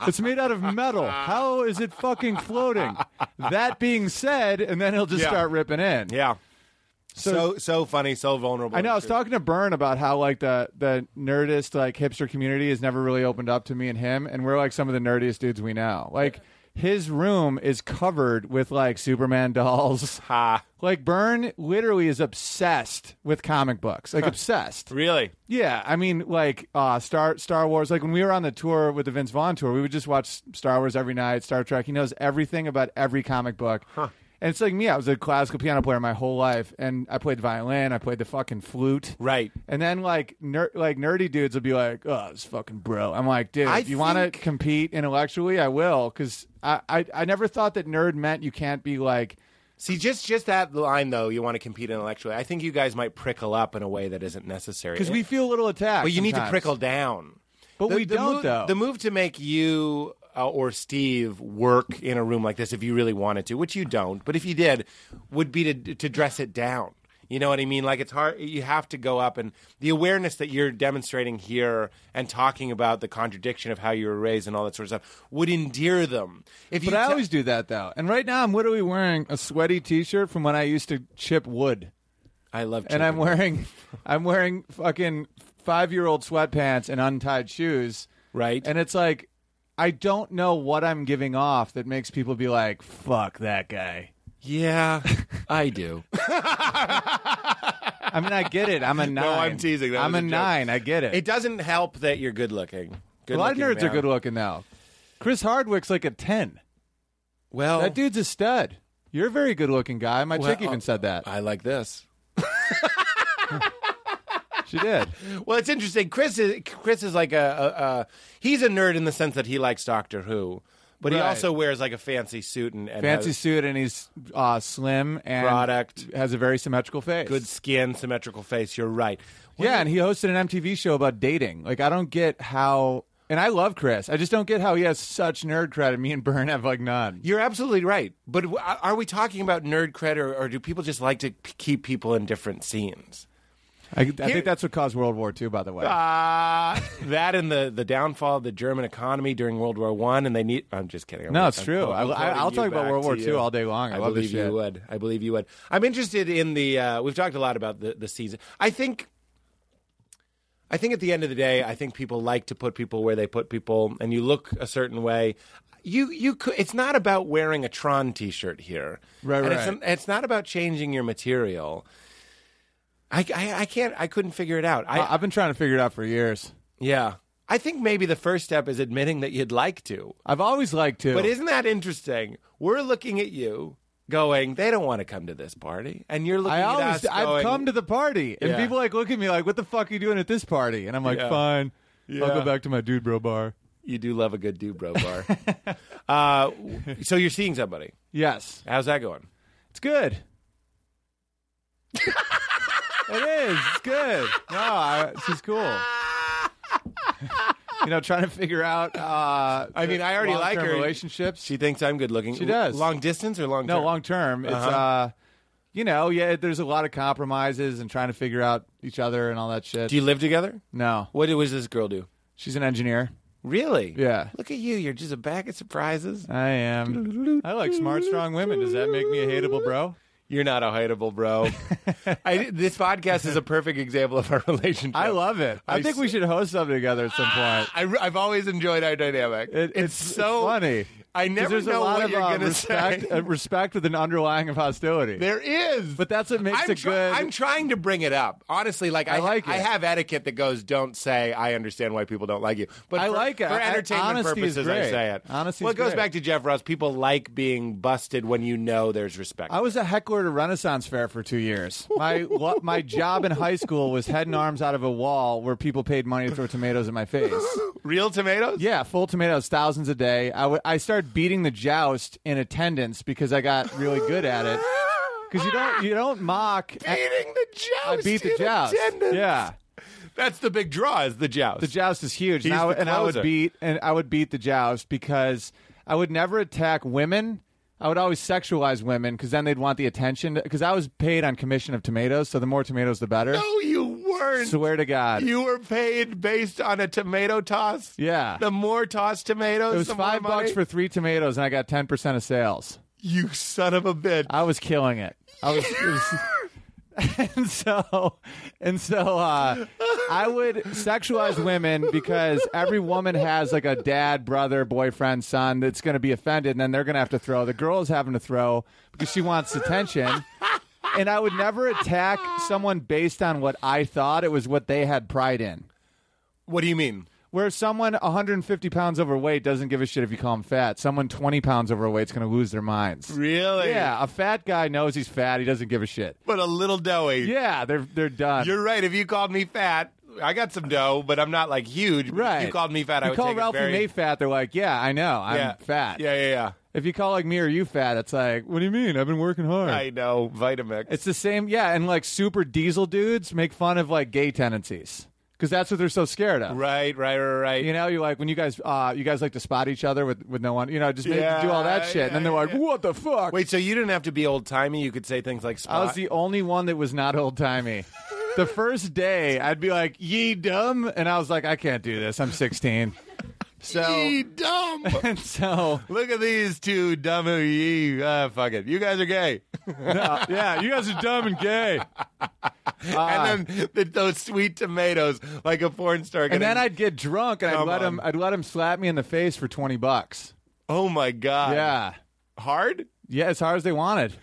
Speaker 6: it's made out of metal. How is it fucking floating? That being said, and then he'll just
Speaker 9: Yeah.
Speaker 6: start ripping in.
Speaker 9: Yeah.
Speaker 6: So-
Speaker 9: So, so funny, so vulnerable.
Speaker 6: I know. I was
Speaker 9: True.
Speaker 6: talking to Byrne about how like the the nerdist like hipster community has never really opened up to me and him, and we're like some of the nerdiest dudes we know. Like his room is covered with like Superman dolls.
Speaker 9: Ha.
Speaker 6: Like Byrne literally is obsessed with comic books. Like obsessed.
Speaker 9: Really?
Speaker 6: Yeah, I mean, like uh, Star Star Wars. Like when we were on the tour with the Vince Vaughn tour, we would just watch Star Wars every night. Star Trek. He knows everything about every comic book. And it's like me. I was a classical piano player my whole life, and I played violin. I played the fucking flute.
Speaker 9: Right.
Speaker 6: And then like ner- like nerdy dudes will be like, "Oh, this fucking bro." I'm like, dude,
Speaker 9: I
Speaker 6: if you want to
Speaker 9: think-
Speaker 6: compete intellectually, I will, because I-, I I never thought that nerd meant you can't be like.
Speaker 9: See, just just that line though. You want to compete intellectually. I think you guys might prickle up in a way that isn't necessary.
Speaker 6: Because we feel a little attacked.
Speaker 9: But you need to
Speaker 6: sometimes.
Speaker 9: prickle down.
Speaker 6: But we don't,
Speaker 9: move,
Speaker 6: though.
Speaker 9: The move to make you uh, or Steve work in a room like this, if you really wanted to, which you don't, but if you did, would be to to dress it down. You know what I mean? Like it's hard. You have to go up, and the awareness that you're demonstrating here and talking about the contradiction of how you were raised and all that sort of stuff would endear them. If you
Speaker 6: But I
Speaker 9: te-
Speaker 6: always do that though. And right now I'm literally wearing a sweaty t-shirt from when I used to chip wood.
Speaker 9: I love,
Speaker 6: And I'm
Speaker 9: chicken.
Speaker 6: wearing I'm wearing fucking 5-year-old sweatpants and untied shoes.
Speaker 9: Right.
Speaker 6: And it's like I don't know what I'm giving off that makes people be like, "Fuck that guy."
Speaker 9: Yeah, I do.
Speaker 6: I mean, I get it. I'm a 9.
Speaker 9: I'm teasing. That
Speaker 6: I'm
Speaker 9: was
Speaker 6: a,
Speaker 9: a joke.
Speaker 6: 9. I get it.
Speaker 9: It doesn't help that you're good looking.
Speaker 6: a
Speaker 9: Good
Speaker 6: lot of nerds
Speaker 9: looking
Speaker 6: are good
Speaker 9: man.
Speaker 6: looking now. Chris Hardwick's like a 10.
Speaker 9: Well,
Speaker 6: That dude's a stud. You're a very good looking guy. My
Speaker 9: Well, uh,
Speaker 6: chick even said that.
Speaker 9: I like this.
Speaker 6: She did.
Speaker 9: Well, it's interesting. Chris is Chris is like a, a, a he's a nerd in the sense that he likes Doctor Who, but he
Speaker 6: Right.
Speaker 9: also wears like a fancy suit and, and
Speaker 6: fancy
Speaker 9: has
Speaker 6: suit and he's uh, slim and
Speaker 9: Product.
Speaker 6: has a very symmetrical face.
Speaker 9: good skin, symmetrical face. You're right.
Speaker 6: yeah, and he hosted an MTV show about dating. Like I don't get how, and I love Chris. I just don't get how he has such nerd cred. and Me and Byrne have like none.
Speaker 9: You're absolutely right. But w- are we talking about nerd cred, or, or do people just like to p- keep people in different scenes?
Speaker 6: I, I think
Speaker 9: Here-
Speaker 6: that's what caused World War II, by the way.
Speaker 9: Uh, that and the, the downfall of the German economy during World War One, and they need. I'm just kidding. I'm-
Speaker 6: No, it's
Speaker 9: I'm
Speaker 6: true.
Speaker 9: quote-
Speaker 6: I-
Speaker 9: I'm
Speaker 6: I-
Speaker 9: quoting
Speaker 6: I'll
Speaker 9: you
Speaker 6: talk about
Speaker 9: back
Speaker 6: World
Speaker 9: to
Speaker 6: War
Speaker 9: you.
Speaker 6: II all day long. I love this
Speaker 9: believe you
Speaker 6: shit.
Speaker 9: would. I believe you would. I'm interested in the. Uh, we've talked a lot about the, the season. I think. I think at the end of the day, I think people like to put people where they put people, and you look a certain way. You you could. It's not about wearing a Tron T-shirt here,
Speaker 6: Right,
Speaker 9: And it's
Speaker 6: right.
Speaker 9: an- it's not about changing your material. I, I, I can't. I couldn't figure it out.
Speaker 6: I, I've been trying to figure it out for years.
Speaker 9: Yeah. I think maybe the first step is admitting that you'd like to.
Speaker 6: I've always liked to.
Speaker 9: But isn't that interesting? We're looking at you going, they don't want to come to this party. And you're looking
Speaker 6: I
Speaker 9: at
Speaker 6: always,
Speaker 9: us
Speaker 6: I've
Speaker 9: going,
Speaker 6: come to the party, and
Speaker 9: Yeah.
Speaker 6: people like look at me like, "What the fuck are you doing at this party?" And I'm like,
Speaker 9: Yeah.
Speaker 6: "Fine, I'll
Speaker 9: Yeah.
Speaker 6: go back to my dude bro bar."
Speaker 9: you do love a good do bro bar. uh, w- so you're seeing somebody.
Speaker 6: Yes,
Speaker 9: How's that going?
Speaker 6: it's good. it is. It's good. No, I, she's cool. you know, trying to figure out. Uh,
Speaker 9: I mean, I already like
Speaker 6: long-term
Speaker 9: her.
Speaker 6: Relationships.
Speaker 9: She thinks I'm good looking.
Speaker 6: She does.
Speaker 9: Long distance or long
Speaker 6: no,
Speaker 9: term?
Speaker 6: long term. It's
Speaker 9: Uh-huh.
Speaker 6: uh, you know, yeah. There's a lot of compromises and trying to figure out each other and all that shit.
Speaker 9: Do you live together?
Speaker 6: no,
Speaker 9: What was this girl do?
Speaker 6: she's an engineer.
Speaker 9: Really?
Speaker 6: Yeah.
Speaker 9: Look at you. You're just a bag of surprises.
Speaker 6: I am. I like smart, strong women. Does that make me a hateable bro?
Speaker 9: You're not a hateable bro. I, this podcast is a perfect example of our relationship.
Speaker 6: I love it. I,
Speaker 9: I
Speaker 6: think
Speaker 9: s-
Speaker 6: we should host something together at some point.
Speaker 9: I, I've always enjoyed our dynamic.
Speaker 6: It-
Speaker 9: it's,
Speaker 6: it's
Speaker 9: so
Speaker 6: funny.
Speaker 9: I
Speaker 6: 'Cause
Speaker 9: never
Speaker 6: there's a
Speaker 9: know
Speaker 6: lot
Speaker 9: what
Speaker 6: of
Speaker 9: you're
Speaker 6: uh,
Speaker 9: going to
Speaker 6: respect,
Speaker 9: say.
Speaker 6: uh, respect with an underlying of hostility.
Speaker 9: there is,
Speaker 6: but that's what makes
Speaker 9: I'm,
Speaker 6: it
Speaker 9: try-
Speaker 6: good.
Speaker 9: I'm trying to bring it up. Honestly, like I,
Speaker 6: I like
Speaker 9: I
Speaker 6: it.
Speaker 9: have etiquette that goes, "Don't say I understand why people don't like you." But
Speaker 6: I
Speaker 9: for,
Speaker 6: like it.
Speaker 9: for
Speaker 6: I- I-
Speaker 9: entertainment
Speaker 6: honesty is
Speaker 9: purposes. I
Speaker 6: great.
Speaker 9: say it.
Speaker 6: Honesty
Speaker 9: Well,
Speaker 6: is
Speaker 9: it goes
Speaker 6: great.
Speaker 9: back to Jeff Ross. People like being busted when you know there's respect.
Speaker 6: I was a heckler at a Renaissance fair for two years. My lo- my job in high school was head and arms out of a wall where people paid money to throw tomatoes in my face.
Speaker 9: Real tomatoes.
Speaker 6: Yeah, full tomatoes, thousands a day. I would- I started beating the joust in attendance because I got really good at it. Because you don't you don't mock.
Speaker 9: Beating the joust.
Speaker 6: I beat the
Speaker 9: in
Speaker 6: joust.
Speaker 9: attendance.
Speaker 6: Yeah,
Speaker 9: That's the big draw is the joust.
Speaker 6: the joust is huge,
Speaker 9: He's
Speaker 6: and, I, would-
Speaker 9: the
Speaker 6: and I would
Speaker 9: closer.
Speaker 6: beat and I would beat the joust because I would never attack women. I would always sexualize women because then they'd want the attention. Because I was paid on commission of tomatoes, so the more tomatoes, the better.
Speaker 9: No, you weren't.
Speaker 6: Swear to God.
Speaker 9: You were paid based on a tomato toss.
Speaker 6: Yeah.
Speaker 9: The more tossed tomatoes,
Speaker 6: it was
Speaker 9: the more
Speaker 6: five bucks
Speaker 9: money.
Speaker 6: for three tomatoes, and I got ten percent of sales.
Speaker 9: you, son of a bitch.
Speaker 6: I was killing it. I was, it was and so and so uh, I would sexualize women because every woman has like a dad, brother, boyfriend, son that's going to be offended, and then they're going to have to throw. The girl is having to throw because she wants attention. And I would never attack someone based on what I thought it was what they had pride in.
Speaker 9: What do you mean?
Speaker 6: Where someone 150 pounds overweight doesn't give a shit if you call them fat. Someone 20 pounds overweight's going to lose their minds.
Speaker 9: Really?
Speaker 6: Yeah, a fat guy knows he's fat. He doesn't give a shit.
Speaker 9: But a little doughy.
Speaker 6: Yeah, they're they're done.
Speaker 9: You're right. If you called me fat, I got some dough, but I'm not like huge. But if
Speaker 6: right.
Speaker 9: you called me fat, I
Speaker 6: You
Speaker 9: would
Speaker 6: call
Speaker 9: take
Speaker 6: Ralphie
Speaker 9: it very...
Speaker 6: May fat. They're like, yeah, I know, I'm
Speaker 9: yeah.
Speaker 6: fat.
Speaker 9: Yeah, yeah, yeah.
Speaker 6: If you call like me or you fat, it's like, what do you mean? I've been working hard.
Speaker 9: I know. Vitamix.
Speaker 6: It's the same, yeah. And like super diesel dudes make fun of like gay tendencies because that's what they're so scared of.
Speaker 9: right, right, right, right.
Speaker 6: You know, you like when you guys, uh, you guys like to spot each other with, with no one. You know, just make,
Speaker 9: Yeah,
Speaker 6: do all that shit, and then they're
Speaker 9: yeah,
Speaker 6: like,
Speaker 9: yeah.
Speaker 6: "What the fuck?"
Speaker 9: Wait, so you didn't have to be old timey. You could say things like spot.
Speaker 6: I was the only one that was not old timey. the first day, I'd be like, "Ye dumb," and I was like, "I can't do this. I'm 16." So
Speaker 9: Ye dumb.
Speaker 6: and so,
Speaker 9: Look at these two dumb ye. Ah, fuck it. You guys are gay.
Speaker 6: no, uh, yeah, you guys are dumb and gay.
Speaker 9: Ah. and then the, those sweet tomatoes, like a porn star.
Speaker 6: And
Speaker 9: getting-
Speaker 6: then I'd get drunk and I'd
Speaker 9: Come
Speaker 6: let
Speaker 9: on.
Speaker 6: him. I'd let him slap me in the face for 20 bucks.
Speaker 9: oh my god,
Speaker 6: Yeah,
Speaker 9: hard.
Speaker 6: yeah, as hard as they wanted.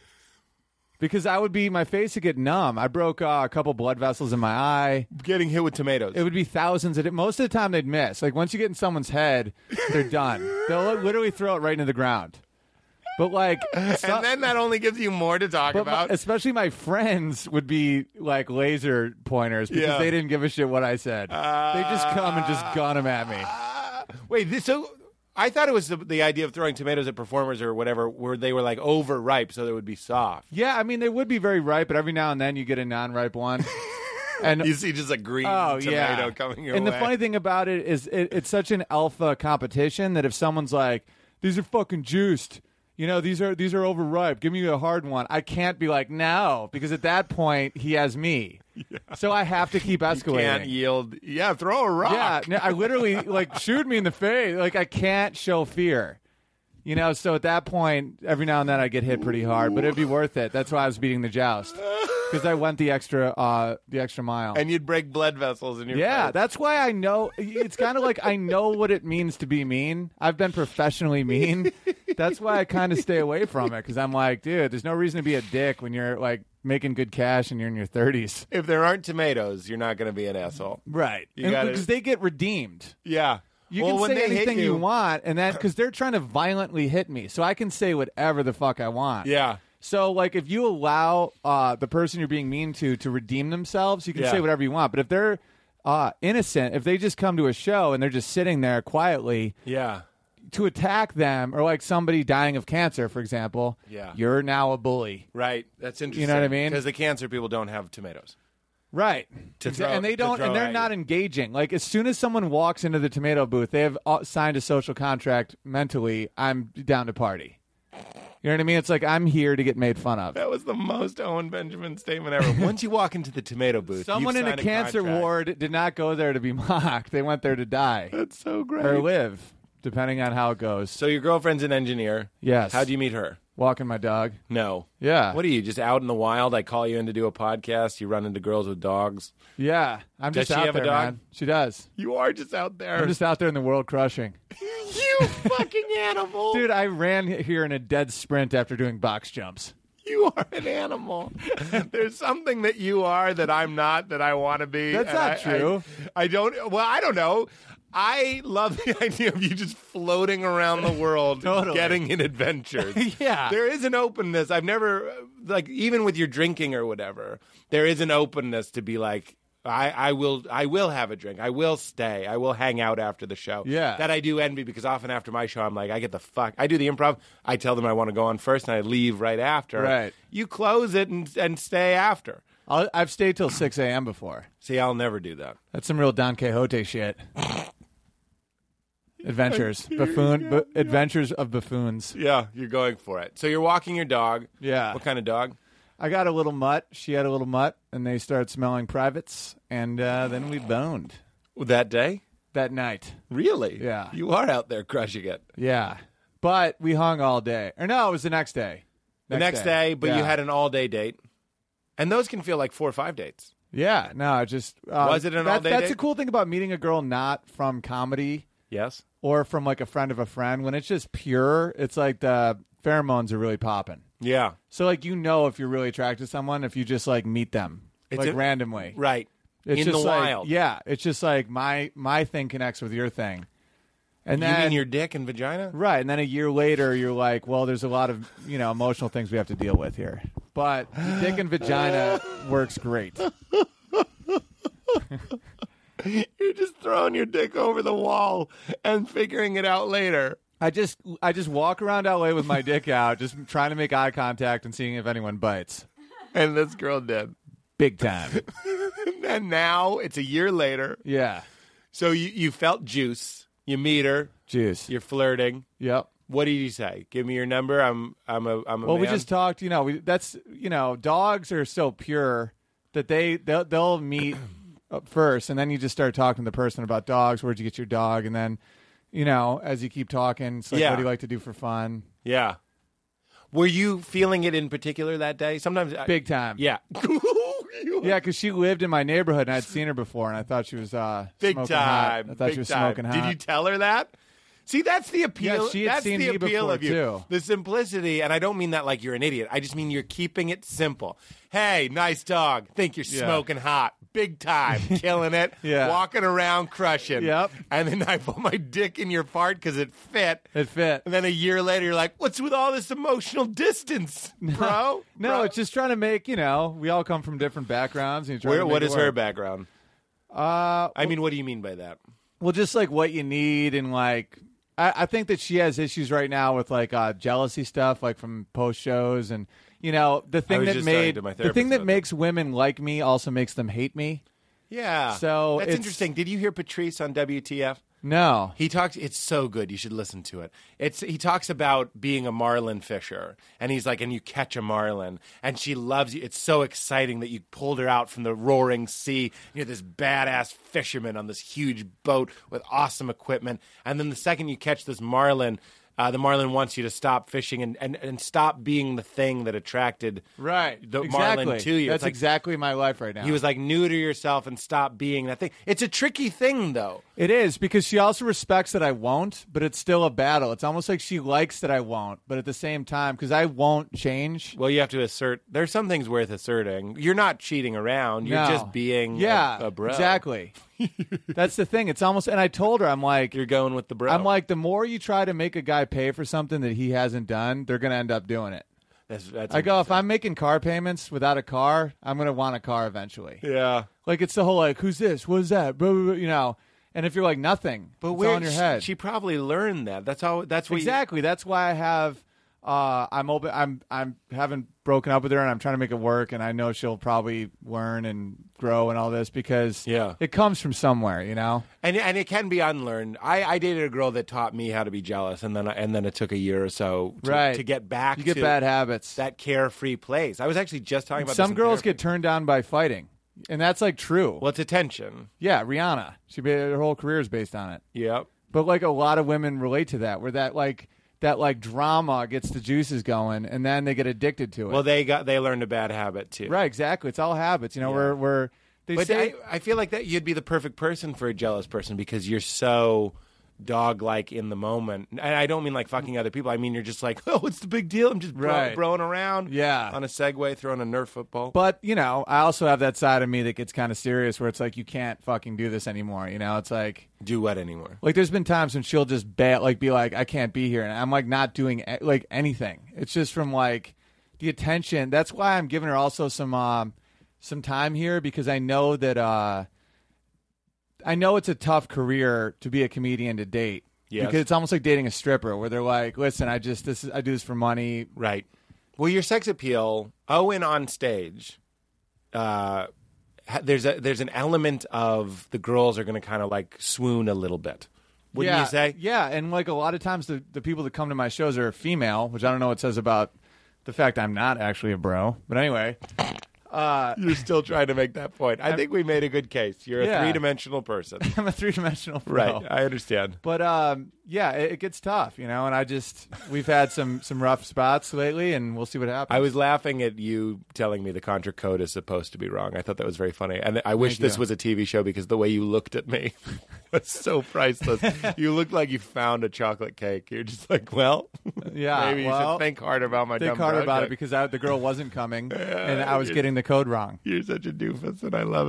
Speaker 6: Because I would be, my face would get numb. I broke uh, a couple blood vessels in my eye.
Speaker 9: Getting hit with tomatoes.
Speaker 6: It would be thousands. At it. Most of the time, they'd miss. Like once you get in someone's head, they're done. They'll li- literally throw it right into the ground. But like, so-
Speaker 9: and then that only gives you more to talk
Speaker 6: but my-
Speaker 9: about.
Speaker 6: especially my friends would be like laser pointers because
Speaker 9: Yeah.
Speaker 6: they didn't give a shit what I said. they just come and just gun them at me.
Speaker 9: Ah. wait, this so. I thought it was the, the idea of throwing tomatoes at performers or whatever, where they were like overripe, so they would be soft.
Speaker 6: Yeah, I mean they would be very ripe, but every now and then you get a non-ripe one. And
Speaker 9: You see just a green
Speaker 6: oh
Speaker 9: tomato
Speaker 6: yeah,
Speaker 9: coming your
Speaker 6: and
Speaker 9: way.
Speaker 6: the funny thing about it is it, it's such an alpha competition that if someone's like, "These are fucking juiced," you know, these are these are overripe. Give me a hard one. I can't be like no because at that point he has me. so I have to keep escalating.
Speaker 9: Can't yield. Yeah, throw a rock.
Speaker 6: Yeah, no, I literally like shoot me in the face. Like I can't show fear. You know, so at that point, every now and then I get hit pretty hard, but it'd be worth it. That's why I was beating the joust because I went the extra, uh, the extra mile.
Speaker 9: And you'd break blood vessels in your
Speaker 6: yeah,
Speaker 9: face.
Speaker 6: that's why I know. It's kind of like I know what it means to be mean. I've been professionally mean. That's why I kind of stay away from it because I'm like, dude, there's no reason to be a dick when you're like making good cash and you're in your 30s.
Speaker 9: if there aren't tomatoes, you're not going to be an asshole.
Speaker 6: Right.
Speaker 9: You gotta-
Speaker 6: Because they get redeemed.
Speaker 9: Yeah.
Speaker 6: You
Speaker 9: well,
Speaker 6: can
Speaker 9: when
Speaker 6: say
Speaker 9: they hit
Speaker 6: anything
Speaker 9: you,
Speaker 6: you, want, and that because they're trying to violently hit me, so I can say whatever the fuck I want.
Speaker 9: Yeah.
Speaker 6: So like, if you allow uh, the person you're being mean to to redeem themselves, you can
Speaker 9: Yeah.
Speaker 6: say whatever you want. But if they're uh, innocent, if they just come to a show and they're just sitting there quietly
Speaker 9: Yeah.
Speaker 6: to attack them, or like somebody dying of cancer, for example,
Speaker 9: Yeah.
Speaker 6: you're now a bully,
Speaker 9: Right. That's interesting.
Speaker 6: what I mean?
Speaker 9: Because the cancer people don't have tomatoes.
Speaker 6: right?
Speaker 9: To
Speaker 6: Exa-
Speaker 9: throw-
Speaker 6: and they
Speaker 9: to
Speaker 6: don't,
Speaker 9: throw
Speaker 6: and they're
Speaker 9: at
Speaker 6: not
Speaker 9: you.
Speaker 6: engaging. Like as soon as someone walks into the tomato booth, they have uh, signed a social contract mentally. I'm down to party. You know what I mean? It's like I'm here to get made fun of.
Speaker 9: That was the most Owen Benjamin statement ever. Once you walk into the tomato booth,
Speaker 6: Someone
Speaker 9: you've
Speaker 6: in a
Speaker 9: signed
Speaker 6: cancer
Speaker 9: contract.
Speaker 6: ward did not go there to be mocked. They went there to die
Speaker 9: That's so great.
Speaker 6: or live, depending on how it goes.
Speaker 9: So your girlfriend's an engineer.
Speaker 6: Yes.
Speaker 9: How do you meet her?
Speaker 6: Walking my dog.
Speaker 9: No.
Speaker 6: Yeah.
Speaker 9: What are you just out in the wild? I call you in to do a podcast. You run into girls with dogs.
Speaker 6: Yeah, I'm
Speaker 9: Does
Speaker 6: just
Speaker 9: she
Speaker 6: out
Speaker 9: have a
Speaker 6: there,
Speaker 9: dog?
Speaker 6: man. She does.
Speaker 9: You are just out there.
Speaker 6: I'm just out there in the world crushing.
Speaker 9: you fucking animal,
Speaker 6: Dude, I ran here in a dead sprint after doing box jumps.
Speaker 9: You are an animal. There's something that you are that I'm not that I want to be.
Speaker 6: That's
Speaker 9: and
Speaker 6: not
Speaker 9: I-
Speaker 6: true.
Speaker 9: I, I don't. Well, I don't know. I love the idea of you just floating around the world,
Speaker 6: Totally.
Speaker 9: getting in adventures.
Speaker 6: Yeah.
Speaker 9: there is an openness. I've never like even with your drinking or whatever. There is an openness to be like. I, I will I will have a drink. I will stay. I will hang out after the show.
Speaker 6: Yeah.
Speaker 9: That I do envy because often after my show I'm like, I get the fuck I do the improv, I tell them I want to go on first and I leave right after.
Speaker 6: Right.
Speaker 9: You close it and and stay after.
Speaker 6: I'll, I've stayed till 6 a.m. before.
Speaker 9: See, I'll never do that.
Speaker 6: That's some real Don Quixote shit. Adventures, buffoon, bu- adventures of buffoons.
Speaker 9: Yeah, you're going for it. So you're walking your dog.
Speaker 6: Yeah.
Speaker 9: What kind of dog?
Speaker 6: I got a little mutt. She had a little mutt, and they started smelling privates, and uh, then we boned
Speaker 9: That day?
Speaker 6: that night.
Speaker 9: Really?
Speaker 6: Yeah.
Speaker 9: You are out there crushing it.
Speaker 6: Yeah, but we hung all day. Or no, it was the next day.
Speaker 9: the next day, but you
Speaker 6: Yeah.
Speaker 9: had an all day date. And those can feel like four or five dates.
Speaker 6: yeah. No, I just uh,
Speaker 9: Was it an
Speaker 6: that-
Speaker 9: all-day
Speaker 6: That's
Speaker 9: date?
Speaker 6: a cool thing about meeting a girl not from comedy
Speaker 9: Yes.
Speaker 6: or from like a friend of a friend. When it's just pure, it's like the pheromones are really popping.
Speaker 9: Yeah.
Speaker 6: So like you know if you're really attracted to someone if you just like meet them
Speaker 9: It's
Speaker 6: like
Speaker 9: a-
Speaker 6: randomly.
Speaker 9: Right.
Speaker 6: It's
Speaker 9: In
Speaker 6: just
Speaker 9: the
Speaker 6: like-
Speaker 9: wild.
Speaker 6: Yeah, it's just like my my thing connects with your thing. And
Speaker 9: You
Speaker 6: then
Speaker 9: mean your dick and vagina?
Speaker 6: right, and then a year later you're like, well, there's a lot of, you know, emotional things we have to deal with here. But dick and vagina works great.
Speaker 9: You're just throwing your dick over the wall and figuring it out later.
Speaker 6: I just I just walk around LA with my dick out, just trying to make eye contact and seeing if anyone bites.
Speaker 9: And this girl did.
Speaker 6: Big time.
Speaker 9: And now it's a year later.
Speaker 6: Yeah.
Speaker 9: So you, you felt juice. You meet her.
Speaker 6: Juice.
Speaker 9: You're flirting.
Speaker 6: Yep.
Speaker 9: What did you say? Give me your number. I'm I'm a I'm a
Speaker 6: Well, we
Speaker 9: man.
Speaker 6: just talked. You know, we, that's you know, dogs are so pure that they they'll, they'll meet up first, and then you just start talking to the person about dogs. Where'd you get your dog? And then, you know, as you keep talking, it's like,
Speaker 9: Yeah.
Speaker 6: what do you like to do for fun?
Speaker 9: yeah. Were you feeling it in particular that day? Sometimes I-
Speaker 6: Big time.
Speaker 9: Yeah. You-
Speaker 6: Yeah, because she lived in my neighborhood and I'd seen her before, and I thought she was uh,
Speaker 9: Big
Speaker 6: smoking
Speaker 9: time.
Speaker 6: Hot. I thought
Speaker 9: Big
Speaker 6: she was
Speaker 9: time.
Speaker 6: smoking hot.
Speaker 9: Did you tell her that? See, that's the appeal.
Speaker 6: Yeah, she had
Speaker 9: that's
Speaker 6: seen
Speaker 9: the
Speaker 6: me
Speaker 9: appeal
Speaker 6: before,
Speaker 9: of you.
Speaker 6: too.
Speaker 9: The simplicity, and I don't mean that like you're an idiot. I just mean you're keeping it simple. Hey, nice dog. Think you're
Speaker 6: Yeah.
Speaker 9: smoking hot. Big time. Killing it.
Speaker 6: Yeah.
Speaker 9: Walking around crushing.
Speaker 6: Yep.
Speaker 9: And then I put my dick in your fart because it fit.
Speaker 6: it fit.
Speaker 9: And then a year later, you're like, what's with all this emotional distance, bro?
Speaker 6: No,
Speaker 9: Bro?
Speaker 6: it's just trying to make you know we all come from different backgrounds. And you try
Speaker 9: Where,
Speaker 6: to make
Speaker 9: what
Speaker 6: it
Speaker 9: is her
Speaker 6: work.
Speaker 9: background?
Speaker 6: Uh,
Speaker 9: I mean, what do you mean by that?
Speaker 6: Well, just like what you need, and like I, I think that she has issues right now with like uh, jealousy stuff, like from post shows, and you know the thing
Speaker 9: was
Speaker 6: that
Speaker 9: just talking
Speaker 6: made
Speaker 9: to my
Speaker 6: the thing
Speaker 9: therapist
Speaker 6: that
Speaker 9: about
Speaker 6: makes women like me also makes them hate me.
Speaker 9: Yeah.
Speaker 6: So
Speaker 9: that's
Speaker 6: it's-
Speaker 9: interesting. Did you hear Patrice on WTF?
Speaker 6: No.
Speaker 9: He talks. It's so good. You should listen to it. It's he talks about being a marlin fisher, and he's like, and you catch a marlin, and she loves you. It's so exciting that you pulled her out from the roaring sea. You're this badass fisherman on this huge boat with awesome equipment, and then the second you catch this marlin. Uh, the marlin wants you to stop fishing and, and, and stop being the thing that attracted the
Speaker 6: exactly.
Speaker 9: marlin to you.
Speaker 6: That's
Speaker 9: It's like-
Speaker 6: exactly my life right now.
Speaker 9: He was like, neuter yourself and stop being that thing. It's a tricky thing, though.
Speaker 6: It is because she also respects that I won't, but it's still a battle. It's almost like she likes that I won't, but at the same time, because I won't change.
Speaker 9: Well, you have to assert. There's some things worth asserting. You're not cheating around. You're
Speaker 6: No.
Speaker 9: just being a-
Speaker 6: yeah,
Speaker 9: a, bro.
Speaker 6: exactly. That's the thing. It's almost, and I told her, I'm like,
Speaker 9: You're going with the bro.
Speaker 6: I'm like, the more you try to make a guy pay for something that he hasn't done, they're gonna end up doing it.
Speaker 9: that's, that's
Speaker 6: I go, if I'm making car payments without a car, I'm gonna want a car eventually.
Speaker 9: yeah.
Speaker 6: Like it's the whole like, who's this? What is that? Blah, blah, blah, you know. And if you're like nothing,
Speaker 9: But
Speaker 6: it's
Speaker 9: where
Speaker 6: all in your head.
Speaker 9: She probably learned that. That's how. That's what. you-
Speaker 6: exactly. That's why I have. Uh, I'm open. I'm I'm haven't broken up with her, and I'm trying to make it work. And I know she'll probably learn and grow and all this because
Speaker 9: Yeah.
Speaker 6: it comes from somewhere, you know.
Speaker 9: and and it can be unlearned. I, I dated a girl that taught me how to be jealous, and then I- and then it took a year or so to,
Speaker 6: right
Speaker 9: to get back.
Speaker 6: You get
Speaker 9: to
Speaker 6: bad habits.
Speaker 9: That carefree place. I was actually just talking about
Speaker 6: Some girls get turned down by fighting, and that's like true.
Speaker 9: Well, it's attention.
Speaker 6: yeah, Rihanna. She ba- her whole career is based on it.
Speaker 9: Yep.
Speaker 6: But like a lot of women relate to that, where that like that like drama gets the juices going, and then they get addicted to it.
Speaker 9: Well, they got they learned a bad habit too.
Speaker 6: right, exactly. It's all habits, you know. We're we're they
Speaker 9: But
Speaker 6: say
Speaker 9: I, I feel like that you'd be the perfect person for a jealous person because you're so dog like in the moment. And I don't mean like fucking other people. I mean you're just like, oh, what's the big deal? I'm just bro-
Speaker 6: Right.
Speaker 9: broing around.
Speaker 6: Yeah.
Speaker 9: On a Segway, throwing a Nerf football.
Speaker 6: But you know, I also have that side of me that gets kind of serious, where it's like you can't fucking do this anymore. You know, it's like
Speaker 9: Do what anymore?
Speaker 6: like there's been times when she'll just bat, like be like, I can't be here, and I'm like not doing a- like anything. It's just from like the attention. That's why I'm giving her also some um some time here because I know that uh I know it's a tough career to be a comedian to date.
Speaker 9: Yes.
Speaker 6: Because it's almost like dating a stripper, where they're like, "Listen, I just this is, I do this for money.
Speaker 9: Right. Well, your sex appeal, Owen on stage, uh, ha- there's a there's an element of the girls are going to kind of like swoon a little bit. Wouldn't
Speaker 6: yeah,
Speaker 9: you say?
Speaker 6: Yeah, and like a lot of times the, the people that come to my shows are female, which I don't know what it says about the fact I'm not actually a bro. But anyway,
Speaker 9: You're still trying to make that point. I think we made a good case. You're
Speaker 6: Yeah.
Speaker 9: a three dimensional person.
Speaker 6: I'm a three dimensional bro.
Speaker 9: Right. I understand.
Speaker 6: But um, yeah, it, it gets tough, you know, and I just we've had some some rough spots lately and we'll see what happens.
Speaker 9: I was laughing at you telling me the contra code is supposed to be wrong. I thought that was very funny, and I wish
Speaker 6: Thank you.
Speaker 9: this was a TV show because the way you looked at me was so priceless. you looked like you found a chocolate cake. You're just like, well,
Speaker 6: Yeah,
Speaker 9: maybe you
Speaker 6: well,
Speaker 9: should think hard about my
Speaker 6: think
Speaker 9: dumb
Speaker 6: hard about it
Speaker 9: project.
Speaker 6: because I, the girl wasn't coming and I was getting the code wrong.
Speaker 9: You're such a doofus, and I love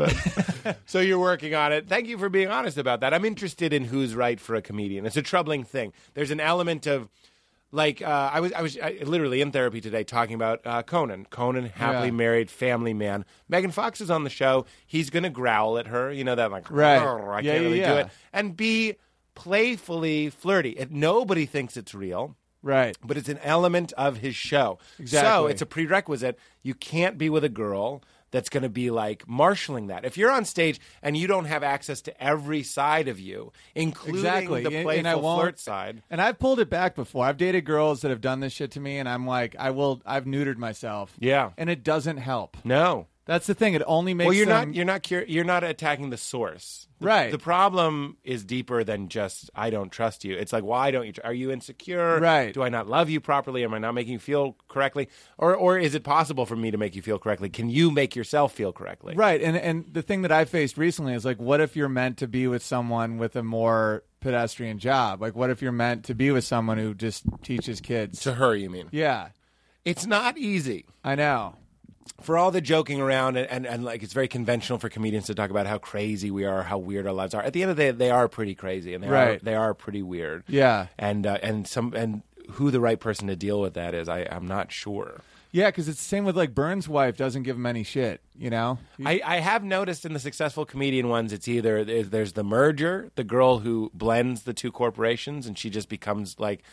Speaker 9: it. so you're working on it. Thank you for being honest about that. I'm interested in who's right for a comedian. It's a troubling thing. There's an element of, like, uh, I was, I was I, literally in therapy today talking about uh, Conan. Conan, happily
Speaker 6: Yeah.
Speaker 9: married, family man. Megan Fox is on the show. He's gonna growl at her. You know that, like,
Speaker 6: Right.
Speaker 9: "Grr, I
Speaker 6: Yeah,
Speaker 9: can't
Speaker 6: yeah,
Speaker 9: really
Speaker 6: yeah.
Speaker 9: do it. And be playfully flirty. It, nobody thinks it's real
Speaker 6: Right.
Speaker 9: but it's an element of his show. So
Speaker 6: Exactly.
Speaker 9: it's a prerequisite. You can't be with a girl that's going to be like marshaling that. If you're on stage and you don't have access to every side of you, including
Speaker 6: exactly
Speaker 9: the
Speaker 6: and-
Speaker 9: playful
Speaker 6: and I won't-
Speaker 9: flirt side,
Speaker 6: And I've pulled it back before. I've dated girls that have done this shit to me, and I'm like, I will. I've neutered myself.
Speaker 9: Yeah.
Speaker 6: and it doesn't help.
Speaker 9: no.
Speaker 6: That's the thing. It only makes
Speaker 9: well, you're
Speaker 6: them,
Speaker 9: not you're not cur- you're not attacking the source. The-
Speaker 6: Right.
Speaker 9: The problem is deeper than just I don't trust you. It's like why don't you? Tr- are you insecure?
Speaker 6: Right.
Speaker 9: Do I not love you properly? Am I not making you feel correctly? Or or is it possible for me to make you feel correctly? Can you make yourself feel correctly?
Speaker 6: right. And and the thing that I faced recently is like, what if you're meant to be with someone with a more pedestrian job? Like, what if you're meant to be with someone who just teaches kids?
Speaker 9: To her, you mean?
Speaker 6: yeah,
Speaker 9: It's not easy.
Speaker 6: I know.
Speaker 9: For all the joking around and, and, and like it's very conventional for comedians to talk about how crazy we are, how weird our lives are. At the end of the day, they are pretty crazy and they are
Speaker 6: Right.
Speaker 9: they are pretty weird.
Speaker 6: Yeah.
Speaker 9: And uh, and some and who the right person to deal with that is, I, I'm not sure.
Speaker 6: Yeah, because it's the same with like Burns' wife doesn't give him any shit. You know.
Speaker 9: I, I have noticed in the successful comedian ones, it's either there's, there's the merger, the girl who blends the two corporations, and she just becomes like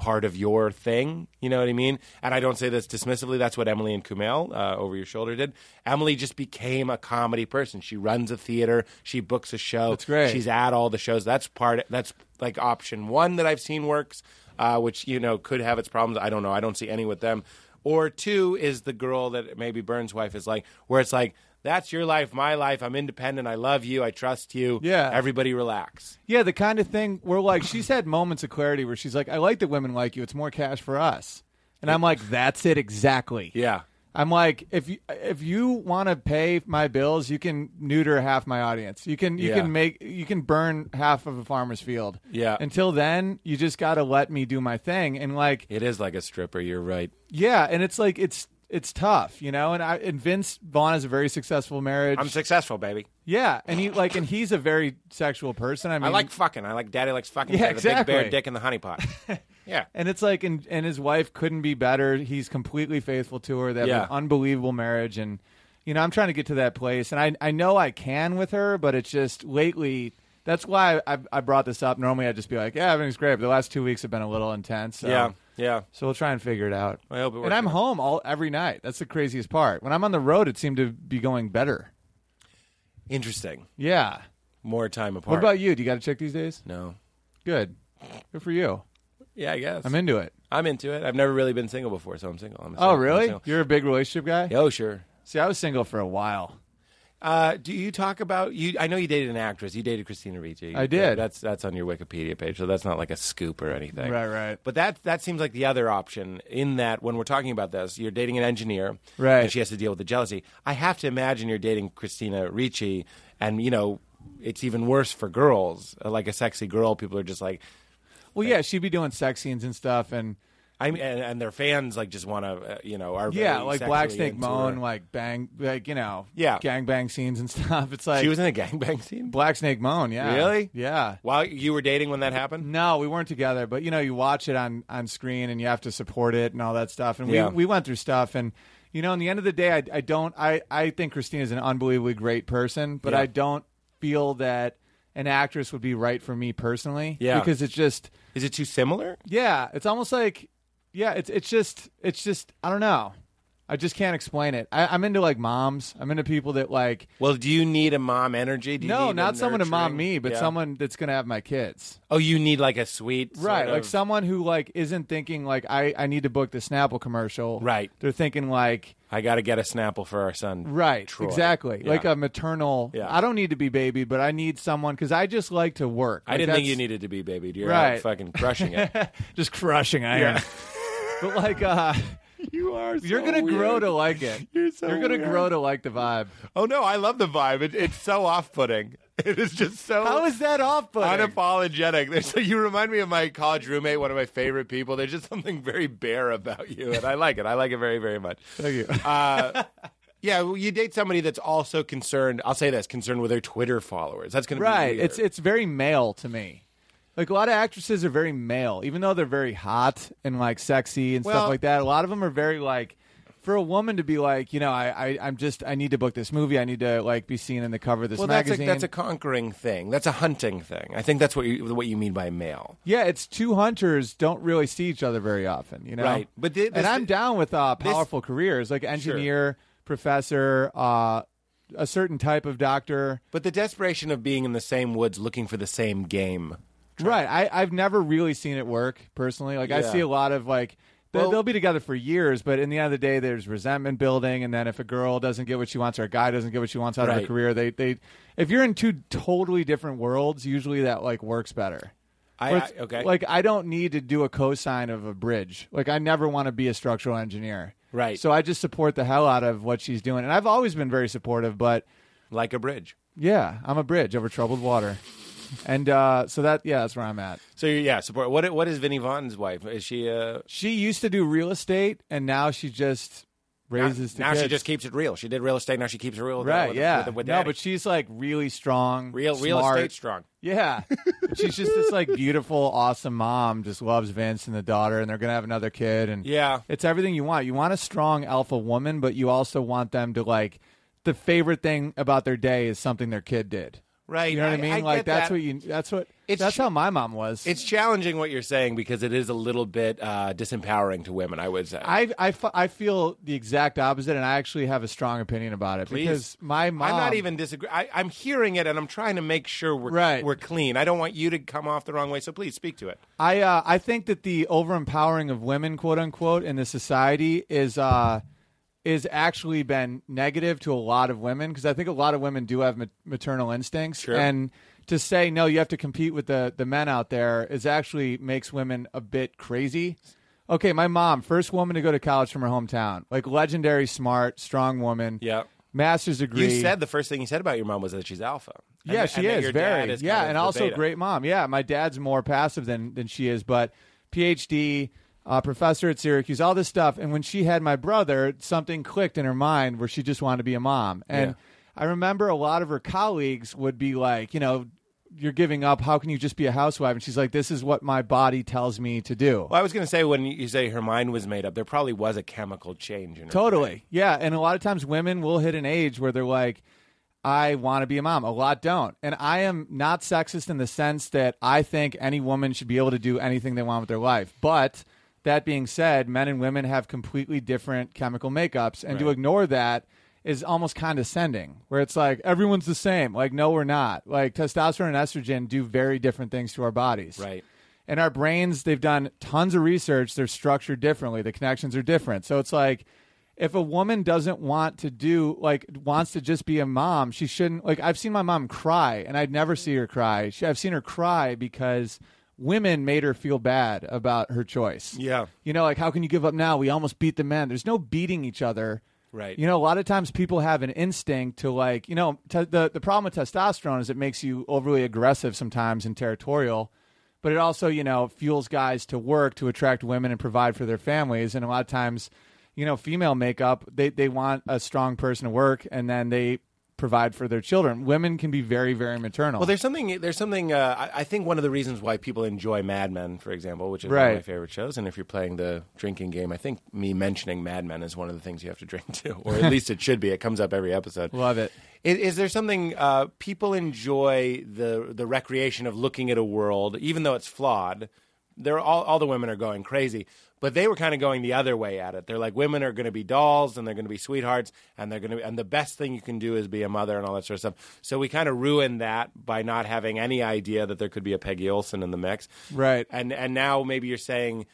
Speaker 9: part of your thing. You know what I mean? And I don't say this dismissively. That's what Emily and Kumail uh, over your shoulder did. Emily just became a comedy person. She runs a theater. She books a show.
Speaker 6: That's great.
Speaker 9: She's at all the shows. That's part. That's like option one that I've seen works, uh, which you know could have its problems. I don't know. I don't see any with them. Or two is the girl that maybe Burns' wife is like, where it's like. That's your life, my life. I'm independent. I love you. I trust you.
Speaker 6: Yeah.
Speaker 9: Everybody relax.
Speaker 6: Yeah, the kind of thing where like she's had moments of clarity where she's like, I like that women like you. It's more cash for us. And I'm like, that's it exactly.
Speaker 9: Yeah.
Speaker 6: I'm like, if you if you want to pay my bills, you can neuter half my audience. You can you
Speaker 9: Yeah.
Speaker 6: can make you can burn half of a farmer's field.
Speaker 9: Yeah.
Speaker 6: Until then, you just got to let me do my thing. And like,
Speaker 9: It is like a stripper. You're right.
Speaker 6: yeah, and it's like it's it's tough, you know. And I and Vince Vaughn has a very successful marriage.
Speaker 9: I'm successful, baby.
Speaker 6: yeah, and he like and he's a very sexual person. I mean,
Speaker 9: I like fucking. I like daddy likes fucking.
Speaker 6: Yeah,
Speaker 9: Yeah,
Speaker 6: exactly.
Speaker 9: The big bear dick in the honey pot. yeah.
Speaker 6: And it's like, and, and his wife couldn't be better. He's completely faithful to her. They have
Speaker 9: Yeah.
Speaker 6: an unbelievable marriage, and you know, I'm trying to get to that place, and I I know I can with her, but it's just lately. That's why I, I brought this up. Normally, I'd just be like, "Yeah, everything's great." But the last two weeks have been a little intense. So,
Speaker 9: Yeah. Yeah.
Speaker 6: So we'll try and figure it out.
Speaker 9: I hope it works
Speaker 6: and I'm
Speaker 9: out.
Speaker 6: home all every night. That's the craziest part. When I'm on the road, it seemed to be going better.
Speaker 9: Interesting.
Speaker 6: Yeah.
Speaker 9: More time apart.
Speaker 6: What about you? Do you got to check these days?
Speaker 9: No.
Speaker 6: Good. Good for you.
Speaker 9: Yeah, I guess.
Speaker 6: I'm into it.
Speaker 9: I'm into it. I've never really been single before, so I'm single. I'm single.
Speaker 6: Oh,
Speaker 9: I'm
Speaker 6: really?
Speaker 9: single.
Speaker 6: You're a big relationship guy.
Speaker 9: Yeah, Oh, sure.
Speaker 6: See, I was single for a while.
Speaker 9: Uh, do you talk about you? I know you dated an actress. You dated Christina Ricci.
Speaker 6: I did.
Speaker 9: That's that's on your Wikipedia page, so that's not like a scoop or anything.
Speaker 6: Right, right.
Speaker 9: But that that seems like the other option. In that, when we're talking about this, you're dating an engineer,
Speaker 6: Right.
Speaker 9: And she has to deal with the jealousy. I have to imagine you're dating Christina Ricci, and you know, it's even worse for girls. Uh, Like a sexy girl, people are just like,
Speaker 6: Well, yeah, she'd be doing sex scenes and stuff, and
Speaker 9: I mean, and, and their fans like just want to, uh, you know, are
Speaker 6: yeah,
Speaker 9: very
Speaker 6: like
Speaker 9: sexually
Speaker 6: Black Snake
Speaker 9: into
Speaker 6: Moan,
Speaker 9: her.
Speaker 6: like bang, like you know,
Speaker 9: Yeah.
Speaker 6: gangbang scenes and stuff. It's like
Speaker 9: she was in a gangbang scene.
Speaker 6: Black Snake Moan, yeah,
Speaker 9: Really?
Speaker 6: yeah.
Speaker 9: While you were dating when that happened.
Speaker 6: No, we weren't together, but you know, you watch it on on screen, and you have to support it and all that stuff. And
Speaker 9: Yeah.
Speaker 6: we we went through stuff, and you know, in the end of the day, I, I don't, I I think Christina's an unbelievably great person, but
Speaker 9: Yeah.
Speaker 6: I don't feel that an actress would be right for me personally,
Speaker 9: Yeah.
Speaker 6: because it's just.
Speaker 9: Is it too similar?
Speaker 6: Yeah, it's almost like yeah, it's it's just it's just I don't know. I just can't explain it. I, I'm into like moms. I'm into people that like
Speaker 9: Well, do you need a mom energy? Do you
Speaker 6: no,
Speaker 9: need
Speaker 6: not
Speaker 9: a
Speaker 6: someone to mom
Speaker 9: nurturing-
Speaker 6: me, but
Speaker 9: Yeah.
Speaker 6: someone that's gonna have my kids.
Speaker 9: Oh, you need like a sweet, sort
Speaker 6: right, like
Speaker 9: of-
Speaker 6: someone who like isn't thinking like I I need to book the Snapple commercial.
Speaker 9: Right.
Speaker 6: they're thinking like
Speaker 9: I got to get a Snapple for our son.
Speaker 6: right,
Speaker 9: Troy.
Speaker 6: exactly,
Speaker 9: Yeah.
Speaker 6: like a maternal.
Speaker 9: Yeah.
Speaker 6: I don't need to be baby, but I need someone because I just like to work.
Speaker 9: I
Speaker 6: Like,
Speaker 9: didn't think
Speaker 6: that's-
Speaker 9: you needed to be, baby. You're
Speaker 6: Right.
Speaker 9: out fucking crushing it.
Speaker 6: just crushing iron. but like uh
Speaker 9: you are. So
Speaker 6: you're gonna grow to like it.
Speaker 9: You're so
Speaker 6: you're gonna
Speaker 9: weird.
Speaker 6: grow to like the vibe.
Speaker 9: Oh no, I love the vibe. It, it's so off-putting. It is just so.
Speaker 6: How is that off putting?
Speaker 9: Unapologetic. There's, you remind me of my college roommate, one of my favorite people. There's just something very bare about you, and I like it. I like it very, very much.
Speaker 6: Thank you.
Speaker 9: Yeah, well, you date somebody that's also concerned. I'll say this: concerned with their Twitter followers. That's going to be
Speaker 6: right.
Speaker 9: weird.
Speaker 6: It's it's very male to me. Like a lot of actresses are very male, even though they're very hot and like sexy and stuff
Speaker 9: Well-
Speaker 6: like that. A lot of them are very like for a woman to be like, you know, I, I I'm just I need to book this movie. I need to like be seen in the cover of this
Speaker 9: well, that's a,
Speaker 6: magazine.
Speaker 9: that's a conquering thing. That's a hunting thing. I think that's what you what you mean by male.
Speaker 6: yeah, it's two hunters don't really see each other very often, you know.
Speaker 9: Right. But thi- this-
Speaker 6: and I'm down with uh,
Speaker 9: this-
Speaker 6: powerful careers like engineer, professor, uh, a certain type of doctor.
Speaker 9: But the desperation of being in the same woods looking for the same game.
Speaker 6: Right. I, I've never really seen it work personally. Like I
Speaker 9: Yeah.
Speaker 6: see a lot of like they-
Speaker 9: Well-
Speaker 6: they'll be together for years, but in the end of the day, there's resentment building. And then if a girl doesn't get what she wants or a guy doesn't get what she wants out of her
Speaker 9: Right.
Speaker 6: career, they they if you're in two totally different worlds, usually that like works better.
Speaker 9: I,
Speaker 6: Where it's-
Speaker 9: I- okay.
Speaker 6: Like I don't need to do a cosign of a bridge. Like I never want to be a structural engineer.
Speaker 9: Right.
Speaker 6: So I just support the hell out of what she's doing, and I've always been very supportive, but.
Speaker 9: like a bridge.
Speaker 6: Yeah, I'm a bridge over troubled water. And uh, so that yeah, that's where I'm at.
Speaker 9: So you're- yeah, support. What what is Vinnie Vaughn's wife? Is she uh,
Speaker 6: She used to do real estate and now she just raises the
Speaker 9: now she
Speaker 6: kids.
Speaker 9: just keeps it real. She did real estate. Now she keeps it real. with-
Speaker 6: Right,
Speaker 9: with-
Speaker 6: yeah.
Speaker 9: with- with
Speaker 6: no,
Speaker 9: daddy.
Speaker 6: but she's like really strong.
Speaker 9: real real
Speaker 6: smart.
Speaker 9: estate strong.
Speaker 6: Yeah. she's just this like beautiful, awesome mom, just loves Vince and the daughter and they're gonna have another kid and
Speaker 9: Yeah.
Speaker 6: It's everything you want. You want a strong alpha woman, but you also want them to like the favorite thing about their day is something their kid did.
Speaker 9: Right.
Speaker 6: You know what I, mean? like
Speaker 9: get
Speaker 6: that's
Speaker 9: that.
Speaker 6: what you. That's what.
Speaker 9: It's
Speaker 6: that's
Speaker 9: tr-
Speaker 6: how my mom was.
Speaker 9: It's challenging what you're saying because it is a little bit uh, disempowering to women. I would say.
Speaker 6: I, I, fe- I feel the exact opposite, and I actually have a strong opinion about it
Speaker 9: Please.
Speaker 6: because my mom.
Speaker 9: I'm not even disagree. I, I'm hearing it, and I'm trying to make sure we're
Speaker 6: Right.
Speaker 9: we're clean. I don't want you to come off the wrong way. So please speak to it.
Speaker 6: I uh, I think that the overempowering of women, quote unquote, in the society is uh is actually been negative to a lot of women because I think a lot of women do have ma- maternal instincts
Speaker 9: Sure.
Speaker 6: and to say no, you have to compete with the the men out there is actually makes women a bit crazy. Okay, my mom, first woman to go to college from her hometown, like legendary, smart, strong woman.
Speaker 9: Yeah.
Speaker 6: master's degree.
Speaker 9: You said the first thing you said about your mom was that she's alpha. And
Speaker 6: Yeah,
Speaker 9: that-
Speaker 6: she
Speaker 9: and that
Speaker 6: is
Speaker 9: your
Speaker 6: very.
Speaker 9: dad is
Speaker 6: yeah,
Speaker 9: kind of
Speaker 6: and
Speaker 9: the
Speaker 6: also
Speaker 9: beta.
Speaker 6: great mom. Yeah, my dad's more passive than than she is, but PhD, uh, professor at Syracuse, all this stuff. And when she had my brother, something clicked in her mind where she just wanted to be a mom. And I remember a lot of her colleagues would be like, you know, you're giving up. How can you just be a housewife? And she's like, this is what my body tells me to do.
Speaker 9: Well, I was going to say when you say her mind was made up, there probably was a chemical change in her.
Speaker 6: Totally. Yeah. And a lot of times women will hit an age where they're like, I want to be a mom. A lot don't. And I am not sexist in the sense that I think any woman should be able to do anything they want with their life. But that being said, men and women have completely different chemical makeups. And to ignore that is almost condescending, where it's like, everyone's the same. Like, no, we're not. Like, testosterone and estrogen do very different things to our bodies.
Speaker 9: Right.
Speaker 6: And our brains, they've done tons of research. They're structured differently. The connections are different. So it's like, if a woman doesn't want to do, like, wants to just be a mom, she shouldn't. Like, I've seen my mom cry, and I'd never see her cry. She, I've seen her cry because women made her feel bad about her choice.
Speaker 9: Yeah.
Speaker 6: You know, like, how can you give up now? We almost beat the men. There's no beating each other.
Speaker 9: Right.
Speaker 6: You know, a lot of times people have an instinct to like, you know, t- the the problem with testosterone is it makes you overly aggressive sometimes and territorial, but it also, you know, fuels guys to work to attract women and provide for their families, and a lot of times, you know, female makeup, they they want a strong person to work and then they provide for their children. Women can be very very maternal.
Speaker 9: Well, there's something. There's something. Uh, I, I think one of the reasons why people enjoy Mad Men, for example, which is one
Speaker 6: Right.
Speaker 9: of my favorite shows. And if you're playing the drinking game, I think me mentioning Mad Men is one of the things you have to drink to, or at least it should be. It comes up every episode.
Speaker 6: Love it.
Speaker 9: Is, is there something uh, people enjoy the the recreation of looking at a world, even though it's flawed? They're all all the women are going crazy, but they were kind of going the other way at it. They're like women are going to be dolls and they're going to be sweethearts and they're going to and the best thing you can do is be a mother and all that sort of stuff. So we kind of ruined that by not having any idea that there could be a Peggy Olson in the mix,
Speaker 6: Right.
Speaker 9: And and now maybe you're saying,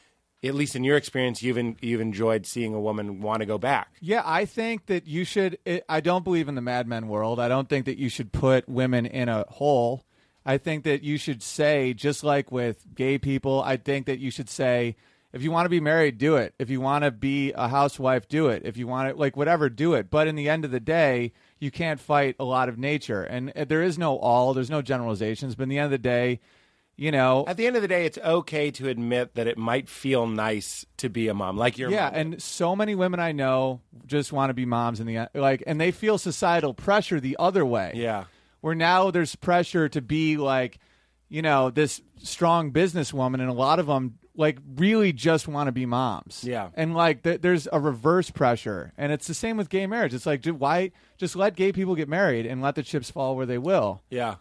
Speaker 9: at least in your experience, you've en- you've enjoyed seeing a woman want to go back.
Speaker 6: Yeah, I think that you should. It, I don't believe in the Mad Men world. I don't think that you should put women in a hole. I think that you should say, just like with gay people, I think that you should say, if you want to be married, do it. If you want to be a housewife, do it. If you want to, like, whatever, do it. But in the end of the day, you can't fight a lot of nature. And uh, there is no all, there's no generalizations. But in the end of the day, you know,
Speaker 9: At the end of the day, it's okay to admit that it might feel nice to be a mom, like your
Speaker 6: yeah
Speaker 9: mom.
Speaker 6: and so many women i know just want to be moms in the uh, like and they feel societal pressure the other way
Speaker 9: Yeah.
Speaker 6: where now there's pressure to be like you know this strong businesswoman and a lot of them like really just want to be moms
Speaker 9: Yeah.
Speaker 6: and like th- there's a reverse pressure and it's the same with gay marriage it's like dude, why just let gay people get married and let the chips fall where they will
Speaker 9: yeah,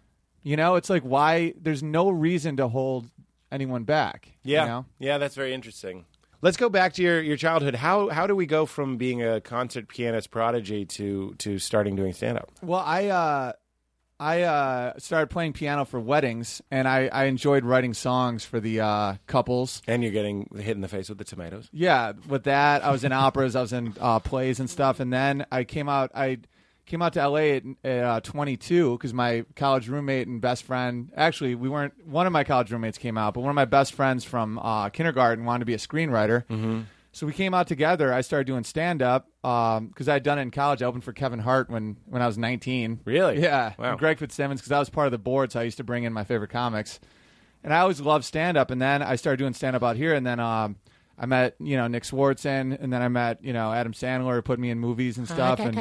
Speaker 6: you know it's like why there's no reason to hold anyone back you
Speaker 9: yeah,
Speaker 6: know?
Speaker 9: yeah. That's very interesting. Let's go back to your, your childhood. How how do we go from being a concert pianist prodigy to to starting doing stand up?
Speaker 6: Well, I uh, I uh, started playing piano for weddings, and I, I enjoyed writing songs for the uh, couples.
Speaker 9: And you're getting hit in the face with the tomatoes.
Speaker 6: Yeah, with that, I was in operas, I was in uh, plays and stuff, and then I came out. I came out to LA at, uh, 22 because my college roommate and best friend. Actually, we weren't. One of my college roommates came out, but one of my best friends from uh, kindergarten wanted to be a screenwriter. Mm-hmm. So we came out together. I started doing stand up because I had done it in college. I opened for Kevin Hart when, when I was 19.
Speaker 9: Really?
Speaker 6: Yeah.
Speaker 9: Wow.
Speaker 6: And Greg Fitzsimmons because I was part of the board, so I used to bring in my favorite comics. And I always loved stand up. And then I started doing stand up out here. And then um, I met, you know, Nick Swartzen. And then I met, you know, Adam Sandler, who put me in movies and stuff. and,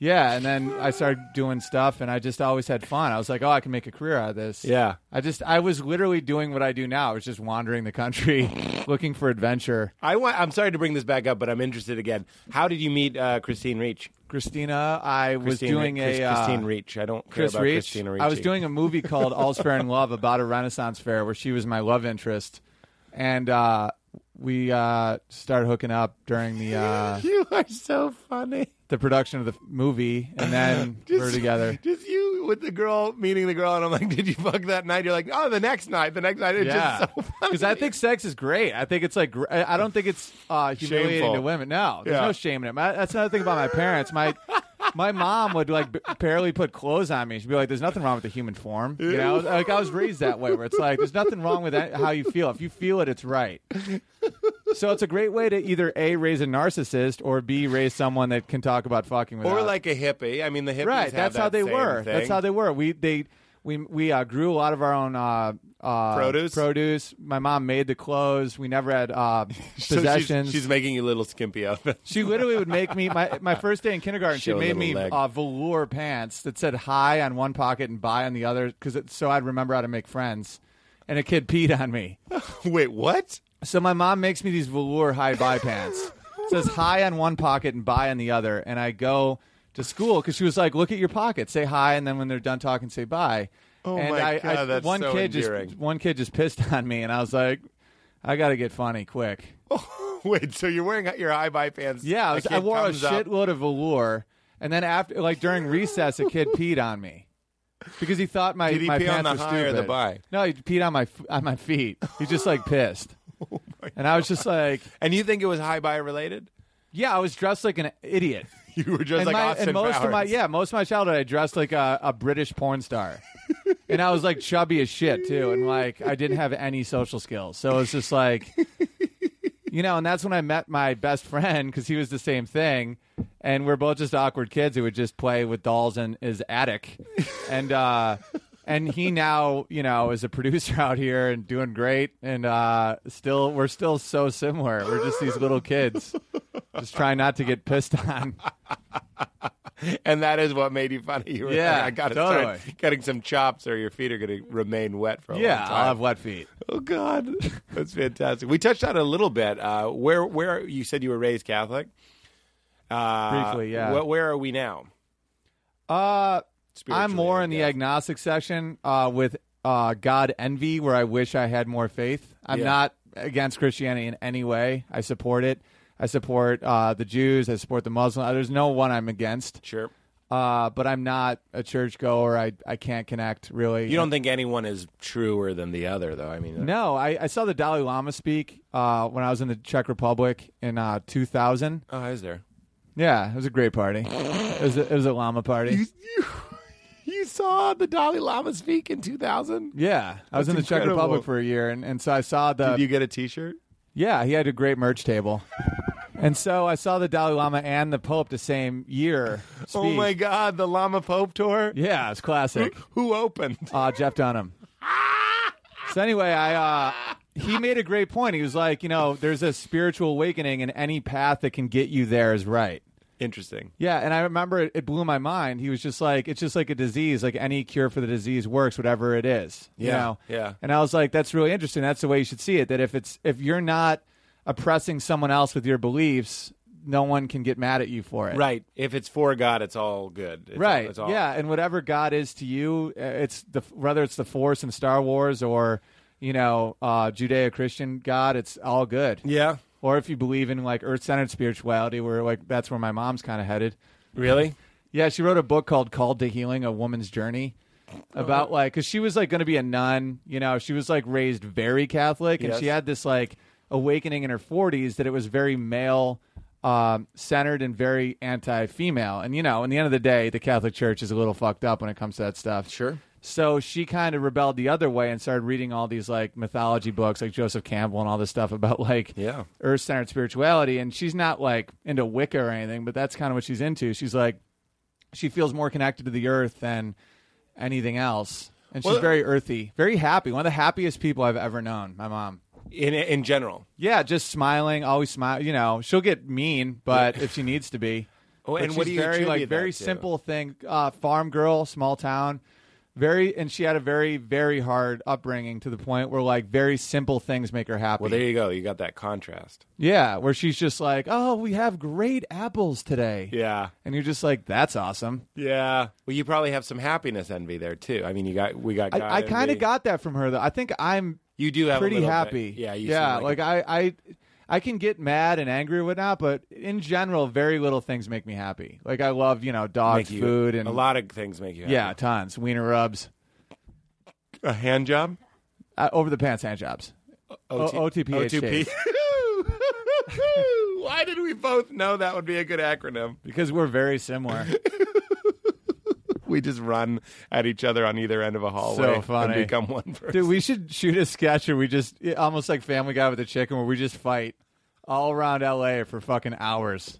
Speaker 6: Yeah, and then I started doing stuff, and I just always had fun. I was like, oh, I can make a career out of this.
Speaker 9: Yeah.
Speaker 6: I just, I was literally doing what I do now. I was just wandering the country looking for adventure.
Speaker 9: I want, I'm sorry to bring this back up, but I'm interested again. How did you meet uh, Christine Reach?
Speaker 6: Christina, I was
Speaker 9: Christine,
Speaker 6: doing
Speaker 9: Chris-
Speaker 6: a. uh,
Speaker 9: Christine Reach. I don't care
Speaker 6: Chris
Speaker 9: about
Speaker 6: Reach.
Speaker 9: Christina Ricci.
Speaker 6: I was doing a movie called All's Fair in Love about a Renaissance fair where she was my love interest, and uh, we uh, started hooking up during the uh,
Speaker 9: You are so funny.
Speaker 6: the production of the movie, and then we were together.
Speaker 9: Just you with the girl meeting the girl, and I'm like, "Did you fuck that night?" You're like, "Oh, the next night, the next night." It's
Speaker 6: Yeah,
Speaker 9: just so funny.
Speaker 6: because I think sex is great. I think it's like gr- I I don't think it's uh, humiliating
Speaker 9: Shameful.
Speaker 6: to women. No, there's
Speaker 9: Yeah.
Speaker 6: no shame in it. My, that's another thing about my parents. My my mom would like b- barely put clothes on me. She'd be like, "There's nothing wrong with the human form." You know, like I was raised that way, where it's like, "There's nothing wrong with that, how you feel. If you feel it, it's right." So it's a great way to either a raise a narcissist or b raise someone that can talk about fucking with.
Speaker 9: or like a hippie. I mean, the hippies.
Speaker 6: right.
Speaker 9: have
Speaker 6: That's
Speaker 9: that
Speaker 6: how they
Speaker 9: same
Speaker 6: were.
Speaker 9: thing.
Speaker 6: That's how they were. We they we we uh, grew a lot of our own uh, uh,
Speaker 9: Produce?
Speaker 6: Produce. My mom made the clothes. We never had uh,
Speaker 9: So she's-
Speaker 6: possessions.
Speaker 9: She's, making you little skimpy outfits.
Speaker 6: she literally would make me my my first day in kindergarten. she
Speaker 9: Show a
Speaker 6: made
Speaker 9: little
Speaker 6: me
Speaker 9: leg.
Speaker 6: uh, velour pants that said "hi" on one pocket and "bye" on the other, because so I'd remember how to make friends. And a kid peed on me.
Speaker 9: Wait, what?
Speaker 6: So my mom makes me these velour high buy pants. It says high on one pocket and buy on the other. And I go to school because she was like, "Look at your pocket, say hi, and then when they're done talking, say bye."
Speaker 9: Oh
Speaker 6: and
Speaker 9: my
Speaker 6: I,
Speaker 9: God,
Speaker 6: I,
Speaker 9: that's
Speaker 6: one
Speaker 9: so
Speaker 6: kid
Speaker 9: endearing.
Speaker 6: just one kid just pissed on me, and I was like, "I got to get funny quick."
Speaker 9: Wait, so you're wearing your high bye pants?
Speaker 6: Yeah, I, was,
Speaker 9: A kid
Speaker 6: I wore a
Speaker 9: comes up-
Speaker 6: shitload of velour, and then after, like during recess, a kid peed on me. Because he thought my,
Speaker 9: Did he
Speaker 6: my
Speaker 9: pee on
Speaker 6: pants
Speaker 9: the
Speaker 6: were
Speaker 9: high or the
Speaker 6: stupid.
Speaker 9: buy?
Speaker 6: No, he peed on my f- on my feet. He's just like pissed,
Speaker 9: Oh
Speaker 6: and I was just like,
Speaker 9: And you think it was high bye related?
Speaker 6: Yeah, I was dressed like an idiot.
Speaker 9: You were just
Speaker 6: and
Speaker 9: like
Speaker 6: my-
Speaker 9: Austin
Speaker 6: and most of my
Speaker 9: Powers.
Speaker 6: yeah, most of my childhood, I dressed like a, a British porn star, and I was like chubby as shit too, and like I didn't have any social skills, so it's just like, you know, and that's when I met my best friend because he was the same thing, and we're both just awkward kids who would just play with dolls in his attic, and uh, and he now you know is a producer out here and doing great, and uh, still we're still so similar. We're just these little kids. Just trying not to get pissed on.
Speaker 9: and that is what made you funny. You were
Speaker 6: Yeah,
Speaker 9: like, I gotta
Speaker 6: totally.
Speaker 9: start getting some chops, or your feet are gonna remain wet for a
Speaker 6: Yeah,
Speaker 9: long time.
Speaker 6: I'll have wet feet.
Speaker 9: Oh God, that's fantastic. We touched on it a little bit. Uh, where where you said you were raised Catholic? Uh,
Speaker 6: Briefly, yeah.
Speaker 9: wh- where are we now?
Speaker 6: Uh, I'm
Speaker 9: Spiritually,
Speaker 6: more
Speaker 9: I
Speaker 6: in the
Speaker 9: guess.
Speaker 6: agnostic section uh, with uh, God envy, where I wish I had more faith. I'm
Speaker 9: Yeah.
Speaker 6: not against Christianity in any way. I support it. I support uh, the Jews. I support the Muslim. Uh, There's no one I'm against.
Speaker 9: Sure.
Speaker 6: Uh, but I'm not a churchgoer. I I can't connect really.
Speaker 9: You don't think anyone is truer than the other, though. I mean,
Speaker 6: No, I, I saw the Dalai Lama speak uh, when I was in the Czech Republic in uh, 2000.
Speaker 9: oh, is there?
Speaker 6: Yeah, it was a great party. It was a, it was a Lama party.
Speaker 9: You, you, you saw the Dalai Lama speak in 2000.
Speaker 6: Yeah, I was
Speaker 9: That's
Speaker 6: in the Czech
Speaker 9: incredible.
Speaker 6: Republic for a year, and, and so I saw the.
Speaker 9: Did you get a T-shirt?
Speaker 6: yeah, he had a great merch table, and so I saw the Dalai Lama and the Pope the same year.
Speaker 9: Oh
Speaker 6: speak.
Speaker 9: my God, the Lama Pope tour.
Speaker 6: Yeah, it's classic.
Speaker 9: Who opened?
Speaker 6: Uh, Jeff Dunham. So anyway, I uh, he made a great point. He was like, you know, there's a spiritual awakening, and any path that can get you there is right.
Speaker 9: Interesting.
Speaker 6: Yeah, and I remember it, it blew my mind. He was just like, it's just like a disease. Like any cure for the disease works, whatever it is. you
Speaker 9: Yeah,
Speaker 6: know?
Speaker 9: yeah.
Speaker 6: And I was like, that's really interesting. That's the way you should see it. That if it's if you're not oppressing someone else with your beliefs, no one can get mad at you for it.
Speaker 9: Right. If it's for God, it's all good. It's
Speaker 6: Right.
Speaker 9: All, it's all,
Speaker 6: Yeah. And whatever God is to you, uh, it's the whether it's the Force in Star Wars or you know uh, Judeo-Christian God, it's all good.
Speaker 9: Yeah.
Speaker 6: Or if you believe in like Earth-centered spirituality, where like that's where my mom's kind of headed.
Speaker 9: Really?
Speaker 6: Yeah, she wrote a book called "Called to Healing: A Woman's Journey." About like, because she was like going to be a nun, you know, she was like raised very Catholic, and
Speaker 9: Yes.
Speaker 6: she had this like awakening in her forties that it was very male um, centered and very anti-female, and you know, in the end of the day, the Catholic Church is a little fucked up when it comes to that stuff.
Speaker 9: Sure.
Speaker 6: So she kind of rebelled the other way and started reading all these like mythology books, like Joseph Campbell and all this stuff about like
Speaker 9: Yeah.
Speaker 6: earth centered spirituality. And she's not like into Wicca or anything, but that's kind of what she's into. She's like, she feels more connected to the earth than anything else. And she's
Speaker 9: Well-
Speaker 6: very earthy, very happy. One of the happiest people I've ever known, my mom.
Speaker 9: In in general.
Speaker 6: Yeah, just smiling, always smile. You know, she'll get mean, but if she needs to be.
Speaker 9: Oh, and
Speaker 6: But she's
Speaker 9: what do you
Speaker 6: very
Speaker 9: attribute
Speaker 6: like
Speaker 9: that
Speaker 6: very
Speaker 9: to?
Speaker 6: simple thing? Uh, farm girl, small town. Very and she had a very very hard upbringing to the point where like very simple things make her happy.
Speaker 9: Well, there you go. You got that contrast.
Speaker 6: yeah, where she's just like, oh, we have great apples today.
Speaker 9: Yeah.
Speaker 6: and you're just like, that's awesome.
Speaker 9: Yeah. Well, you probably have some happiness envy there too. I mean, you got we got. God
Speaker 6: I, I kind
Speaker 9: envy.
Speaker 6: of got that from her though. I think I'm
Speaker 9: You do have a
Speaker 6: pretty
Speaker 9: little bit-
Speaker 6: happy.
Speaker 9: Yeah. You
Speaker 6: yeah.
Speaker 9: seem
Speaker 6: Like,
Speaker 9: like, a-
Speaker 6: I, I, I can get mad and angry or whatnot, but in general, very little things make me happy. Like I love you know dog
Speaker 9: make you-
Speaker 6: food and
Speaker 9: a lot of things make you. happy.
Speaker 6: Yeah, tons wiener rubs,
Speaker 9: A hand job.
Speaker 6: uh, over the pants hand jobs.
Speaker 9: OT-
Speaker 6: O- OTPHK.
Speaker 9: O2P. Why did we both know that would be a good acronym?
Speaker 6: Because we're very similar.
Speaker 9: We just run at each other on either end of a hallway
Speaker 6: funny.
Speaker 9: and become one person.
Speaker 6: Dude, we should shoot a sketch where we just yeah, almost like Family Guy with the chicken, where we just fight all around LA for fucking hours.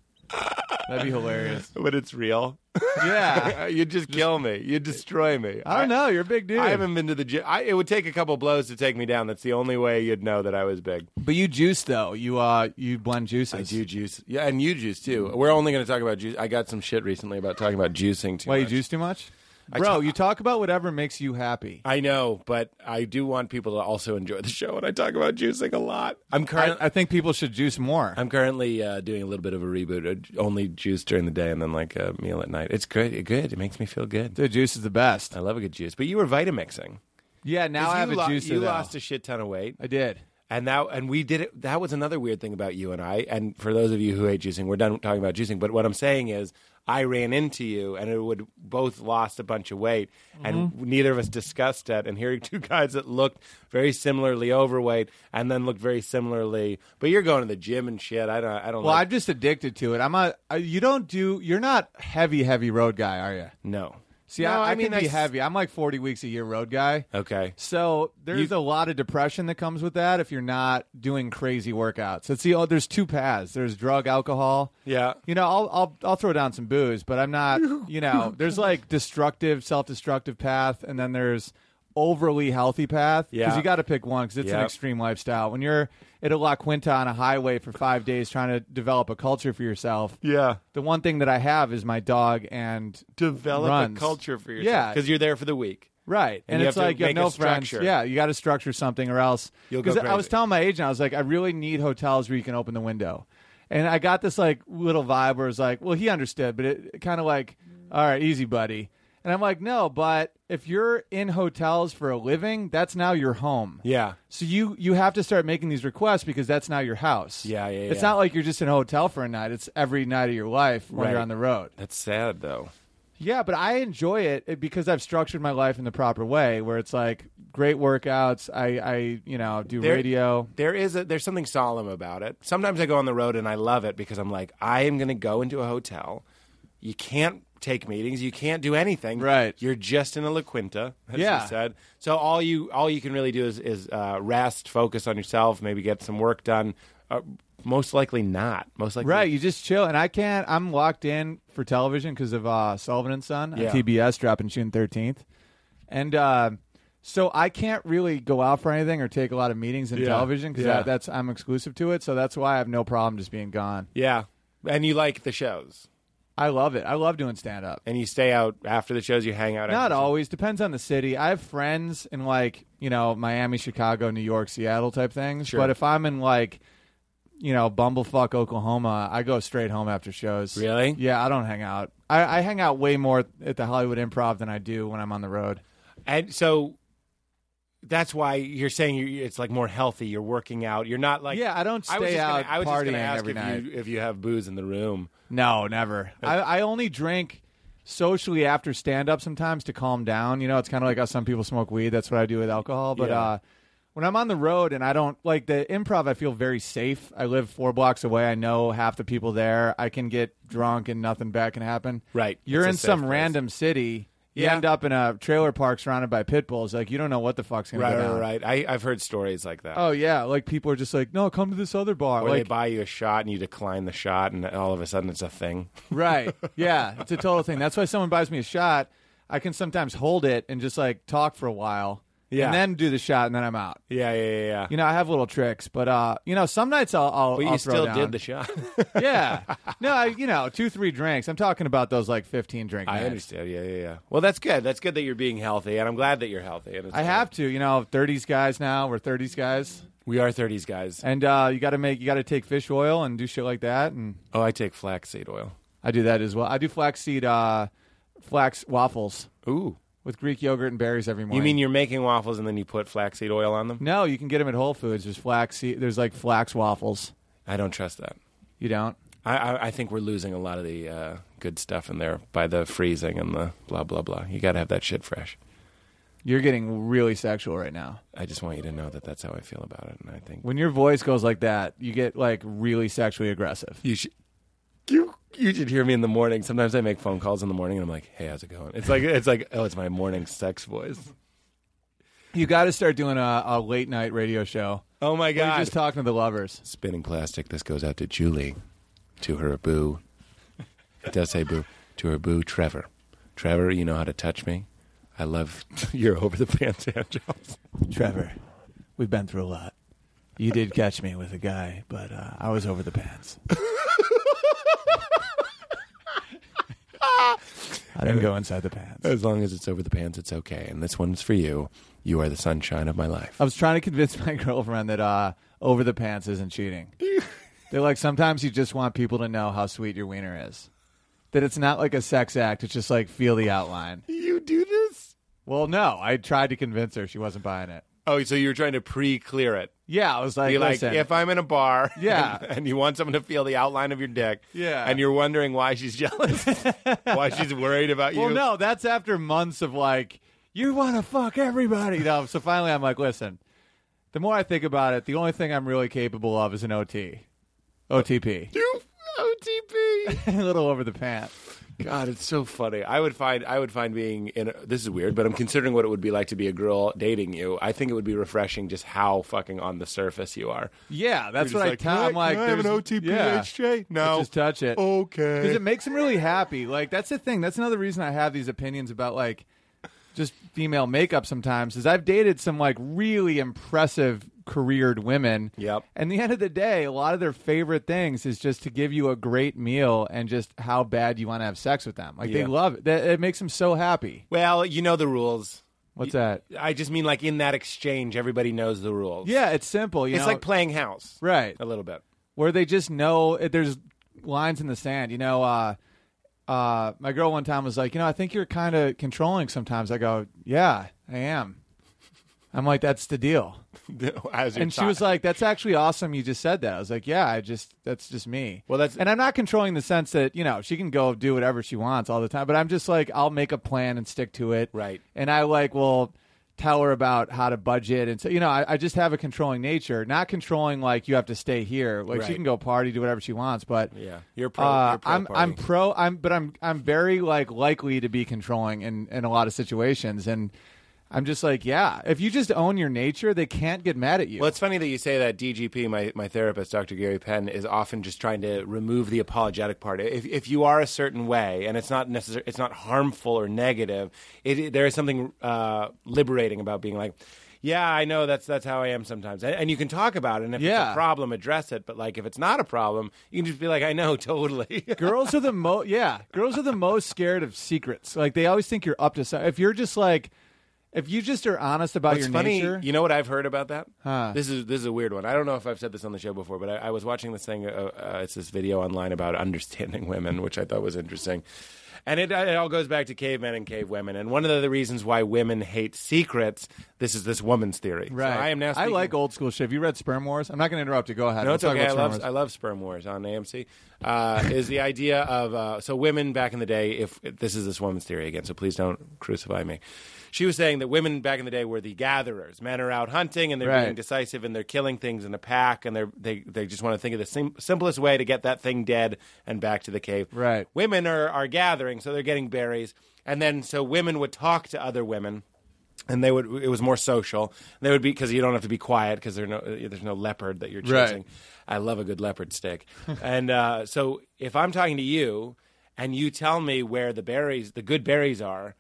Speaker 6: That'd be hilarious.
Speaker 9: but it's real.
Speaker 6: Yeah.
Speaker 9: You'd just, kill me. You'd destroy me.
Speaker 6: I don't know. You're a big dude.
Speaker 9: I haven't been to the gym. I, it would take a couple blows to take me down. That's the only way you'd know that I was big.
Speaker 6: But you juice though. You uh you blend juices.
Speaker 9: I do juice. Yeah, and you juice too. We're only going to talk about juice. I got some shit recently about talking about juicing too
Speaker 6: Why you
Speaker 9: much.
Speaker 6: juice too much? Bro, you talk about whatever makes you happy.
Speaker 9: I know, but I do want people to also enjoy the show, and I talk about juicing a lot. I'm
Speaker 6: I,
Speaker 9: currently.
Speaker 6: I think people should juice more.
Speaker 9: I'm currently uh, doing a little bit of a reboot. uh, Only juice during the day, and then like a meal at night. It's great. Good. It makes me feel good.
Speaker 6: Dude, juice is the best.
Speaker 9: I love a good juice. But you were Vitamixing.
Speaker 6: Yeah, now I have
Speaker 9: you
Speaker 6: a
Speaker 9: lo-
Speaker 6: juicer.
Speaker 9: You
Speaker 6: though.
Speaker 9: lost a shit ton of weight.
Speaker 6: I did.
Speaker 9: And that and we did it. That was another weird thing about you and I. And for those of you who hate juicing, we're done talking about juicing. But what I'm saying is, I ran into you, and it would both lost a bunch of weight, and
Speaker 6: Mm-hmm.
Speaker 9: neither of us discussed it. And here are two guys that looked very similarly overweight, and then looked very similarly. But you're going to the gym and shit. I don't. I don't.
Speaker 6: Well,
Speaker 9: like,
Speaker 6: I'm just addicted to it. I'm a uh, you don't do you're not heavy heavy road guy, are you?
Speaker 9: no.
Speaker 6: See,
Speaker 9: No,
Speaker 6: I, I,
Speaker 9: mean,
Speaker 6: can be
Speaker 9: I s-
Speaker 6: heavy. I'm like 40 weeks a year road guy.
Speaker 9: Okay.
Speaker 6: So there's
Speaker 9: You-
Speaker 6: a lot of depression that comes with that if you're not doing crazy workouts. Let's see. Oh, there's two paths. There's drug, alcohol.
Speaker 9: Yeah.
Speaker 6: You know, I'll I'll I'll throw down some booze, but I'm not. You know, there's like destructive, self-destructive path, and then there's overly healthy path.
Speaker 9: Yeah.
Speaker 6: Because you got to pick one because it's an
Speaker 9: Yeah.
Speaker 6: extreme lifestyle. When you're at a La Quinta on a highway for five days trying to develop a culture for yourself.
Speaker 9: Yeah.
Speaker 6: The one thing that I have is my dog and
Speaker 9: Develop
Speaker 6: runs.
Speaker 9: a culture for yourself.
Speaker 6: Yeah.
Speaker 9: Because you're there for the week.
Speaker 6: Right.
Speaker 9: And
Speaker 6: And,
Speaker 9: you
Speaker 6: it's
Speaker 9: have to
Speaker 6: like you have
Speaker 9: make a
Speaker 6: no friends.
Speaker 9: structure.
Speaker 6: Yeah, you got to structure something or else.
Speaker 9: You'll go
Speaker 6: 'Cause I was
Speaker 9: crazy.
Speaker 6: telling my agent, I was like, I really need hotels where you can open the window. And I got this like little vibe where it's like, well, he understood, but it kind of like, all right, easy, buddy. And I'm like, no, but if you're in hotels for a living, that's now your home.
Speaker 9: Yeah.
Speaker 6: So you you have to start making these requests because that's now your house.
Speaker 9: Yeah, yeah,
Speaker 6: It's
Speaker 9: yeah.
Speaker 6: not like you're just in a hotel for a night. It's every night of your life when you're
Speaker 9: Right.
Speaker 6: on the road.
Speaker 9: That's sad though.
Speaker 6: Yeah, but I enjoy it it- because I've structured my life in the proper way, where it's like great workouts. I, I you know, do
Speaker 9: There-
Speaker 6: radio.
Speaker 9: There is a, there's something solemn about it. Sometimes I go on the road and I love it because I'm like, I am going to go into a hotel. You can't take meetings. You can't do anything.
Speaker 6: Right.
Speaker 9: You're just in a La Quinta, as
Speaker 6: Yeah.
Speaker 9: you said. So all you all you can really do is is uh, rest, focus on yourself, maybe get some work done. Uh, most likely not. Most likely,
Speaker 6: Right, you just chill, and I can't. I'm locked in for television because of uh, Sullivan and Son on
Speaker 9: Yeah.
Speaker 6: TBS dropping June 13th, and uh, so I can't really go out for anything or take a lot of meetings in
Speaker 9: Yeah.
Speaker 6: television because
Speaker 9: Yeah.
Speaker 6: that's I'm exclusive to it, so that's why I have no problem just being gone.
Speaker 9: Yeah. And you like the shows,
Speaker 6: I love it. I love doing stand up.
Speaker 9: and you stay out after the shows. You hang out. after
Speaker 6: Not
Speaker 9: the shows.
Speaker 6: always. Depends on the city. I have friends in like you know Miami, Chicago, New York, Seattle type things.
Speaker 9: Sure.
Speaker 6: But if I'm in like you know bumblefuck Oklahoma, I go straight home after shows.
Speaker 9: Really?
Speaker 6: Yeah, I don't hang out. I, I hang out way more at the Hollywood Improv than I do when I'm on the road.
Speaker 9: And so that's why you're saying you it's like more healthy. You're working out. You're not like
Speaker 6: Yeah, I don't
Speaker 9: I was
Speaker 6: stay
Speaker 9: just
Speaker 6: out
Speaker 9: gonna, I was just
Speaker 6: partying
Speaker 9: gonna ask
Speaker 6: every
Speaker 9: if
Speaker 6: night.
Speaker 9: You, if you have booze in the room,
Speaker 6: No, never. I, I only drink socially after stand up sometimes to calm down. You know, it's kind of like how some people smoke weed. That's what I do with alcohol. But
Speaker 9: Yeah.
Speaker 6: uh, when I'm on the road and I don't like the improv, I feel very safe. I live four blocks away. I know half the people there. I can get drunk and nothing bad can happen.
Speaker 9: Right.
Speaker 6: You're
Speaker 9: It's a
Speaker 6: in
Speaker 9: safe
Speaker 6: some
Speaker 9: place.
Speaker 6: random city. You
Speaker 9: Yeah.
Speaker 6: end up in a trailer park surrounded by pit bulls. Like you don't know what the fuck's gonna
Speaker 9: right?
Speaker 6: go
Speaker 9: Right?
Speaker 6: down.
Speaker 9: right. I, I've heard stories like that.
Speaker 6: Oh yeah, like people are just like, no, come to this other bar.
Speaker 9: Or
Speaker 6: like
Speaker 9: they buy you a shot and you decline the shot, and all of a sudden it's a thing.
Speaker 6: Right. Yeah. It's a total thing. That's why someone buys me a shot. I can sometimes hold it and just like talk for a while.
Speaker 9: Yeah.
Speaker 6: and then do the shot, and then I'm out.
Speaker 9: Yeah, yeah, yeah. yeah.
Speaker 6: You know, I have little tricks, but uh, you know, some nights I'll. I'll
Speaker 9: but
Speaker 6: I'll
Speaker 9: you
Speaker 6: throw
Speaker 9: still
Speaker 6: down.
Speaker 9: did the shot.
Speaker 6: yeah. No, I, you know, two, three drinks. I'm talking about those like 15 drink
Speaker 9: I
Speaker 6: nights.
Speaker 9: understand. Yeah, yeah, yeah. Well, that's good. That's good that you're being healthy, and I'm glad that you're healthy. And it's
Speaker 6: I have to, you know, 30s guys now. We're 30s guys.
Speaker 9: We are 30s guys.
Speaker 6: And uh, you got to make, you got to take fish oil and do shit like that. And
Speaker 9: Oh, I take flaxseed oil.
Speaker 6: I do that as well. I do flaxseed, uh, flax waffles
Speaker 9: Ooh.
Speaker 6: with Greek yogurt and berries every morning.
Speaker 9: You mean you're making waffles and then you put flaxseed oil on them?
Speaker 6: No, you can get them at Whole Foods. There's flaxseed, there's like flax waffles.
Speaker 9: I don't trust that.
Speaker 6: You don't?
Speaker 9: I, I, I think we're losing a lot of the uh, good stuff in there by the freezing and the blah blah blah. You got to have that shit fresh.
Speaker 6: You're getting really sexual right now.
Speaker 9: I just want you to know that that's how I feel about it, and I think
Speaker 6: When your voice goes like that, you get like really sexually aggressive.
Speaker 9: you should. You you should hear me in the morning. Sometimes I make phone calls in the morning, and I'm like, "Hey, how's it going?" It's like it's like oh, it's my morning sex voice.
Speaker 6: You got to start doing a, a late night radio show.
Speaker 9: Oh my
Speaker 6: We're
Speaker 9: god!
Speaker 6: just talking to the lovers.
Speaker 9: Spinning plastic. This goes out to Julie, to her boo. It does say boo to her boo, Trevor. Trevor, you know how to touch me. I love your over the pants hand jobs.
Speaker 6: Trevor, we've been through a lot. You did catch me with a guy, but uh, I was over the pants. I didn't go inside the pants.
Speaker 9: As long as it's over the pants, it's okay. And this one's for you. You are the sunshine of my life.
Speaker 6: I was trying to convince my girlfriend that uh, over the pants isn't cheating. They're like, sometimes you just want people to know how sweet your wiener is. That it's not like a sex act, it's just like feel the outline.
Speaker 9: You do this?
Speaker 6: Well, no, I tried to convince her. She wasn't buying it.
Speaker 9: Oh, so you're trying to pre-clear it.
Speaker 6: Yeah, I was like,
Speaker 9: Be like,
Speaker 6: "Listen."
Speaker 9: if I'm in a bar,
Speaker 6: Yeah.
Speaker 9: and, and you want someone to feel the outline of your dick,
Speaker 6: Yeah.
Speaker 9: and you're wondering why she's jealous, why she's worried about
Speaker 6: Well,
Speaker 9: you.
Speaker 6: no, that's after months of like, you want to fuck everybody. No, so finally I'm like, listen, the more I think about it, the only thing I'm really capable of is an OT. OTP.
Speaker 9: You OTP.
Speaker 6: a little over the pant.
Speaker 9: God, it's so funny. I would find I would find being in. A, this is weird, but I'm considering what it would be like to be a girl dating you. I think it would be refreshing just how fucking on the surface you are.
Speaker 6: Yeah, that's
Speaker 9: You're
Speaker 6: what I
Speaker 9: just like,
Speaker 6: tell. I'm
Speaker 9: "Can I-
Speaker 6: like,
Speaker 9: can I have an
Speaker 6: there's-
Speaker 9: OTP
Speaker 6: yeah.
Speaker 9: HJ? No.
Speaker 6: Just touch it.
Speaker 9: Okay.
Speaker 6: Because it makes him really happy. Like, that's the thing. That's another reason I have these opinions about, like, just female makeup sometimes is I've dated some like really impressive careered women.
Speaker 9: Yep.
Speaker 6: And the end of the day, a lot of their favorite things is just to give you a great meal and just how bad you want to have sex with them. Like they
Speaker 9: Yeah.
Speaker 6: love it. That, it makes them so happy.
Speaker 9: Well, you know the rules.
Speaker 6: What's that?
Speaker 9: I just mean like in that exchange, everybody knows the rules.
Speaker 6: Yeah, it's simple. You
Speaker 9: it's
Speaker 6: know?
Speaker 9: like playing house,
Speaker 6: right
Speaker 9: A little bit.
Speaker 6: where they just know eh, there's lines in the sand. You know, uh, uh, my girl one time was like, you know, I think you're kind of controlling sometimes. I go, yeah, I am. I'm like, that's the deal.
Speaker 9: As your
Speaker 6: and she
Speaker 9: child.
Speaker 6: was like, "That's actually awesome. You just said that." I was like, "Yeah, I just that's just me."
Speaker 9: Well, that's-
Speaker 6: and I'm not controlling the sense that you know she can go do whatever she wants all the time, but I'm just like, I'll make a plan and stick to it,
Speaker 9: Right.
Speaker 6: And I like will tell her about how to budget, and so you know, I, I just have a controlling nature, not controlling like you have to stay here. Like she
Speaker 9: Right.
Speaker 6: can go party, do whatever she wants, but
Speaker 9: Yeah. You're pro-
Speaker 6: uh,
Speaker 9: you're pro
Speaker 6: I'm I'm
Speaker 9: party.
Speaker 6: pro. I'm but I'm I'm very like likely to be controlling in in a lot of situations and. I'm just like, yeah. If you just own your nature, they can't get mad at you.
Speaker 9: Well, it's funny that you say that. DGP, my, my therapist, Dr. Gary Penn, is often just trying to remove the apologetic part. If, if you are a certain way, and it's not necessar- it's not harmful or negative, it, it- there is something uh, liberating about being like, yeah, I know that's that's how I am sometimes, and, and you can talk about it. And if it's
Speaker 6: Yeah.
Speaker 9: a problem, address it. But like, if it's not a problem, you can just be like, I know, totally.
Speaker 6: girls are the most yeah girls are the most scared of secrets like they always think you're up to something if you're just like if you just are honest about
Speaker 9: What's
Speaker 6: your
Speaker 9: funny,
Speaker 6: nature
Speaker 9: You know what I've heard about that? This is this is a weird one. I don't know if I've said this on the show before, but I, I was watching this thing. Uh, uh, it's this video online about understanding women, which I thought was interesting. And it, it all goes back to cavemen and cave women. And one of the reasons why women hate secrets, this is this woman's theory. So
Speaker 6: right
Speaker 9: I am now.
Speaker 6: i
Speaker 9: Speaking,
Speaker 6: like old school shit have you read sperm wars i'm not going to interrupt you go ahead
Speaker 9: no,
Speaker 6: We'll
Speaker 9: it's
Speaker 6: talk
Speaker 9: okay. I
Speaker 6: about
Speaker 9: love
Speaker 6: Sperm
Speaker 9: I
Speaker 6: Wars.
Speaker 9: love sperm wars on AMC. Uh, is the idea of uh, so women back in the day? If this is this woman's theory again, so please don't crucify me. She was saying that women back in the day were the gatherers. Men are out hunting and they're
Speaker 6: Right.
Speaker 9: being decisive and they're killing things in a pack and they're, they they just want to think of the sim- simplest way to get that thing dead and back to the cave.
Speaker 6: Right.
Speaker 9: Women are are gathering, so they're getting berries, and then so women would talk to other women and they would it was more social. They would be because you don't have to be quiet because there no there's no leopard that you're
Speaker 6: Right.
Speaker 9: chasing. I love a good leopard stick, and uh, so if I'm talking to you and you tell me where the berries, the good berries are,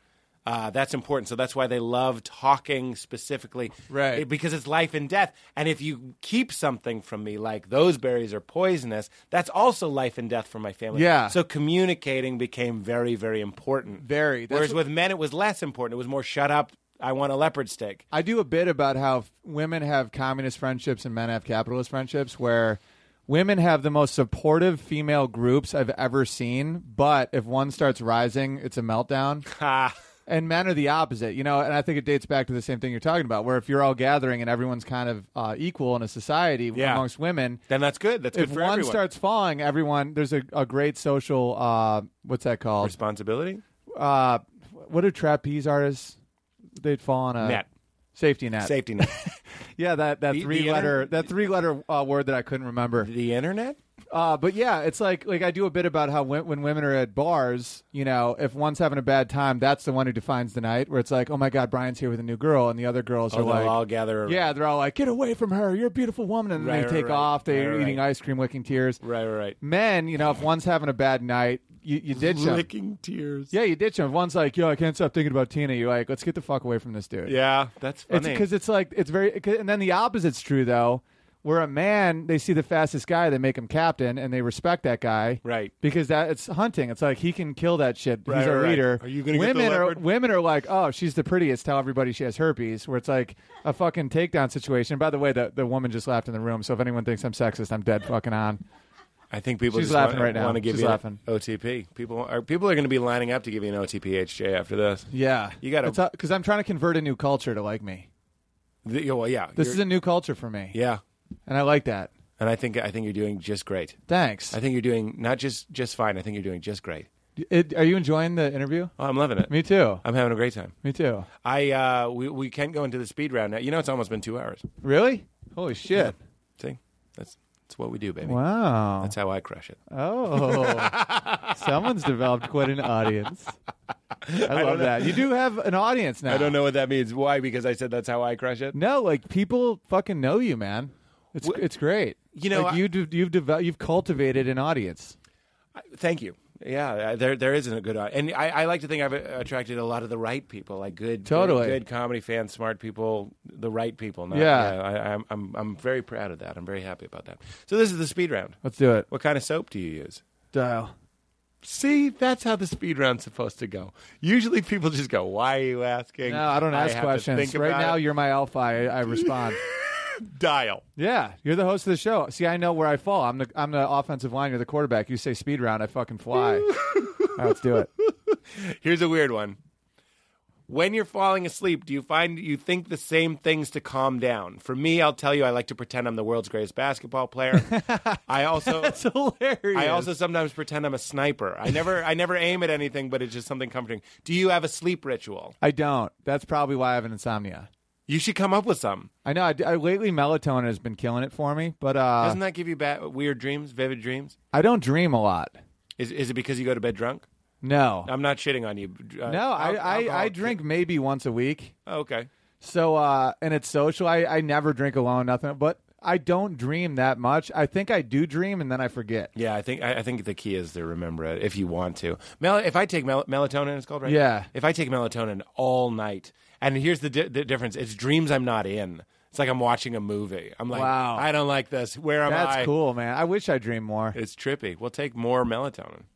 Speaker 9: Uh, that's important. So that's why they love talking specifically,
Speaker 6: Right.
Speaker 9: It- because it's life and death. And if you keep something from me, like those berries are poisonous, that's also life and death for my family.
Speaker 6: Yeah.
Speaker 9: So communicating became very, very important.
Speaker 6: Very. That's
Speaker 9: Whereas
Speaker 6: what-
Speaker 9: with men, it was less important. It was more shut up. I want a leopard steak.
Speaker 6: I do a bit about how f- women have communist friendships and men have capitalist friendships, where women have the most supportive female groups I've ever seen. But if one starts rising, it's a meltdown.
Speaker 9: Ha.
Speaker 6: And men are the opposite, you know. And I think it dates back to the same thing you're talking about, where if you're all gathering and everyone's kind of uh, equal in a society
Speaker 9: Yeah.
Speaker 6: amongst women,
Speaker 9: Then that's good. That's
Speaker 6: if
Speaker 9: good for
Speaker 6: one
Speaker 9: everyone.
Speaker 6: starts falling, everyone there's a, a great social uh, what's that called?
Speaker 9: responsibility.
Speaker 6: Uh, what are trapeze artists? They'd fall on a
Speaker 9: Net.
Speaker 6: safety net.
Speaker 9: Safety net.
Speaker 6: Yeah, that that
Speaker 9: The- the
Speaker 6: three letter that three letter uh, word that I couldn't remember.
Speaker 9: the internet.
Speaker 6: Uh, but yeah, it's like like I do a bit about how when, when women are at bars, you know, if one's having a bad time, that's the one who defines the night. Where it's like, oh my god, Brian's here with a new girl, and the other girls are
Speaker 9: Oh,
Speaker 6: like,
Speaker 9: they'll all gather. Around.
Speaker 6: yeah, they're all like, get away from her, you're a beautiful woman, and then
Speaker 9: Right,
Speaker 6: they
Speaker 9: right,
Speaker 6: take
Speaker 9: right.
Speaker 6: off. They're
Speaker 9: Right, right.
Speaker 6: eating ice cream, licking tears.
Speaker 9: Right. Right. Right.
Speaker 6: Men, you know, if one's having a bad night, you, you ditch them.
Speaker 9: Licking tears.
Speaker 6: Yeah, you ditch them. If one's like, yo, I can't stop thinking about Tina, you're like, let's get the fuck away from this dude.
Speaker 9: Yeah, that's
Speaker 6: It's
Speaker 9: funny.
Speaker 6: because it's like it's very. 'cause- And then the opposite's true though, where a man they see the fastest guy, they make him captain, and they respect that guy,
Speaker 9: Right.
Speaker 6: Because that it's hunting. It's like he can kill that shit.
Speaker 9: Right,
Speaker 6: He's our
Speaker 9: right, right.
Speaker 6: leader.
Speaker 9: Are you gonna get the
Speaker 6: women are
Speaker 9: leopard?
Speaker 6: women are like, oh, she's the prettiest. Tell everybody she has herpes. Where it's like a fucking takedown situation. By the way, the the woman just laughed in the room. So if anyone thinks I'm sexist, I'm dead fucking on.
Speaker 9: I think people
Speaker 6: She's
Speaker 9: just
Speaker 6: laughing
Speaker 9: want,
Speaker 6: right now.
Speaker 9: to give
Speaker 6: She's
Speaker 9: you an
Speaker 6: laughing.
Speaker 9: OTP. People are people are going to be lining up to give you an OTP HJ after this.
Speaker 6: Yeah,
Speaker 9: You gotta-
Speaker 6: because uh, I'm trying to convert a new culture to like me.
Speaker 9: The- well, yeah,
Speaker 6: This
Speaker 9: you're-
Speaker 6: is a new culture for me,
Speaker 9: yeah,
Speaker 6: and I like that.
Speaker 9: and I think I think you're doing just great.
Speaker 6: Thanks.
Speaker 9: I think you're doing not just just fine. I think you're doing just great.
Speaker 6: It- are you enjoying the interview?
Speaker 9: Oh, I'm loving it.
Speaker 6: Me too.
Speaker 9: I'm having a great time.
Speaker 6: Me too.
Speaker 9: I uh, we we can't go into the speed round now. You know, it's almost been two hours.
Speaker 6: Really? Holy shit!
Speaker 9: See, that's that's what we do, baby.
Speaker 6: Wow.
Speaker 9: That's how I crush it.
Speaker 6: oh, someone's developed quite an audience. I, love that. You do have an audience now.
Speaker 9: I don't know what that means. Why? Because I said that's how I crush it.
Speaker 6: No, like people fucking know you, man. It's
Speaker 9: Wh-
Speaker 6: it's great.
Speaker 9: You know,
Speaker 6: like
Speaker 9: I-
Speaker 6: you do, you've developed, you've cultivated an audience.
Speaker 9: Thank you. Yeah, uh, there there isn't a good au- and I, I like to think I've uh, attracted a lot of the right people, like good,
Speaker 6: Totally.
Speaker 9: good, good comedy fans, smart people, the right people. Not,
Speaker 6: Yeah.
Speaker 9: I, I'm I'm I'm very proud of that. I'm very happy about that. So this is the speed round.
Speaker 6: Let's do it.
Speaker 9: What kind of soap do you use?
Speaker 6: Dial.
Speaker 9: See, that's how the speed round's supposed to go. Usually, people just go, "Why are you asking?"
Speaker 6: No, I don't ask
Speaker 9: have to
Speaker 6: questions.
Speaker 9: think
Speaker 6: Right
Speaker 9: about
Speaker 6: now,
Speaker 9: it.
Speaker 6: you're my alpha. I, I respond.
Speaker 9: dial.
Speaker 6: yeah, you're the host of the show. See, I know where I fall. I'm the I'm the offensive line. You're the quarterback. You say speed round. I fucking fly. All right, let's do it.
Speaker 9: Here's a weird one. When you're falling asleep, do you find you think the same things to calm down? For me, I'll tell you, I like to pretend I'm the world's greatest basketball player. I also,
Speaker 6: It's hilarious.
Speaker 9: I also sometimes pretend I'm a sniper. I never, I never aim at anything, but it's just something comforting. Do you have a sleep ritual?
Speaker 6: I don't. That's probably why I have an insomnia.
Speaker 9: You should come up with some.
Speaker 6: I know. I, I- lately, melatonin has been killing it for me, but uh,
Speaker 9: Doesn't that give you bad, weird dreams, vivid dreams?
Speaker 6: I don't dream a lot.
Speaker 9: Is, is it because you go to bed drunk?
Speaker 6: No,
Speaker 9: I'm not shitting on you. Uh,
Speaker 6: no. I,
Speaker 9: al- alcohol-
Speaker 6: I, I drink maybe once a week.
Speaker 9: Oh, okay.
Speaker 6: So, uh, and it's social. I, I never drink alone. Nothing. But I don't dream that much. I think I do dream, and then I forget.
Speaker 9: Yeah, I think I, I think the key is to remember it if you want to. Mel, if I take mel- melatonin, it's called right.
Speaker 6: Yeah.
Speaker 9: If I take melatonin all night, and here's the di- the difference: it's dreams I'm not in. It's like I'm watching a movie. I'm like,
Speaker 6: Wow.
Speaker 9: I don't like this. Where am I?
Speaker 6: That's cool, man. I wish I dream more.
Speaker 9: It's trippy. We'll take more melatonin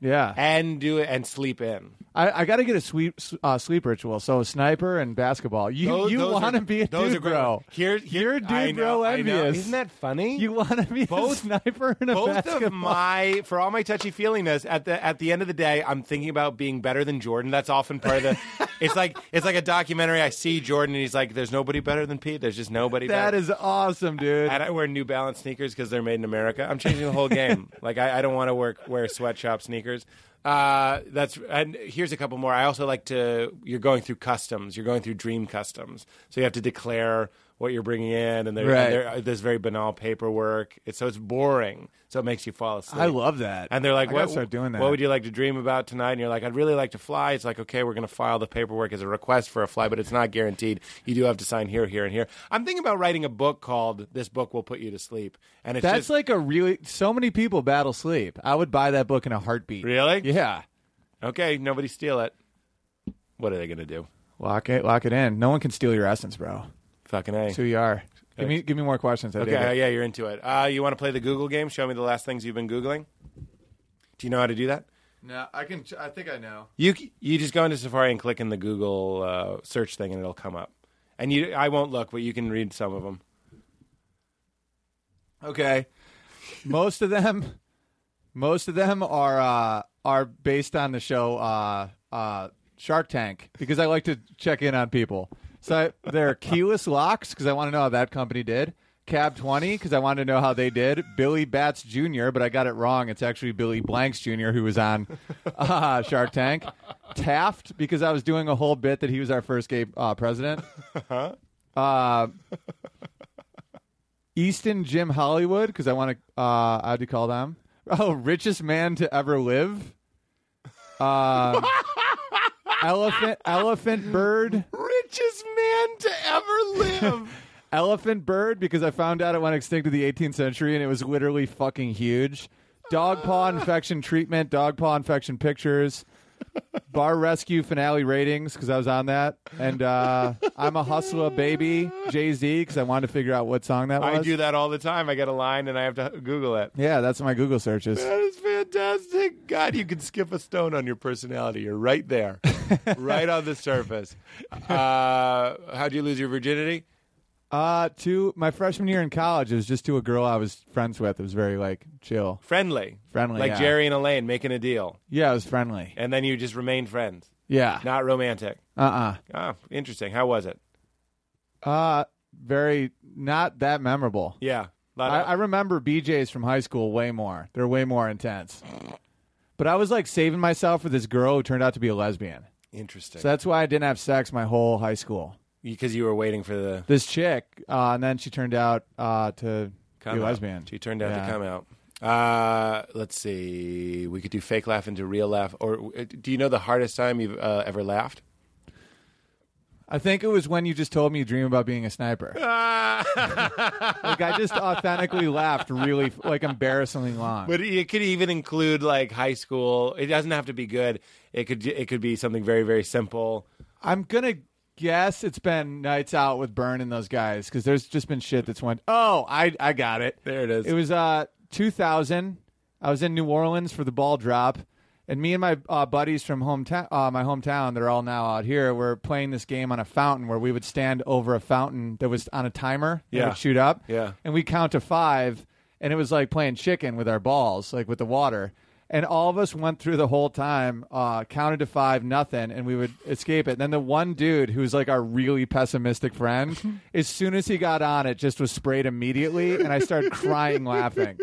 Speaker 6: Yeah,
Speaker 9: and do it and sleep in.
Speaker 6: I, I got to get a sweep, uh, sleep ritual. So sniper and basketball. You
Speaker 9: Those-
Speaker 6: you
Speaker 9: those
Speaker 6: want to
Speaker 9: are-
Speaker 6: be a
Speaker 9: those
Speaker 6: dude
Speaker 9: are great
Speaker 6: bro?
Speaker 9: ones. Here- here-
Speaker 6: you're a dude
Speaker 9: I know,
Speaker 6: bro
Speaker 9: I know.
Speaker 6: envious.
Speaker 9: Isn't that funny?
Speaker 6: You want to be both,
Speaker 9: Both-
Speaker 6: a sniper and a
Speaker 9: both
Speaker 6: basketball.
Speaker 9: of my for all my touchy feelingness at the at the end of the day i'm thinking about being better than jordan that's often part of the it's like it's like a documentary i see jordan and he's like there's nobody better than pete there's just nobody
Speaker 6: That
Speaker 9: better.
Speaker 6: is awesome, dude.
Speaker 9: and I wear New Balance sneakers because they're made in America. I'm changing the whole game. like I, I don't want to work wear sweatshop sneakers. Uh, that's and here's a couple more. I also like to. You're going through customs. You're going through dream customs. So you have to declare what you're bringing in, and, there,
Speaker 6: Right.
Speaker 9: and there, there's very banal paperwork. It's, so it's boring. So it makes you fall asleep.
Speaker 6: I love that.
Speaker 9: And they're like,
Speaker 6: I gotta
Speaker 9: what,
Speaker 6: start doing that.
Speaker 9: what would you like to dream about tonight? And you're like, I'd really like to fly. It's like, okay, we're going to file the paperwork as a request for a fly, but it's not guaranteed. You do have to sign here, here, and here. I'm thinking about writing a book called This Book Will Put You to Sleep. And it's
Speaker 6: That's
Speaker 9: just,
Speaker 6: like a really. So many people battle sleep. I would buy that book in a heartbeat.
Speaker 9: really?
Speaker 6: Yeah.
Speaker 9: Okay, nobody steal it. What are they going to do?
Speaker 6: Lock it, lock it in. No one can steal your essence, bro.
Speaker 9: Fucking A.
Speaker 6: That's who you are. Give me, give me more questions. I
Speaker 9: Okay,
Speaker 6: dig it.
Speaker 9: uh, yeah, you're into it. Uh, you want to play the Google game? Show me the last things you've been Googling. Do you know how to do that?
Speaker 10: No, I can. I think I know.
Speaker 9: You c- you just go into Safari and click in the Google uh, search thing, and it'll come up. And you, I won't look, but you can read some of them.
Speaker 6: Okay. most of them, most of them are uh, are based on the show uh, uh, Shark Tank because I like to check in on people. So I, there are keyless locks because I want to know how that company did. Cab twenty because I wanted to know how they did. Billy Bats Jr. but I got it wrong. It's actually Billy Blanks Jr. who was on uh, Shark Tank. Taft because I was doing a whole bit that he was our first gay uh, president. Uh, Easton Jim Hollywood because I want to. Uh, how do you call them? Oh, richest man to ever live. Um, elephant, elephant bird,
Speaker 9: Richest man to ever live.
Speaker 6: elephant bird because I found out it went extinct in the 18th century and it was literally fucking huge. Dog paw infection treatment, dog paw infection pictures, bar rescue finale ratings because I was on that, and uh, I'm a hustler baby Jay Z because I wanted to figure out what song that was.
Speaker 9: I do that all the time. I get a line, and I have to Google it.
Speaker 6: Yeah, that's my Google searches.
Speaker 9: That is fantastic. God, you can skip a stone on your personality. You're right there, right on the surface. Uh, how'd you lose your virginity?
Speaker 6: Uh, to my freshman year in college, it was just to a girl I was friends with. It was very like chill,
Speaker 9: Friendly.
Speaker 6: friendly.
Speaker 9: Like
Speaker 6: yeah.
Speaker 9: Jerry and Elaine making a deal.
Speaker 6: Yeah, it was friendly.
Speaker 9: And then you just remain friends.
Speaker 6: Yeah.
Speaker 9: Not romantic.
Speaker 6: Uh
Speaker 9: Ah, interesting. How was it?
Speaker 6: uh Uh, very not that memorable.
Speaker 9: Yeah. Lot
Speaker 6: I,
Speaker 9: of-
Speaker 6: I remember BJ's from high school way more. They're way more intense. But I was like saving myself for this girl who turned out to be a lesbian.
Speaker 9: interesting.
Speaker 6: So that's why I didn't have sex my whole high school.
Speaker 9: Because you were waiting for the
Speaker 6: This chick, uh, and then she turned out uh, to
Speaker 9: come
Speaker 6: be a
Speaker 9: out.
Speaker 6: lesbian.
Speaker 9: She turned out
Speaker 6: Yeah.
Speaker 9: to come out. Uh, let's see. We could do fake laugh into real laugh. Or uh, do you know the hardest time you've uh, ever laughed?
Speaker 6: I think it was when you just told me you dream about being a sniper. like I just authentically laughed, really like embarrassingly long.
Speaker 9: But it could even include like high school. It doesn't have to be good. It could it could be something very very simple.
Speaker 6: I'm gonna guess it's been nights out with Burn and those guys because there's just been shit that's went. Oh, I I got it.
Speaker 9: There it is.
Speaker 6: It was uh 2000. I was in New Orleans for the ball drop, and me and my uh, buddies from hometown, uh, my hometown, they're all now out here. We're playing this game on a fountain where we would stand over a fountain that was on a timer. that
Speaker 9: Yeah.
Speaker 6: would shoot up.
Speaker 9: Yeah.
Speaker 6: and we count to five, and it was like playing chicken with our balls, like with the water. And all of us went through the whole time, uh, counted to five, nothing, and we would escape it. And then the one dude who was like our really pessimistic friend, as soon as he got on, it just was sprayed immediately, and I started crying laughing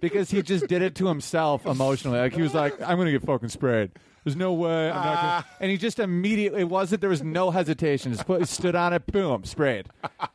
Speaker 6: because he just did it to himself emotionally. Like he was like, "I'm gonna get fucking sprayed." There's no way I'm not
Speaker 9: Ah.
Speaker 6: gonna. And he just immediately it wasn't. There was no hesitation. Just put, stood on it, boom, sprayed,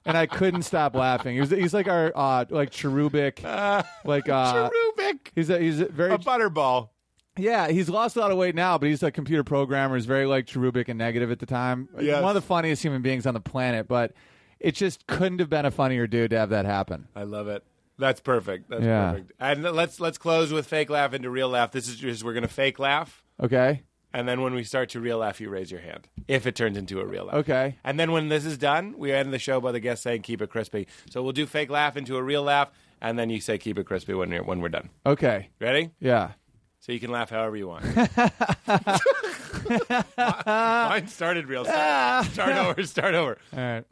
Speaker 6: and I couldn't stop laughing. He was he's like our uh, like cherubic, like uh,
Speaker 9: Ah. Cherubic,
Speaker 6: he's a, he's a very
Speaker 9: a butterball.
Speaker 6: yeah, he's lost a lot of weight now, but he's a computer programmer. He's very like cherubic and negative at the time.
Speaker 9: Yes.
Speaker 6: One of the funniest human beings on the planet, but it just couldn't have been a funnier dude to have that happen.
Speaker 9: I love it. That's perfect. That's
Speaker 6: Yeah.
Speaker 9: perfect. And let's let's close with fake laugh into real laugh. This is just we're gonna fake laugh,
Speaker 6: Okay,
Speaker 9: and then when we start to real laugh, you raise your hand if it turns into a real laugh.
Speaker 6: okay.
Speaker 9: And then when this is done, we end the show by the guest saying "Keep it crispy." So we'll do fake laugh into a real laugh, and then you say "Keep it crispy" when you're, when we're done.
Speaker 6: Okay.
Speaker 9: Ready?
Speaker 6: Yeah.
Speaker 9: So you can laugh however you want. Mine started real. Start, start over. Start over.
Speaker 6: All right.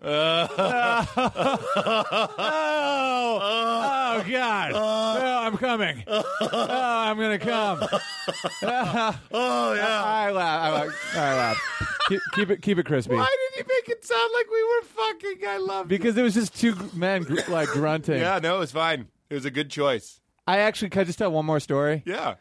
Speaker 9: oh,
Speaker 6: Oh God! oh, I'm coming! oh, I'm gonna come!
Speaker 9: Oh, yeah.
Speaker 6: I laugh. I laugh. I laugh. Keep, keep it, keep it crispy.
Speaker 9: Why did you make it sound like we were fucking? I love.
Speaker 6: Because it was just two men gr- like grunting.
Speaker 9: Yeah, no, it was fine. It was a good choice.
Speaker 6: I actually can I just tell one more story.
Speaker 9: Yeah.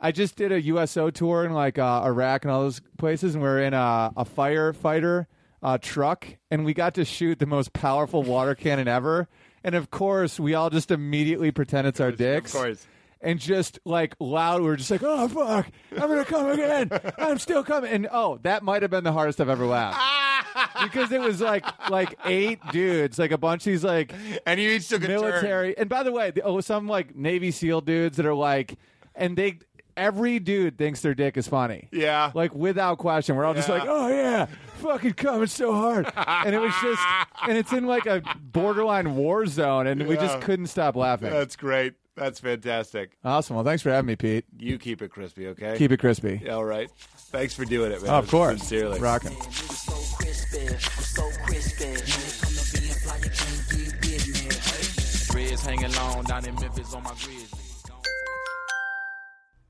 Speaker 6: I just did a USO tour in like uh, Iraq and all those places, and we are in a, a firefighter uh, truck, and we got to shoot the most powerful water cannon ever. And of course, we all just immediately pretend it's our dicks.
Speaker 9: course.
Speaker 6: And just like loud, we are just like, "Oh fuck, I'm gonna come again! I'm still coming!" And oh, that might have been the hardest I've ever laughed because it was like like eight dudes, like a bunch of these like
Speaker 9: And you each took a turn.
Speaker 6: military. And by the way, the, oh, some like Navy SEAL dudes that are like, and they every dude thinks their dick is funny.
Speaker 9: Yeah.
Speaker 6: Like without question, we're all just
Speaker 9: Yeah.
Speaker 6: like, oh yeah, fucking coming so hard, and it was just, and it's in like a borderline war zone, and we just
Speaker 9: Yeah.
Speaker 6: couldn't stop laughing.
Speaker 9: That's great. That's fantastic.
Speaker 6: awesome. Well, thanks for having me, Pete.
Speaker 9: You keep it crispy, okay?
Speaker 6: Keep it crispy.
Speaker 9: All right. Thanks for doing it, man.
Speaker 6: of course,
Speaker 9: Sincerely.
Speaker 6: rocking.
Speaker 5: hanging long down in Memphis on my grizzly.